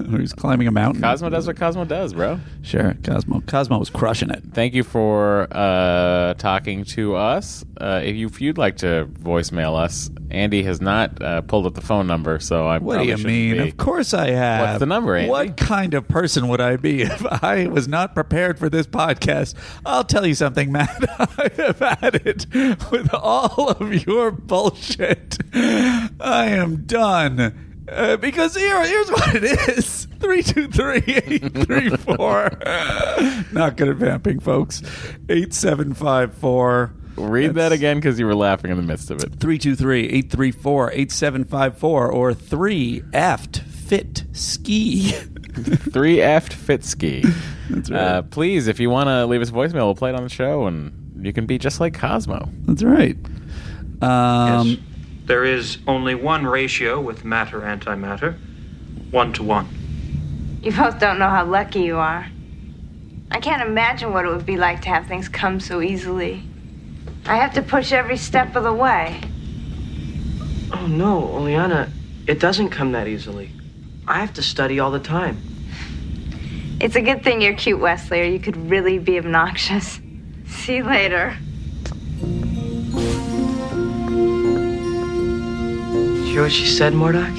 [SPEAKER 2] he was climbing a mountain.
[SPEAKER 1] Cosmo does what Cosmo does, bro.
[SPEAKER 2] Sure, Cosmo. Cosmo was crushing it.
[SPEAKER 1] Thank you for uh, talking to us. Uh, if, you, if you'd like to voicemail us, Andy has not uh, pulled up the phone number, so I.
[SPEAKER 2] What do
[SPEAKER 1] probably
[SPEAKER 2] you
[SPEAKER 1] shouldn't
[SPEAKER 2] mean?
[SPEAKER 1] be-
[SPEAKER 2] Of course I have.
[SPEAKER 1] What's the number, Andy?
[SPEAKER 2] What kind of person would I be if I was not prepared for this podcast? I'll tell you something, Matt. I have had it with all of your bullshit. I am done. Uh, because here, here's what it is: three two three eight three four. Not good at vamping, folks. Eight seven five four.
[SPEAKER 1] Read that again because you were laughing in the midst of it.
[SPEAKER 2] 323-834-8754 or 3ft fit ski.
[SPEAKER 1] Three F Fitski. That's right. Uh, please, if you want to leave us a voicemail, we'll play it on the show, and you can be just like Cosmo.
[SPEAKER 2] That's right. Um,
[SPEAKER 7] yes. There is only one ratio with matter antimatter one to one.
[SPEAKER 11] You both don't know how lucky you are. I can't imagine what it would be like to have things come so easily. I have to push every step of the way.
[SPEAKER 19] Oh no, Oleana, it doesn't come that easily. I have to study all the time.
[SPEAKER 11] It's a good thing you're cute, Wesley, or you could really be obnoxious. See you later.
[SPEAKER 19] Did you hear what she said, Mordock?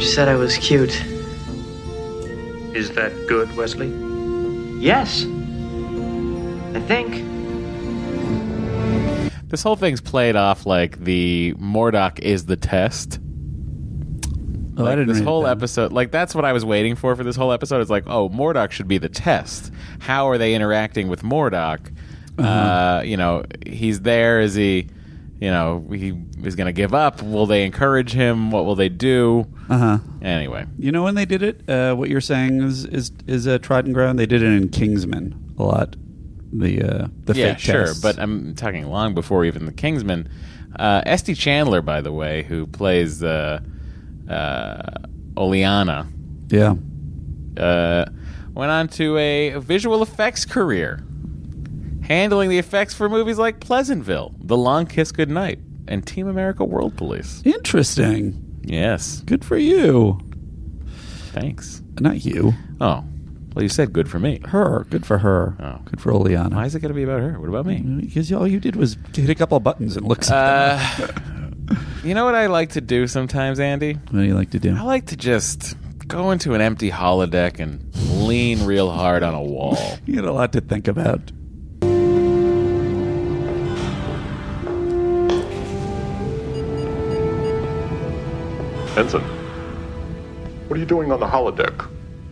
[SPEAKER 19] She said I was cute.
[SPEAKER 7] Is that good, Wesley?
[SPEAKER 19] Yes. I think.
[SPEAKER 1] This whole thing's played off like the Mordock is the test.
[SPEAKER 2] Oh, I
[SPEAKER 1] Like,
[SPEAKER 2] didn't
[SPEAKER 1] this
[SPEAKER 2] read
[SPEAKER 1] whole episode, like that's what I was waiting for for this whole episode. It's like, oh, Mordock should be the test. How are they interacting with Mordock?
[SPEAKER 2] Uh-huh.
[SPEAKER 1] Uh, you know, he's there. Is he? You know, he is going to give up. Will they encourage him? What will they do?
[SPEAKER 2] Uh-huh.
[SPEAKER 1] Anyway,
[SPEAKER 2] You know when they did it? Uh, what you're saying is is is uh, trodden ground. They did it in Kingsman a lot. The uh, the
[SPEAKER 1] yeah,
[SPEAKER 2] fake
[SPEAKER 1] sure.
[SPEAKER 2] tests.
[SPEAKER 1] But I'm talking long before even the Kingsman. Uh, Esty Chandler, by the way, who plays uh, uh, Oleana,
[SPEAKER 2] yeah,
[SPEAKER 1] uh, went on to a visual effects career, handling the effects for movies like Pleasantville, The Long Kiss Goodnight, and Team America: World Police.
[SPEAKER 2] interesting.
[SPEAKER 1] Yes,
[SPEAKER 2] Good for you.
[SPEAKER 1] thanks.
[SPEAKER 2] Not you.
[SPEAKER 1] Oh, well, you said good for me.
[SPEAKER 2] Her. Good for her.
[SPEAKER 1] Oh.
[SPEAKER 2] Good for Oleana.
[SPEAKER 1] Why is it going to be about her? What about me?
[SPEAKER 2] Because all you did was hit a couple of buttons and look.
[SPEAKER 1] Uh, you know what I like to do sometimes, Andy?
[SPEAKER 2] what do you like to do?
[SPEAKER 1] I like to just go into an empty holodeck and lean real hard on a wall.
[SPEAKER 2] You had a lot to think about.
[SPEAKER 17] Ensign, what are you doing on the holodeck?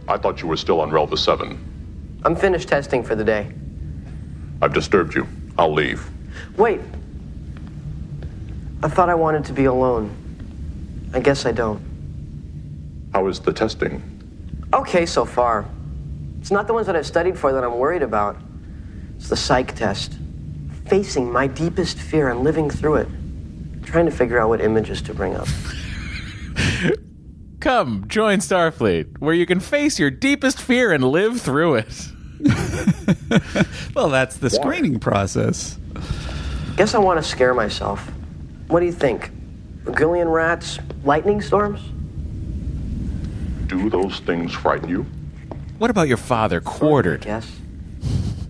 [SPEAKER 17] I thought you were still on Relva 7.
[SPEAKER 19] I'm finished testing for the day.
[SPEAKER 17] I've disturbed you. I'll leave.
[SPEAKER 19] Wait. I thought I wanted to be alone. I guess I don't.
[SPEAKER 17] How is the testing?
[SPEAKER 19] Okay, so far. It's not the ones that I've studied for that I'm worried about. It's the psych test. Facing my deepest fear and living through it. Trying to figure out what images to bring up.
[SPEAKER 1] Come, join Starfleet, where you can face your deepest fear and live through it.
[SPEAKER 2] Well, that's the screening process.
[SPEAKER 19] Guess I want to scare myself. What do you think? Gillian rats, lightning storms?
[SPEAKER 17] Do those things frighten you?
[SPEAKER 1] What about your father quartered?
[SPEAKER 19] Yes.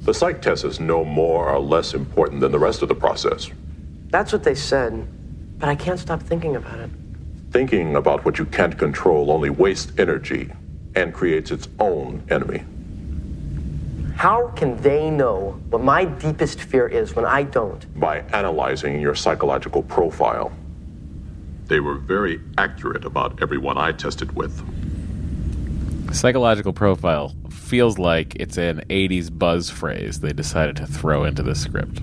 [SPEAKER 17] The psych test is no more or less important than the rest of the process.
[SPEAKER 19] That's what they said. But I can't stop thinking about it.
[SPEAKER 17] Thinking about what you can't control only wastes energy and creates its own enemy.
[SPEAKER 19] How can they know what my deepest fear is when I don't?
[SPEAKER 17] By analyzing your psychological profile. They were very accurate about everyone I tested with.
[SPEAKER 1] Psychological profile feels like it's an 80s buzz phrase they decided to throw into the script.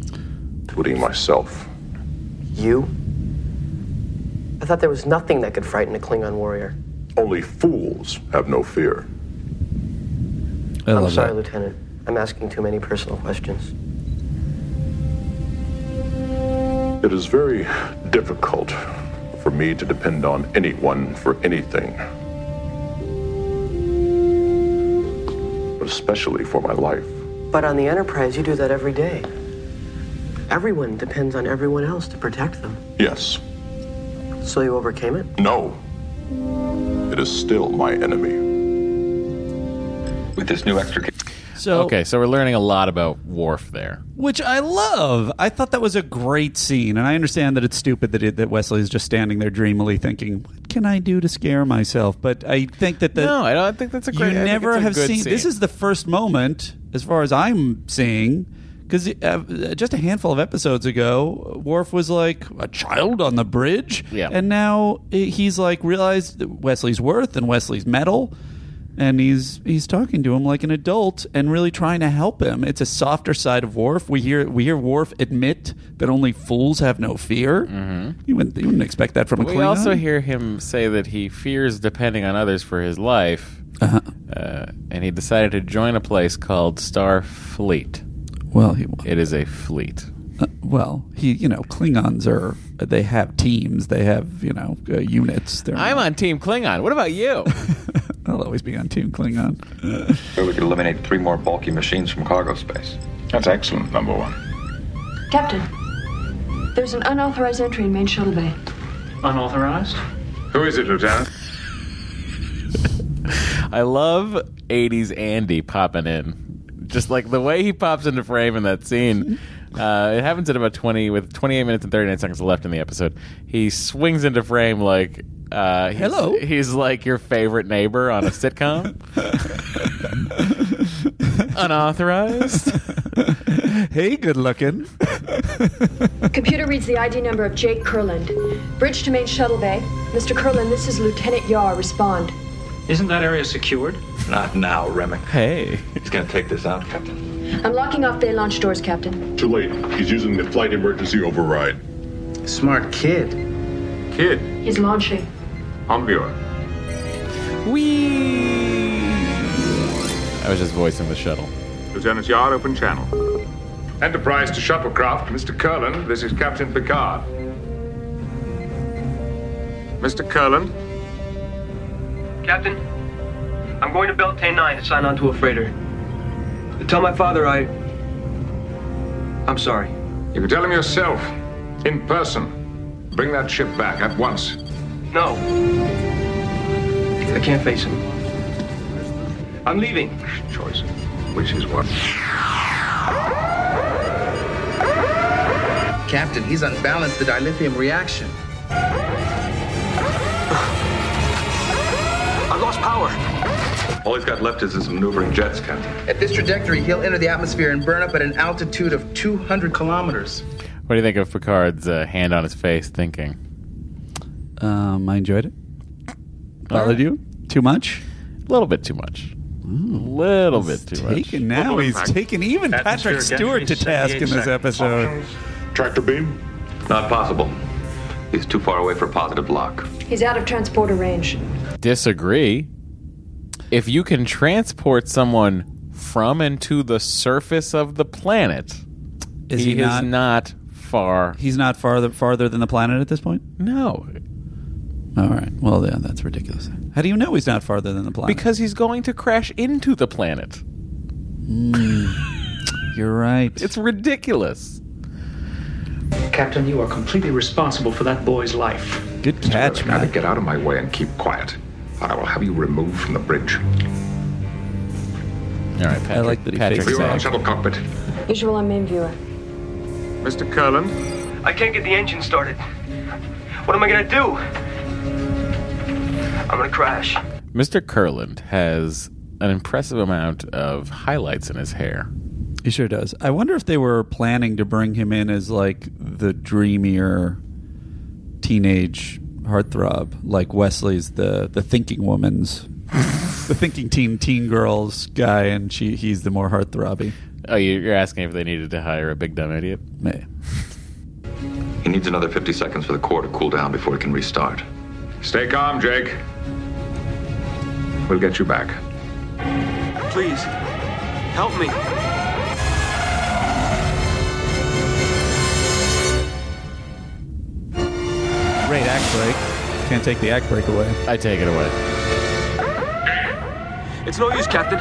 [SPEAKER 17] Including myself.
[SPEAKER 19] You? I thought there was nothing that could frighten a Klingon warrior.
[SPEAKER 17] Only fools have no fear.
[SPEAKER 2] I
[SPEAKER 19] am
[SPEAKER 2] love
[SPEAKER 19] sorry,
[SPEAKER 2] that.
[SPEAKER 19] Lieutenant. I'm asking too many personal questions.
[SPEAKER 17] It is very difficult for me to depend on anyone for anything. But especially for my life.
[SPEAKER 19] But on the Enterprise, you do that every day. Everyone depends on everyone else to protect them.
[SPEAKER 17] Yes.
[SPEAKER 19] So you overcame it?
[SPEAKER 17] No. It is still my enemy.
[SPEAKER 15] With this new extrication.
[SPEAKER 2] So-
[SPEAKER 1] okay, so we're learning a lot about Worf there.
[SPEAKER 2] Which I love. I thought that was a great scene, and I understand that it's stupid that it, that Wesley is just standing there dreamily thinking, "What can I do to scare myself?" But I think that the
[SPEAKER 1] No, I don't I think that's a great. I
[SPEAKER 2] you
[SPEAKER 1] think
[SPEAKER 2] never
[SPEAKER 1] it's a
[SPEAKER 2] have
[SPEAKER 1] good
[SPEAKER 2] seen.
[SPEAKER 1] scene.
[SPEAKER 2] This is the first moment, as far as I'm seeing, because uh, just a handful of episodes ago, Worf was like a child on the bridge,
[SPEAKER 1] Yeah.
[SPEAKER 2] and now i- he's like realized Wesley's worth and Wesley's metal, and he's he's talking to him like an adult and really trying to help him. It's a softer side of Worf. We hear we hear Worf admit that only fools have no fear. Mm-hmm. You wouldn't you wouldn't expect that from a
[SPEAKER 1] we
[SPEAKER 2] Klingon.
[SPEAKER 1] also hear him say that he fears depending on others for his life,
[SPEAKER 2] Uh-huh.
[SPEAKER 1] uh, and he decided to join a place called Starfleet.
[SPEAKER 2] Well, he-
[SPEAKER 1] it is a fleet.
[SPEAKER 2] Uh, well, he, you know, Klingons are they have teams, they have you know uh, units. They're
[SPEAKER 1] I'm on Team Klingon. What about you?
[SPEAKER 2] I'll always be on Team Klingon.
[SPEAKER 3] Uh,
[SPEAKER 15] Where we could eliminate three more bulky machines from cargo space.
[SPEAKER 8] That's excellent, number one.
[SPEAKER 4] Captain, there's an unauthorized entry in main shuttle bay.
[SPEAKER 9] Unauthorized?
[SPEAKER 8] Who is it, Lieutenant?
[SPEAKER 1] I love 80s Andy popping in. Just like the way he pops into frame in that scene. Uh, it happens at about 20, with 28 minutes and 39 seconds left in the episode. He swings into frame like. Uh, he's,
[SPEAKER 2] Hello.
[SPEAKER 1] He's like your favorite neighbor on a sitcom. Unauthorized.
[SPEAKER 2] hey, good looking.
[SPEAKER 4] Computer reads the ID number of Jake Kurland. Bridge to main shuttle bay. Mr. Kurland, this is Lieutenant Yar. Respond.
[SPEAKER 9] Isn't that area secured?
[SPEAKER 15] Not now, Remick.
[SPEAKER 1] Hey.
[SPEAKER 15] He's gonna take this out, Captain.
[SPEAKER 4] I'm locking off bay launch doors, Captain.
[SPEAKER 17] Too late. He's using the flight emergency override.
[SPEAKER 14] Smart kid.
[SPEAKER 8] Kid,
[SPEAKER 4] He's launching.
[SPEAKER 8] on viewer.
[SPEAKER 1] I was just voicing the shuttle.
[SPEAKER 8] Lieutenant Yard, open channel. Enterprise to shuttlecraft, Mr. Curland. This is Captain Picard. Mr. Curland,
[SPEAKER 20] Captain, I'm going to Beltane 9 to sign on to a freighter. Tell my father I. I'm sorry.
[SPEAKER 8] you can tell him yourself, in person. Bring that ship back at once.
[SPEAKER 20] No. I can't face him. I'm leaving.
[SPEAKER 8] Choice, which is what?
[SPEAKER 14] Captain, he's unbalanced the dilithium reaction.
[SPEAKER 20] I lost power.
[SPEAKER 5] All he's got left is his maneuvering jets, Captain.
[SPEAKER 14] At this trajectory, he'll enter the atmosphere and burn up at an altitude of 200 kilometers.
[SPEAKER 1] What do you think of Picard's uh, hand on his face thinking?
[SPEAKER 2] Um, I enjoyed it. Bothered you too much?
[SPEAKER 1] A little bit too much. A little bit too much.
[SPEAKER 2] Taken now, he's taking even Patrick Stewart to task in this episode.
[SPEAKER 17] Tractor beam?
[SPEAKER 5] Not possible. He's too far away for positive lock.
[SPEAKER 4] He's out of transporter range.
[SPEAKER 1] disagree. If you can transport someone from and to the surface of the planet,
[SPEAKER 2] Is he
[SPEAKER 1] is
[SPEAKER 2] not-
[SPEAKER 1] not far.
[SPEAKER 2] He's not farther farther than the planet at this point.
[SPEAKER 1] No,
[SPEAKER 2] All right. Well, yeah, that's ridiculous. How do you know he's not farther than the planet?
[SPEAKER 1] because he's going to crash into the planet.
[SPEAKER 2] Mm, You're right.
[SPEAKER 1] It's ridiculous.
[SPEAKER 16] Captain, you are completely responsible for that boy's life.
[SPEAKER 2] Good catch,
[SPEAKER 8] Now get out of my way and keep quiet. I will have you removed from the bridge.
[SPEAKER 1] All right, Patrick.
[SPEAKER 2] I like that he
[SPEAKER 1] Patrick
[SPEAKER 8] Viewer
[SPEAKER 1] Zach.
[SPEAKER 8] on shuttle cockpit.
[SPEAKER 4] Visual on main viewer.
[SPEAKER 8] Mr. Curland,
[SPEAKER 20] I can't get the engine started. What am I gonna do? I'm gonna crash.
[SPEAKER 1] Mr. Kurland has an impressive amount of highlights in his hair.
[SPEAKER 2] He sure does. I wonder if they were planning to bring him in as like the dreamier teenage heartthrob, like Wesley's the the thinking woman's, the thinking teen teen girls guy, and she he's the more heartthrobby.
[SPEAKER 1] Oh, you- you're asking if they needed to hire a big dumb idiot?
[SPEAKER 2] May.
[SPEAKER 15] He needs another 50 seconds for the core to cool down before it can restart.
[SPEAKER 8] Stay calm, Jake. We'll get you back.
[SPEAKER 20] Please, help me.
[SPEAKER 2] Great act break. Can't take the act break away.
[SPEAKER 1] I take it away.
[SPEAKER 20] It's no use, Captain.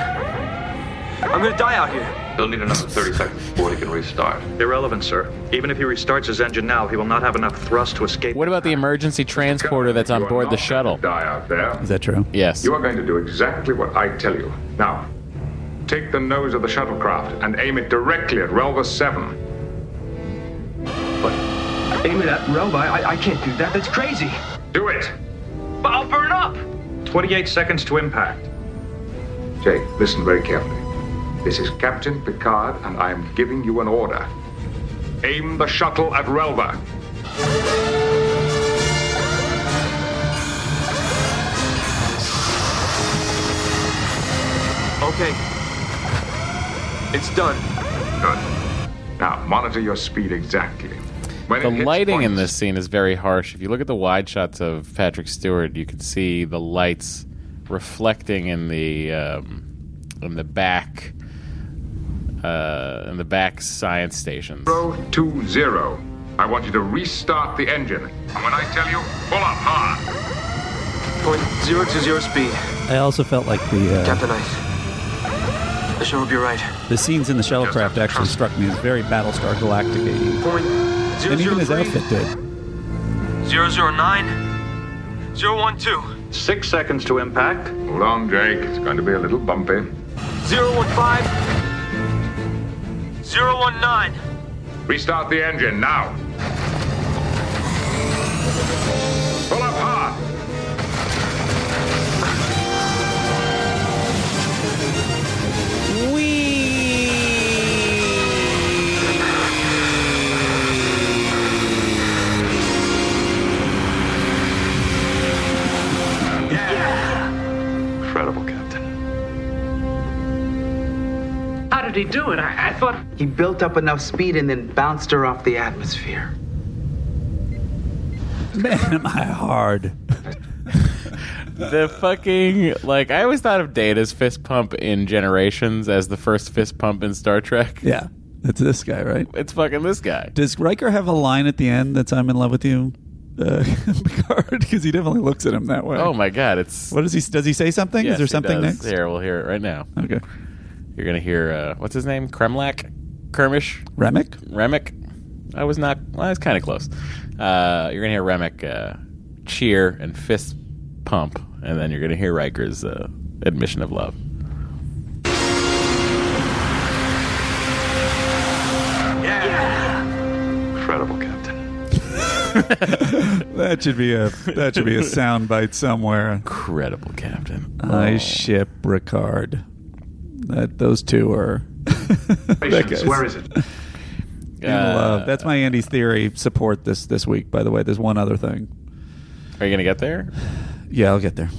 [SPEAKER 20] I'm gonna die out here.
[SPEAKER 15] He'll need another 30 seconds before he can restart.
[SPEAKER 6] Irrelevant, sir. Even if he restarts his engine now, he will not have enough thrust to escape.
[SPEAKER 1] What about the emergency transporter that's on board the shuttle?
[SPEAKER 8] Die out there.
[SPEAKER 2] Is that true?
[SPEAKER 1] Yes.
[SPEAKER 8] You are going to do exactly what I tell you. Now, take the nose of the shuttlecraft and aim it directly at Relva 7.
[SPEAKER 20] But aim it at Relva. I, I can't do that. That's crazy.
[SPEAKER 8] Do it!
[SPEAKER 20] But I'll burn up.
[SPEAKER 6] 28 seconds to impact.
[SPEAKER 8] Jake, listen very carefully. This is Captain Picard, and I am giving you an order. Aim the shuttle at Relva.
[SPEAKER 20] Okay. It's done.
[SPEAKER 8] Good. Now, monitor your speed exactly. When
[SPEAKER 1] The
[SPEAKER 8] it hits
[SPEAKER 1] lighting in
[SPEAKER 8] points-
[SPEAKER 1] this scene is very harsh. If you look at the wide shots of Patrick Stewart, you can see the lights reflecting in the um, in the back uh, in the back science stations.
[SPEAKER 8] 020. I want you to restart the engine. And when I tell you, pull up hard.
[SPEAKER 20] Point zero to zero speed.
[SPEAKER 2] I also felt like the uh,
[SPEAKER 20] Captain Ice. I sure hope you're right.
[SPEAKER 2] the scenes in the shuttlecraft actually struck me as very Battlestar Galactic,
[SPEAKER 20] Point zero
[SPEAKER 2] and even
[SPEAKER 20] zero
[SPEAKER 2] his
[SPEAKER 20] three,
[SPEAKER 2] outfit did.
[SPEAKER 20] zero zero nine, zero one two,
[SPEAKER 6] Six seconds to impact.
[SPEAKER 8] Hold on, Jake. It's going to be a little bumpy.
[SPEAKER 20] zero one five, zero one nine.
[SPEAKER 8] Restart the engine now. Pull up hard.
[SPEAKER 15] Incredible, Captain.
[SPEAKER 9] How did he do it? I, I thought.
[SPEAKER 14] He built up enough speed and then bounced her off the atmosphere.
[SPEAKER 2] Man, am I hard?
[SPEAKER 1] the fucking like I always thought of Data's fist pump in Generations as the first fist pump in Star Trek.
[SPEAKER 2] Yeah, that's this guy, right?
[SPEAKER 1] It's fucking this guy.
[SPEAKER 2] Does Riker have a line at the end that's "I'm in love with you"? Uh, Picard, because he definitely looks at him that way.
[SPEAKER 1] Oh my god, it's
[SPEAKER 2] What does he? Does he say something?
[SPEAKER 1] Yes,
[SPEAKER 2] Is there
[SPEAKER 1] he
[SPEAKER 2] something
[SPEAKER 1] does.
[SPEAKER 2] next?
[SPEAKER 1] Here, we'll hear it right now.
[SPEAKER 2] Okay.
[SPEAKER 1] You're gonna hear uh, what's his name? Kremlak? Kermish?
[SPEAKER 2] Remick.
[SPEAKER 1] Remick? I was not well, I was kinda close. Uh, you're gonna hear Remick uh, cheer and fist pump, and then you're gonna hear Riker's uh, admission of love.
[SPEAKER 15] Incredible, Captain.
[SPEAKER 2] That should be a that should be a soundbite somewhere.
[SPEAKER 1] Incredible Captain. Oh.
[SPEAKER 2] I ship Ricard. That those two are. that
[SPEAKER 6] Patience,
[SPEAKER 2] guy's Uh,
[SPEAKER 6] where is it?
[SPEAKER 2] in love.
[SPEAKER 1] Uh,
[SPEAKER 2] That's my Andy's theory support this this week. By the way, there's one other thing.
[SPEAKER 1] Are you gonna get there?
[SPEAKER 2] Yeah, I'll get there.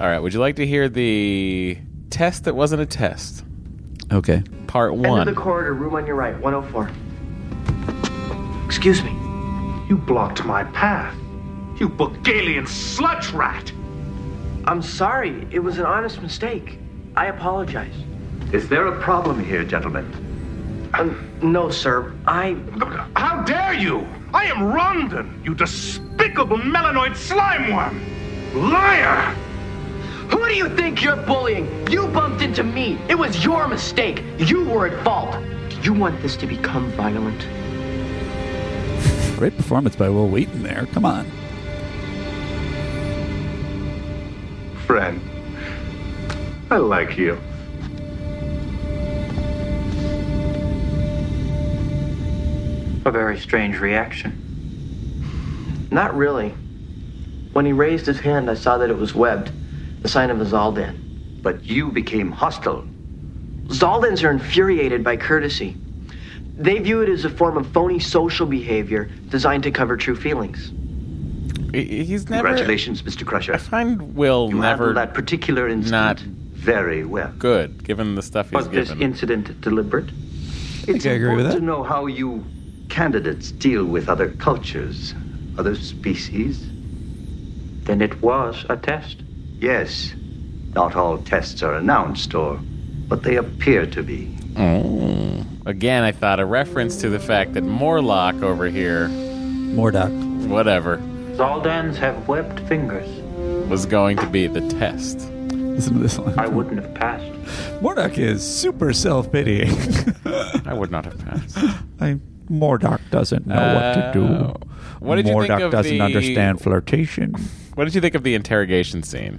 [SPEAKER 1] All right. Would you like to hear the test that wasn't a test?
[SPEAKER 2] Okay.
[SPEAKER 1] Part
[SPEAKER 19] End of
[SPEAKER 1] one.
[SPEAKER 19] the corridor, room on your right, 104.
[SPEAKER 20] Excuse me.
[SPEAKER 6] You blocked my path. You Bulgarian sludge rat.
[SPEAKER 19] I'm sorry, it was an honest mistake. I apologize.
[SPEAKER 6] Is there a problem here, gentlemen?
[SPEAKER 19] Um, no, sir. I.
[SPEAKER 6] How dare you? I am Rondon, you despicable melanoid slime worm. Liar!
[SPEAKER 19] Who do you think you're bullying? You bumped into me. It was your mistake. You were at fault. Do you want this to become violent?
[SPEAKER 2] Great performance by Will Wheaton there. Come on.
[SPEAKER 6] Friend, I like you.
[SPEAKER 20] A very strange reaction.
[SPEAKER 19] Not really. When he raised his hand, I saw that it was webbed, the sign of a Zaldan.
[SPEAKER 13] but you became hostile.
[SPEAKER 10] Zoldans are infuriated by courtesy. They view it as a form of phony social behavior designed to cover true feelings.
[SPEAKER 1] He's never.
[SPEAKER 13] Congratulations, Mr. Crusher. I
[SPEAKER 1] find Will
[SPEAKER 13] you
[SPEAKER 1] never
[SPEAKER 13] handled that particular incident
[SPEAKER 1] not
[SPEAKER 13] very well.
[SPEAKER 1] good, given the stuff he's
[SPEAKER 13] Was this
[SPEAKER 1] given.
[SPEAKER 13] incident deliberate?
[SPEAKER 2] It's I agree with
[SPEAKER 13] important to know how you candidates deal with other cultures, other species.
[SPEAKER 20] Then it was a test.
[SPEAKER 13] Yes, not all tests are announced, or but they appear to be.
[SPEAKER 1] Oh. Again, I thought a reference to the fact that Morlock over here.
[SPEAKER 2] Mordock.
[SPEAKER 1] Whatever.
[SPEAKER 20] Zoldans have webbed fingers.
[SPEAKER 1] Was going to be the test.
[SPEAKER 2] Listen to this line.
[SPEAKER 20] I wouldn't have passed.
[SPEAKER 2] Mordock is super self pitying.
[SPEAKER 1] I would not have passed.
[SPEAKER 2] I Mordock doesn't know Uh, what to
[SPEAKER 1] Oh.
[SPEAKER 2] do.
[SPEAKER 1] What did you
[SPEAKER 2] Mordock
[SPEAKER 1] think of
[SPEAKER 2] doesn't
[SPEAKER 1] the-
[SPEAKER 2] understand flirtation.
[SPEAKER 1] What did you think of the interrogation scene?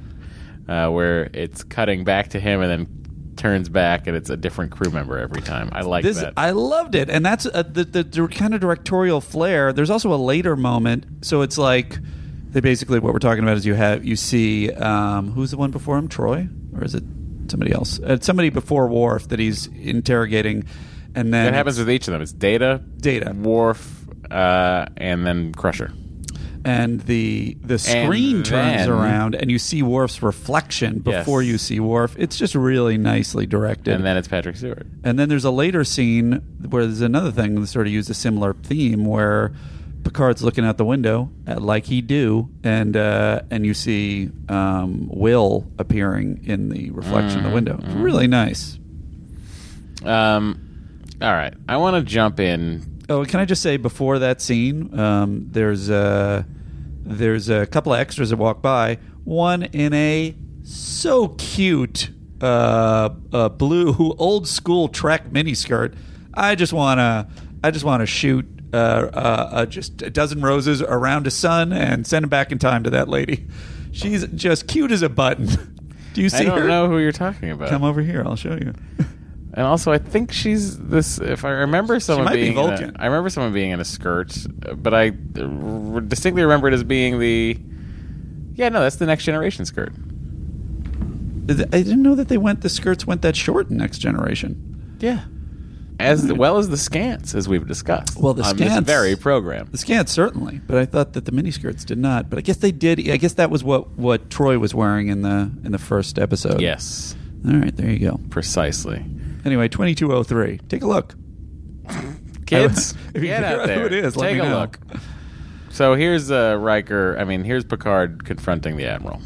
[SPEAKER 1] Uh, where it's cutting back to him and then turns back and it's a different crew member every time. I like
[SPEAKER 2] this
[SPEAKER 1] that.
[SPEAKER 2] I loved it, and that's uh, the, the the kind of directorial flair. There's also a later moment, so it's like they basically what we're talking about is you have you see um, who's the one before him, Troy, or is it somebody else? Uh, somebody before Worf that he's interrogating, and then
[SPEAKER 1] that happens with each of them. It's Data,
[SPEAKER 2] Data.
[SPEAKER 1] Worf, uh, and then Crusher.
[SPEAKER 2] and the the screen turns
[SPEAKER 1] then-
[SPEAKER 2] around and you see Worf's reflection
[SPEAKER 1] Yes.
[SPEAKER 2] before you see Worf. It's just really nicely directed.
[SPEAKER 1] And then it's Patrick Stewart.
[SPEAKER 2] And then there's a later scene where there's another thing that sort of used a similar theme where Picard's looking out the window at, like he do, and uh, and you see um, Will appearing in the
[SPEAKER 1] Mm-hmm.
[SPEAKER 2] reflection of the window. It's really nice.
[SPEAKER 1] Um, all right. I want to jump in.
[SPEAKER 2] Oh, can I just say before that scene, um, there's a there's a couple of extras that walk by. One in a so cute uh, uh, blue old school Trek miniskirt. I just wanna I just wanna shoot uh, uh, uh, just a dozen roses around a sun and send them back in time to that lady. She's just cute as a button. Do you see
[SPEAKER 1] I don't
[SPEAKER 2] her?
[SPEAKER 1] know who you're talking about.
[SPEAKER 2] Come over here. I'll show you.
[SPEAKER 1] And also, I think she's this. If I remember someone
[SPEAKER 2] might be
[SPEAKER 1] being, in a-
[SPEAKER 2] Vulcan.
[SPEAKER 1] I remember someone being in a skirt, uh, but I uh, r- distinctly remember it as being the. Yeah, no, that's the next generation skirt.
[SPEAKER 2] I didn't know that they went the skirts went that short in Next Generation.
[SPEAKER 1] Yeah, as well as the scants, as we've discussed.
[SPEAKER 2] Well, the
[SPEAKER 1] on
[SPEAKER 2] scants-
[SPEAKER 1] this very program.
[SPEAKER 2] The scant certainly, but I thought that the miniskirts did not. But I guess they did. I guess that was what what Troy was wearing in the in the first episode.
[SPEAKER 1] Yes,
[SPEAKER 2] All right, there you go.
[SPEAKER 1] precisely.
[SPEAKER 2] Anyway, twenty two oh three. Take a look.
[SPEAKER 1] Kids,
[SPEAKER 2] If you
[SPEAKER 1] get out
[SPEAKER 2] figure out
[SPEAKER 1] there.
[SPEAKER 2] who it is,
[SPEAKER 1] Take
[SPEAKER 2] let me
[SPEAKER 1] a
[SPEAKER 2] know.
[SPEAKER 1] look. So here's uh, Riker. I mean, here's Picard confronting the admiral.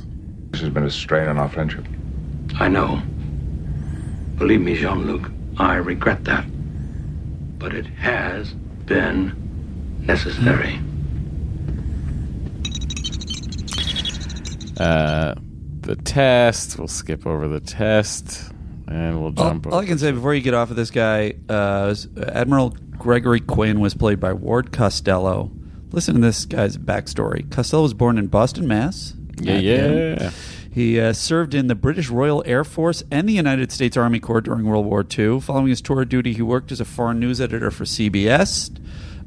[SPEAKER 8] This has been a strain on our friendship.
[SPEAKER 7] I know. Believe me, Jean Luc, I regret that. But it has been necessary.
[SPEAKER 1] Uh, the test. We'll skip over the test, and we'll
[SPEAKER 2] All,
[SPEAKER 1] jump.
[SPEAKER 2] all I can say before you get off of this guy, uh, is Admiral Gregory Quinn was played by Ward Costello. Listen to this guy's backstory. Costello was born in Boston, Mass.
[SPEAKER 1] Yeah,
[SPEAKER 2] Not
[SPEAKER 1] yeah.
[SPEAKER 2] him. He uh, served in the British Royal Air Force and the United States Army Corps during World War II. Following his tour of duty, he worked as a foreign news editor for CBS.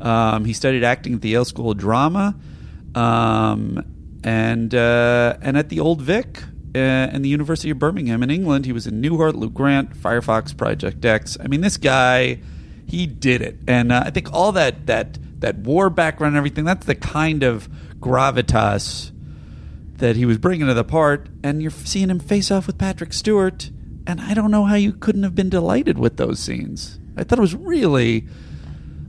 [SPEAKER 2] Um, he studied acting at the Yale School of Drama, um, and uh, and at the Old Vic uh, and the University of Birmingham in England. He was in Newhart, Lou Grant, Firefox, Project X. I mean, this guy, he did it, and uh, I think all that that that war background and everything. That's the kind of gravitas that he was bringing to the part, and you're seeing him face off with Patrick Stewart, and I don't know how you couldn't have been delighted with those scenes. I thought it was really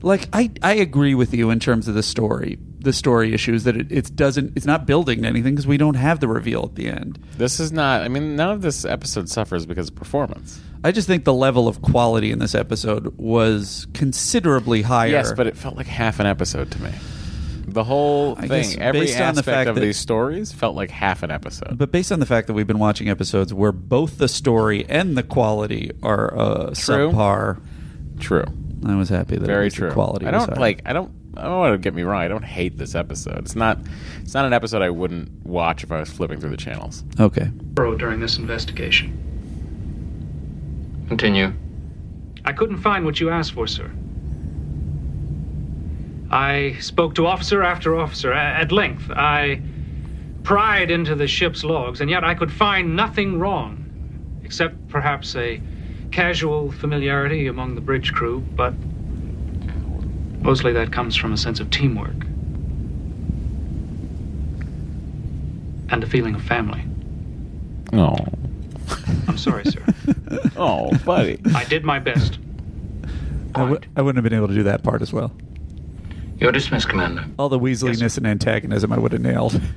[SPEAKER 2] like I I agree with you in terms of the story, the story issues that it, it doesn't it's not building to anything because we don't have the reveal at the end.
[SPEAKER 1] This is not. I mean, none of this episode suffers because of performance.
[SPEAKER 2] I just think the level of quality in this episode was considerably higher.
[SPEAKER 1] Yes, but it felt like half an episode to me. The whole
[SPEAKER 2] I guess
[SPEAKER 1] thing, every
[SPEAKER 2] based on the
[SPEAKER 1] aspect
[SPEAKER 2] fact
[SPEAKER 1] of
[SPEAKER 2] that-
[SPEAKER 1] these stories, felt like half an episode.
[SPEAKER 2] But based on the fact that we've been watching episodes where both the story and the quality are uh,
[SPEAKER 1] True.
[SPEAKER 2] subpar,
[SPEAKER 1] True.
[SPEAKER 2] I was happy that at
[SPEAKER 1] Very
[SPEAKER 2] least
[SPEAKER 1] true.
[SPEAKER 2] The quality.
[SPEAKER 1] I
[SPEAKER 2] was
[SPEAKER 1] don't
[SPEAKER 2] higher.
[SPEAKER 1] like. I don't. I don't want to get me wrong. I don't hate this episode. It's not. It's not an episode I wouldn't watch if I was flipping through the channels.
[SPEAKER 2] Okay.
[SPEAKER 9] Burrow during this investigation.
[SPEAKER 7] Continue.
[SPEAKER 9] I couldn't find what you asked for, sir. I spoke to officer after officer a- at length. I pried into the ship's logs, and yet I could find nothing wrong. except perhaps a casual familiarity among the bridge crew, but mostly that comes from a sense of teamwork and a feeling of family.
[SPEAKER 1] Oh,
[SPEAKER 9] I'm sorry, sir.
[SPEAKER 1] oh, buddy.
[SPEAKER 9] I did my best.
[SPEAKER 2] I, w- I wouldn't have been able to do that part as well.
[SPEAKER 7] You're dismissed, Commander.
[SPEAKER 2] All the Weasleyness and antagonism I would have nailed.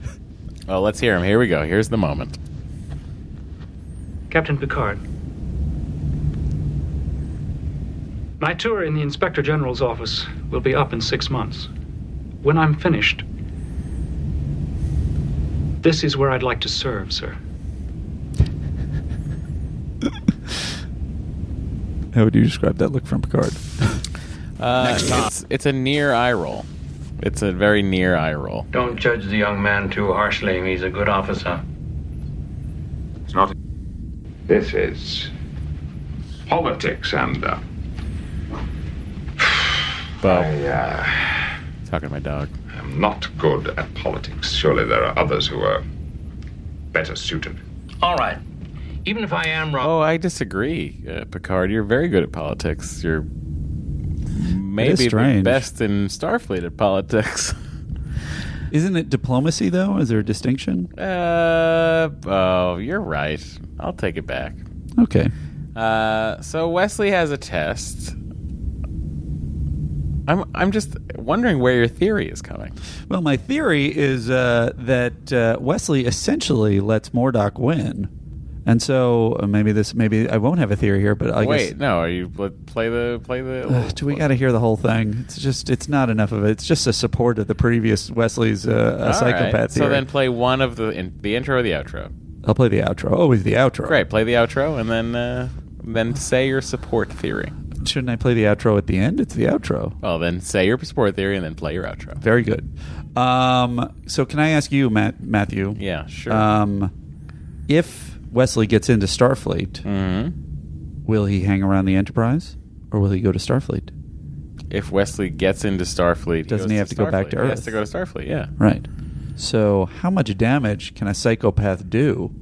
[SPEAKER 1] Oh, let's hear him. Here we go. Here's the moment.
[SPEAKER 9] Captain Picard. My tour in the Inspector General's office will be up in six months. When I'm finished, this is where I'd like to serve, sir.
[SPEAKER 2] How would you describe that look from Picard?
[SPEAKER 1] Uh, It's, it's a near eye roll. It's a very near eye roll.
[SPEAKER 7] Don't judge the young man too harshly. He's a good officer.
[SPEAKER 8] It's not. This is politics and. Uh,
[SPEAKER 1] Bob.
[SPEAKER 8] I, uh,
[SPEAKER 1] Talking to my dog.
[SPEAKER 8] I'm not good at politics. Surely there are others who are better suited.
[SPEAKER 7] All right. Even if I am wrong.
[SPEAKER 1] Oh, I disagree, uh, Picard. You're very good at politics. You're maybe the
[SPEAKER 2] strange.
[SPEAKER 1] best in Starfleet at politics.
[SPEAKER 2] Isn't it diplomacy though? Is there a distinction?
[SPEAKER 1] Uh, oh, you're right. I'll take it back.
[SPEAKER 2] Okay.
[SPEAKER 1] Uh, so Wesley has a test. I'm I'm just wondering where your theory is coming.
[SPEAKER 2] Well, my theory is uh, that uh, Wesley essentially lets Mordock win, and so uh, maybe this maybe I won't have a theory here, but I
[SPEAKER 1] Wait,
[SPEAKER 2] guess.
[SPEAKER 1] no. Are you let- play the play the?
[SPEAKER 2] Ugh, do we got to hear the whole thing? It's just it's not enough of it. It's just a support of the previous Wesley's uh, uh,
[SPEAKER 1] All right.
[SPEAKER 2] psychopath theory.
[SPEAKER 1] So then play one of the in, the intro or the outro.
[SPEAKER 2] I'll play the outro. Always the outro.
[SPEAKER 1] Great. Play the outro and then uh, then say your support theory.
[SPEAKER 2] Shouldn't I play the outro at the end? It's the outro.
[SPEAKER 1] Well, then say your support theory and then play your outro.
[SPEAKER 2] Very good. Um, so can I ask you, Matt, Matthew?
[SPEAKER 1] Yeah, sure.
[SPEAKER 2] Um, if Wesley gets into Starfleet,
[SPEAKER 1] Mm-hmm.
[SPEAKER 2] will he hang around the Enterprise, or will he go to Starfleet?
[SPEAKER 1] If Wesley gets into Starfleet, he
[SPEAKER 2] Doesn't
[SPEAKER 1] goes
[SPEAKER 2] he have to go back
[SPEAKER 1] Starfleet.
[SPEAKER 2] to
[SPEAKER 1] He has
[SPEAKER 2] Earth?
[SPEAKER 1] to go to Starfleet. Yeah.
[SPEAKER 2] Right. So how much damage can a psychopath do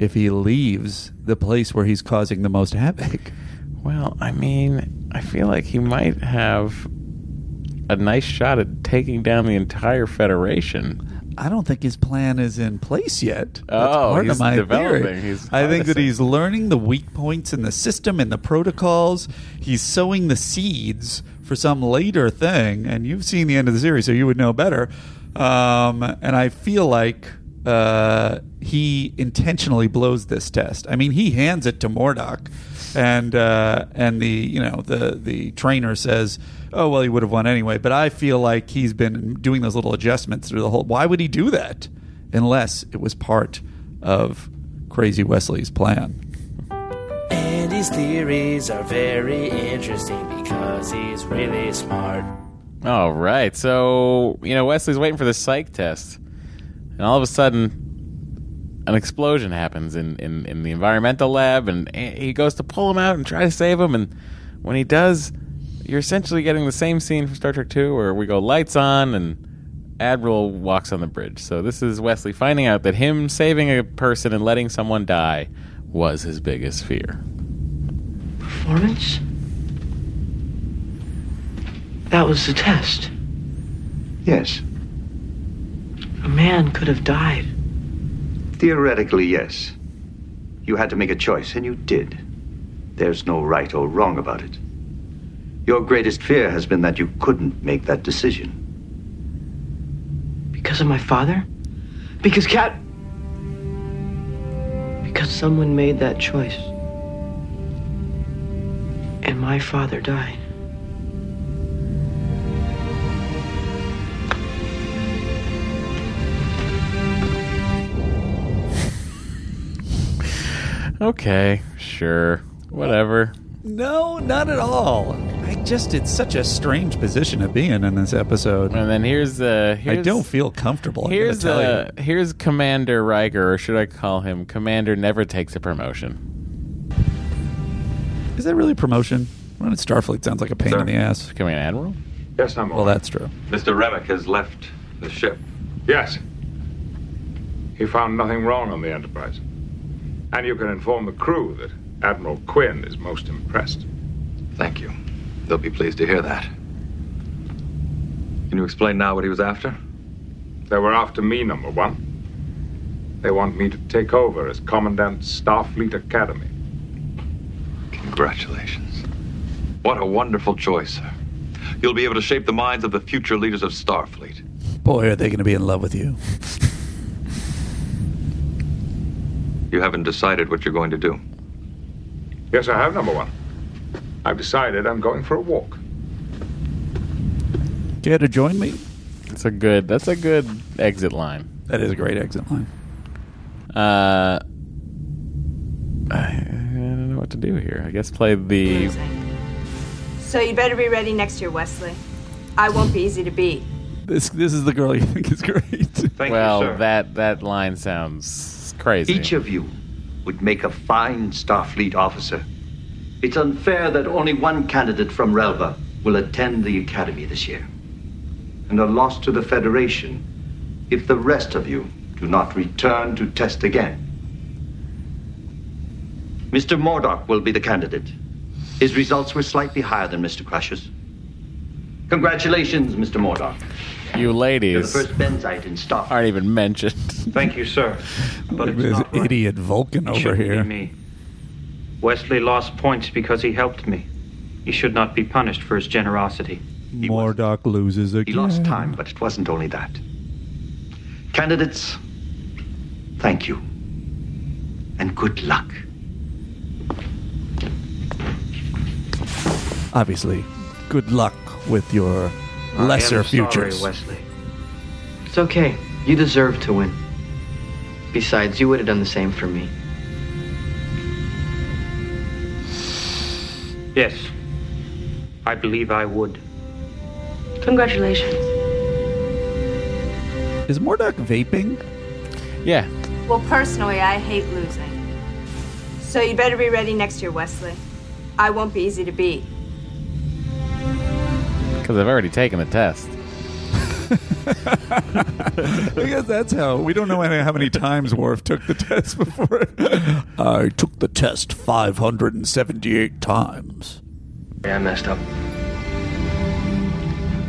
[SPEAKER 2] if he leaves the place where he's causing the most havoc?
[SPEAKER 1] Well, I mean, I feel like he might have a nice shot at taking down the entire Federation.
[SPEAKER 2] I don't think his plan is in place yet. That's
[SPEAKER 1] Oh,
[SPEAKER 2] part
[SPEAKER 1] he's
[SPEAKER 2] of my
[SPEAKER 1] developing.
[SPEAKER 2] theory.
[SPEAKER 1] He's
[SPEAKER 2] I think
[SPEAKER 1] harnessing.
[SPEAKER 2] that he's learning the weak points in the system and the protocols. He's sowing the seeds for some later thing. And you've seen the end of the series, so you would know better. Um, and I feel like uh, he intentionally blows this test. I mean, he hands it to Mordock, and uh, and the you know the the trainer says, "Oh well, he would have won anyway." But I feel like he's been doing those little adjustments through the whole. Why would he do that? Unless it was part of Crazy Wesley's plan.
[SPEAKER 21] Andy's theories are very interesting because he's really smart.
[SPEAKER 1] All right. So, you know, Wesley's waiting for the psych test. And all of a sudden, an explosion happens in, in, in the environmental lab. And a- he goes to pull him out and try to save him. And when he does, you're essentially getting the same scene from Star Trek 2 where we go lights on and Admiral walks on the bridge. So, this is Wesley finding out that him saving a person and letting someone die was his biggest fear.
[SPEAKER 10] Performance? That was the test.
[SPEAKER 13] Yes.
[SPEAKER 10] A man could have died.
[SPEAKER 13] Theoretically, yes. You had to make a choice, and you did. There's no right or wrong about it. Your greatest fear has been that you couldn't make that decision.
[SPEAKER 10] Because of my father? Because Cat. Because someone made that choice. And my father died.
[SPEAKER 1] Okay, sure. Whatever.
[SPEAKER 2] No, not at all. I just it's such a strange position to be in in this episode.
[SPEAKER 1] And then here's uh
[SPEAKER 2] I
[SPEAKER 1] here's-
[SPEAKER 2] don't feel comfortable. I'm
[SPEAKER 1] Here's
[SPEAKER 2] gonna tell
[SPEAKER 1] uh, here's Commander Riker, or should I call him Commander? Never takes a promotion.
[SPEAKER 2] you. Is that really promotion? Running Starfleet sounds like a pain in the ass.
[SPEAKER 1] Becoming an admiral?
[SPEAKER 8] Yes, I'm
[SPEAKER 2] Well, that's true.
[SPEAKER 5] Mr. Remick has left the ship.
[SPEAKER 8] Yes. He found nothing wrong on the Enterprise. And you can inform the crew that Admiral Quinn is most impressed.
[SPEAKER 15] Thank you. They'll be pleased to hear that. Can you explain now what he was after?
[SPEAKER 8] They were after me, number one. They want me to take over as Commandant Starfleet Academy.
[SPEAKER 15] Congratulations. What a wonderful choice, sir. You'll be able to shape the minds of the future leaders of Starfleet.
[SPEAKER 2] Boy, are they going to be in love with you.
[SPEAKER 15] You haven't decided what you're going to do.
[SPEAKER 8] Yes, I have, number one. I've decided I'm going for a walk.
[SPEAKER 2] Care to join me?
[SPEAKER 1] That's a good. That's a good exit line.
[SPEAKER 2] That is a great exit line.
[SPEAKER 1] Uh, I, I don't know what to do here. I guess play the.
[SPEAKER 11] So you better be ready next year, Wesley. I won't be easy to beat.
[SPEAKER 2] This this is the girl you think is great.
[SPEAKER 1] Thank well, that that line sounds crazy.
[SPEAKER 13] Each of you would make a fine Starfleet officer. It's unfair that only one candidate from Relva will attend the Academy this year and are lost to the Federation if the rest of you do not return to test again. Mr. Mordock will be the candidate. His results were slightly higher than Mr. Crusher's. Congratulations, Mr. Mordock.
[SPEAKER 1] You
[SPEAKER 13] You're the
[SPEAKER 1] ladies
[SPEAKER 13] first Benzite in Star.
[SPEAKER 1] aren't even mentioned.
[SPEAKER 13] Thank you, sir.
[SPEAKER 2] Look at this idiot Vulcan
[SPEAKER 21] It
[SPEAKER 2] over
[SPEAKER 21] shouldn't
[SPEAKER 2] here.
[SPEAKER 21] Be me. Wesley lost points because he helped me. He should not be punished for his generosity.
[SPEAKER 2] Mordock loses again.
[SPEAKER 21] He lost
[SPEAKER 13] time, but it wasn't only that. Candidates, thank you. And good luck.
[SPEAKER 2] Obviously, good luck with your
[SPEAKER 13] I am
[SPEAKER 2] lesser
[SPEAKER 13] sorry,
[SPEAKER 2] futures.
[SPEAKER 13] Wesley.
[SPEAKER 19] It's okay. You deserve to win. Besides, you would have done the same for me.
[SPEAKER 21] Yes, I believe I would.
[SPEAKER 11] Congratulations.
[SPEAKER 2] Is Mordock vaping?
[SPEAKER 1] Yeah.
[SPEAKER 11] Well, personally, I hate losing. So you better be ready next year, Wesley. I won't be easy to beat.
[SPEAKER 1] Because I've already taken the test.
[SPEAKER 2] I guess that's how. We don't know how many times Worf took the test before. I took the test 578 times.
[SPEAKER 8] Yeah, I messed up.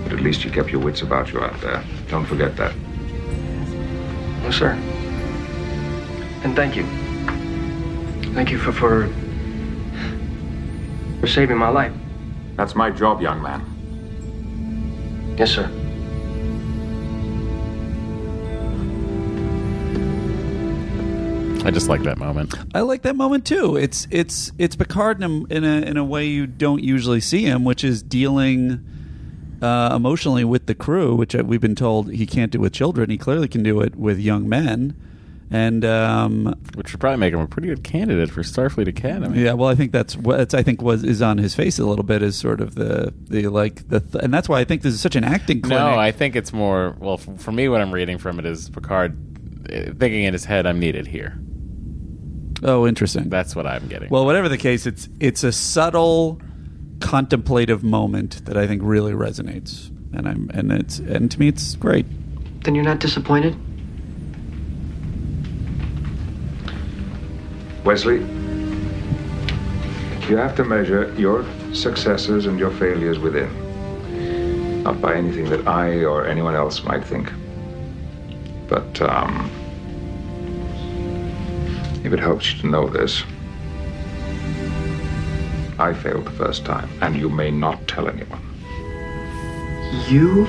[SPEAKER 8] But at least you kept your wits about you out there. Don't forget that.
[SPEAKER 20] Yes, sir. And thank you. Thank you for for for saving my life.
[SPEAKER 8] That's my job, young man.
[SPEAKER 20] Yes, sir.
[SPEAKER 1] I just like that moment.
[SPEAKER 2] I like that moment too. It's it's it's Picard in a in a, in a way you don't usually see him, which is dealing uh, emotionally with the crew, which uh, we've been told he can't do with children. He clearly can do it with young men, and um,
[SPEAKER 1] which would probably make him a pretty good candidate for Starfleet Academy.
[SPEAKER 2] Yeah, well, I think that's what that's, I think was is on his face a little bit is sort of the the like the th- and that's why I think this is such an acting clinic.
[SPEAKER 1] No, I think it's more. Well, f- for me, what I'm reading from it is Picard uh, thinking in his head, "I'm needed here."
[SPEAKER 2] oh, interesting.
[SPEAKER 1] That's what I'm getting.
[SPEAKER 2] Well, whatever the case, it's it's a subtle contemplative moment that I think really resonates, and I'm and it's and to me it's great.
[SPEAKER 20] Then you're not disappointed.
[SPEAKER 8] Wesley, you have to measure your successes and your failures within, not by anything that I or anyone else might think. But um, if it helps you to know this, I failed the first time, and you may not tell anyone.
[SPEAKER 20] You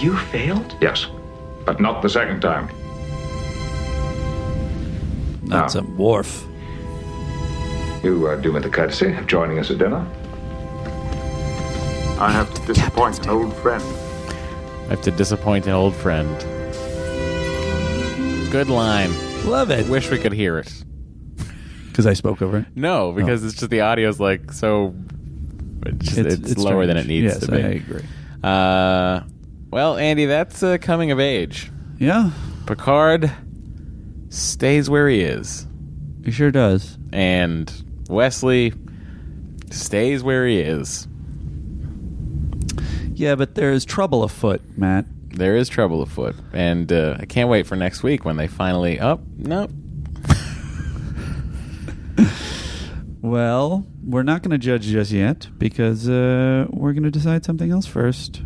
[SPEAKER 20] you failed?
[SPEAKER 8] Yes, but not the second time.
[SPEAKER 2] Not some wharf.
[SPEAKER 8] Ah. You uh, do me the courtesy of joining us at dinner. I have to disappoint an old friend.
[SPEAKER 1] I have to disappoint an old friend. Good line.
[SPEAKER 2] Love it.
[SPEAKER 1] Wish we could hear it. Oh.
[SPEAKER 2] Because I spoke over it.
[SPEAKER 1] No, because it's just the audio's like so. It's, just,
[SPEAKER 2] It's-
[SPEAKER 1] it's,
[SPEAKER 2] it's
[SPEAKER 1] lower than it
[SPEAKER 2] strange.
[SPEAKER 1] needs
[SPEAKER 2] Yes,
[SPEAKER 1] to be.
[SPEAKER 2] I agree.
[SPEAKER 1] Uh, well, Andy, that's uh, coming of age.
[SPEAKER 2] Yeah.
[SPEAKER 1] Picard stays where he is.
[SPEAKER 2] He sure does.
[SPEAKER 1] And Wesley stays where he is.
[SPEAKER 2] Yeah, but there is trouble afoot, Matt.
[SPEAKER 1] There is trouble afoot, and uh, I can't wait for next week when they finally. Oh no,
[SPEAKER 2] Well, we're not going to judge just yet because uh, we're going to decide something else first.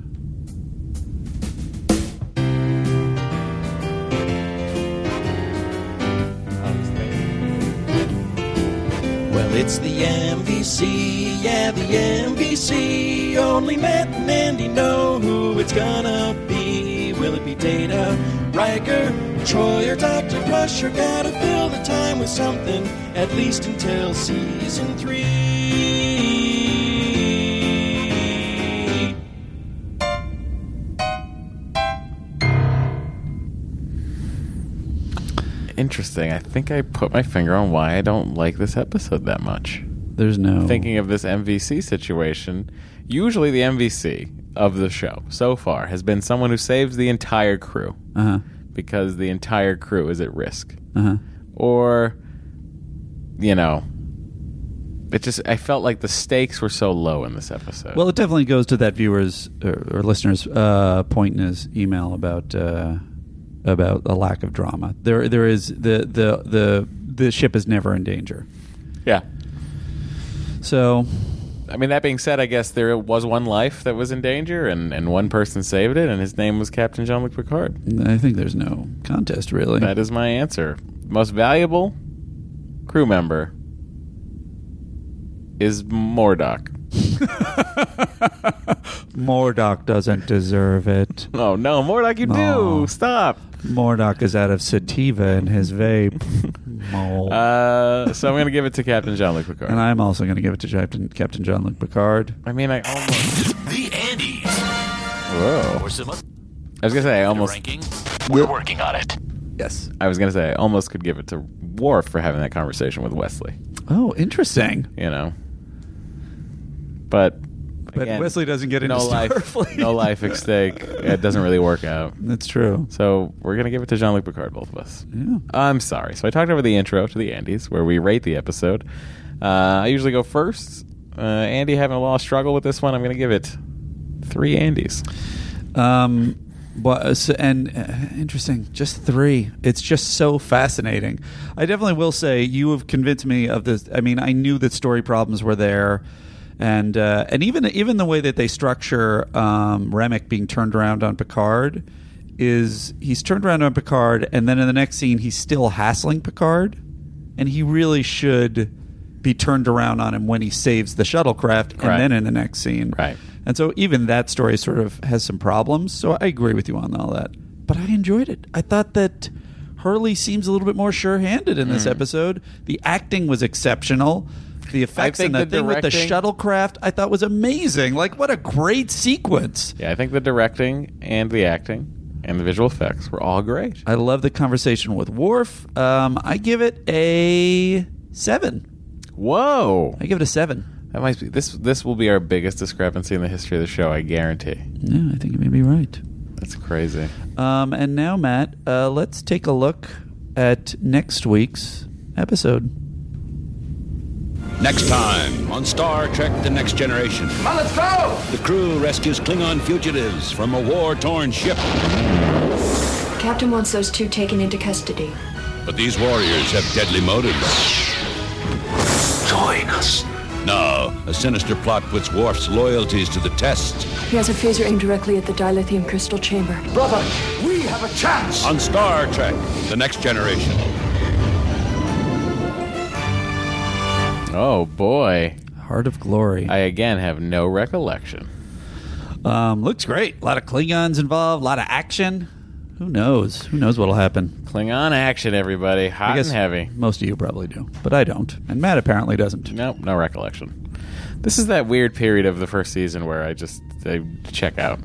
[SPEAKER 12] Well, it's the MVC, yeah, the MVC. Only Matt and Andy know who it's gonna be. Will it be Data, Riker, Troy, or Dr. Crusher? Gotta fill the time with something, at least until season three.
[SPEAKER 1] Interesting. I think I put my finger on why I don't like this episode that much.
[SPEAKER 2] There's no.
[SPEAKER 1] Thinking of this MVC situation, usually the MVC of the show so far has been someone who saves the entire crew
[SPEAKER 2] Uh-huh.
[SPEAKER 1] because the entire crew is at risk.
[SPEAKER 2] Uh-huh.
[SPEAKER 1] Or, you know, it just, I felt like the stakes were so low in this episode.
[SPEAKER 2] Well, it definitely goes to that viewer's or, or listener's uh, point in his email about uh, about a lack of drama. There, there is the the the the ship is never in danger.
[SPEAKER 1] Yeah.
[SPEAKER 2] So,
[SPEAKER 1] I mean, that being said, I guess there was one life that was in danger, and, and one person saved it, and his name was Captain Jean Luc Picard.
[SPEAKER 2] I think there's no contest really.
[SPEAKER 1] That is my answer. Most valuable crew member is Mordock.
[SPEAKER 2] Mordock doesn't deserve it.
[SPEAKER 1] Oh no, Mordock, you do. Stop.
[SPEAKER 2] Mordock is out of sativa in his vape. Mol-
[SPEAKER 1] Uh, so I'm going to give it to Captain Jean Luc Picard.
[SPEAKER 2] and I'm also going to give it to Captain, Captain John Luke Picard.
[SPEAKER 1] I mean, I almost.
[SPEAKER 12] The Andes.
[SPEAKER 1] Whoa.
[SPEAKER 12] Or some other
[SPEAKER 1] I was going to say, I almost.
[SPEAKER 12] ranking. We're working on it.
[SPEAKER 2] Yes.
[SPEAKER 1] I was going to say, I almost could give it to Worf for having that conversation with Wesley.
[SPEAKER 2] Oh, interesting.
[SPEAKER 1] You know? But.
[SPEAKER 2] But Wesley doesn't get
[SPEAKER 1] no
[SPEAKER 2] into
[SPEAKER 1] life,
[SPEAKER 2] Starfleet.
[SPEAKER 1] no life at stake. It doesn't really work out.
[SPEAKER 2] That's true.
[SPEAKER 1] So we're gonna give it to Jean-Luc Picard, both of us.
[SPEAKER 2] Yeah.
[SPEAKER 1] I'm sorry. So I talked over the intro to the Andes, where we rate the episode. Uh, I usually go first. Uh, Andy having a lot of struggle with this one. I'm gonna give it three Andes.
[SPEAKER 2] Um, but, so, and uh, interesting, just three. It's just so fascinating. I definitely will say you have convinced me of this. I mean, I knew that story problems were there, and uh, and even even the way that they structure um, Remick being turned around on Picard is he's turned around on Picard, and then in the next scene he's still hassling Picard, and he really should be turned around on him when he saves the shuttlecraft,
[SPEAKER 1] Right.
[SPEAKER 2] and then in the next scene,
[SPEAKER 1] Right.
[SPEAKER 2] and so even that story sort of has some problems. So I agree with you on all that. But I enjoyed it. I thought that Hurley seems a little bit more sure-handed in this
[SPEAKER 1] Hmm.
[SPEAKER 2] episode. The acting was exceptional. The effects
[SPEAKER 1] think
[SPEAKER 2] and the,
[SPEAKER 1] the
[SPEAKER 2] thing with the
[SPEAKER 1] directing-
[SPEAKER 2] shuttlecraft I thought was amazing. Like what a great sequence.
[SPEAKER 1] Yeah, I think the directing and the acting and the visual effects were all great.
[SPEAKER 2] I love the conversation with Worf. Um, I give it a 7.
[SPEAKER 1] Whoa!
[SPEAKER 2] I give it a 7.
[SPEAKER 1] That might be this. This will be our biggest discrepancy in the history of the show. I guarantee.
[SPEAKER 2] Yeah, I think you may be right.
[SPEAKER 1] That's crazy.
[SPEAKER 2] Um, and now, Matt, uh, let's take a look at next week's episode.
[SPEAKER 22] Next time on Star Trek The Next Generation. Come on, let's go! The crew rescues Klingon fugitives from a war torn ship.
[SPEAKER 4] Captain wants those two taken into custody.
[SPEAKER 22] But these warriors have deadly motives. Join us. Now, a sinister plot puts Worf's loyalties to the test
[SPEAKER 4] He has a phaser aimed directly at the dilithium crystal chamber. Brother!
[SPEAKER 22] We have a chance! on Star Trek The Next Generation.
[SPEAKER 1] Oh boy.
[SPEAKER 2] Heart of Glory.
[SPEAKER 1] I again have no recollection.
[SPEAKER 2] Um, looks great. A lot of Klingons involved, a lot of action. Who knows? Who knows what'll happen?
[SPEAKER 1] Klingon action, everybody, hot
[SPEAKER 2] guess
[SPEAKER 1] and heavy.
[SPEAKER 2] Most of you probably do, but I don't. And Matt apparently doesn't.
[SPEAKER 1] Nope, no recollection. This is that weird period of the first season where I just I check out,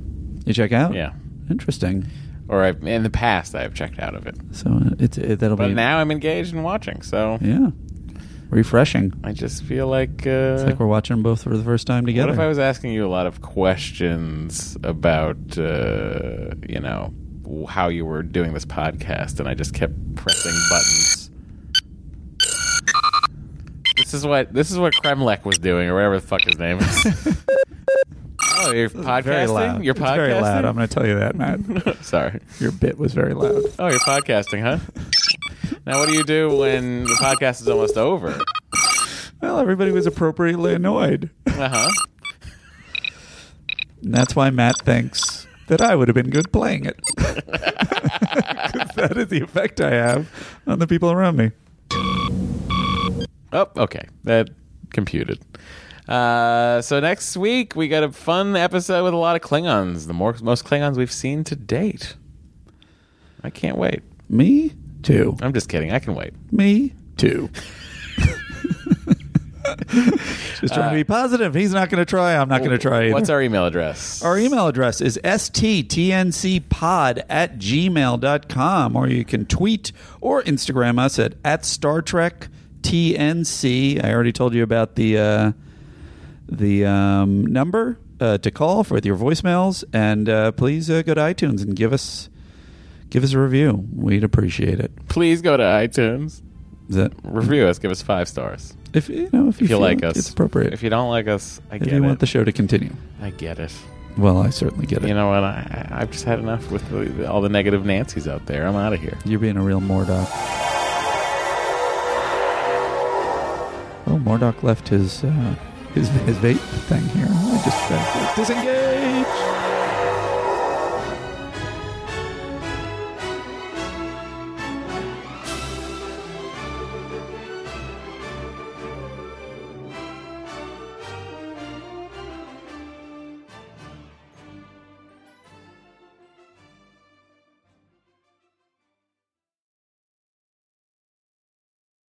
[SPEAKER 2] You check out?
[SPEAKER 1] Yeah.
[SPEAKER 2] Interesting.
[SPEAKER 1] or I, in the past I have checked out of it.
[SPEAKER 2] So uh, it's it, that'll
[SPEAKER 1] But
[SPEAKER 2] be
[SPEAKER 1] now I'm engaged and watching, so
[SPEAKER 2] yeah, refreshing.
[SPEAKER 1] I just feel like uh,
[SPEAKER 2] It's like we're watching them both for the first time together.
[SPEAKER 1] What if I was asking you a lot of questions about, uh, you know, w- how you were doing this podcast, and I just kept pressing buttons? This is what this is what Kremlek was doing, or whatever the fuck his name is. oh, you're podcasting.
[SPEAKER 2] Very loud.
[SPEAKER 1] You're
[SPEAKER 2] It's
[SPEAKER 1] podcasting.
[SPEAKER 2] very loud. I'm going to tell you that, Matt.
[SPEAKER 1] Sorry.
[SPEAKER 2] Your bit was very loud.
[SPEAKER 1] Oh, you're podcasting, huh? now, what do you do when the podcast is almost over?
[SPEAKER 2] Well, everybody was appropriately annoyed.
[SPEAKER 1] Uh huh.
[SPEAKER 2] And that's why Matt thinks that I would have been good playing it. 'Cause that is the effect I have on the people around me.
[SPEAKER 1] Oh, okay. That computed. Uh, so next week we got a fun episode with a lot of Klingons. The more, most Klingons we've seen to date. I can't wait.
[SPEAKER 2] Me too.
[SPEAKER 1] I'm just kidding. I can wait.
[SPEAKER 2] Me too. Just trying to be positive. He's not going to try. I'm not going to try. Either.
[SPEAKER 1] Uh, What's our email address?
[SPEAKER 2] Our email address is sttncpod at gmail.com, or you can tweet or Instagram us at, at Star Trek TNC. I already told you about the, uh, the um, number uh, to call for with your voicemails, and uh, please uh, go to iTunes and give us give us a review. We'd appreciate it.
[SPEAKER 1] Please go to iTunes.
[SPEAKER 2] Is that-
[SPEAKER 1] Review us. Give us five stars.
[SPEAKER 2] If you know, if you feel
[SPEAKER 1] like
[SPEAKER 2] like
[SPEAKER 1] us,
[SPEAKER 2] it's appropriate.
[SPEAKER 1] If you don't like us, I
[SPEAKER 2] If
[SPEAKER 1] get
[SPEAKER 2] you
[SPEAKER 1] it.
[SPEAKER 2] want the show to continue.
[SPEAKER 1] I get it.
[SPEAKER 2] Well, I certainly get it.
[SPEAKER 1] You know what? I, I- I've just had enough with the, all the negative Nancys out there. I'm out of here.
[SPEAKER 2] You're being a real Mordock. Oh, Mordock left his uh, his his vape thing here. I just uh, disengage.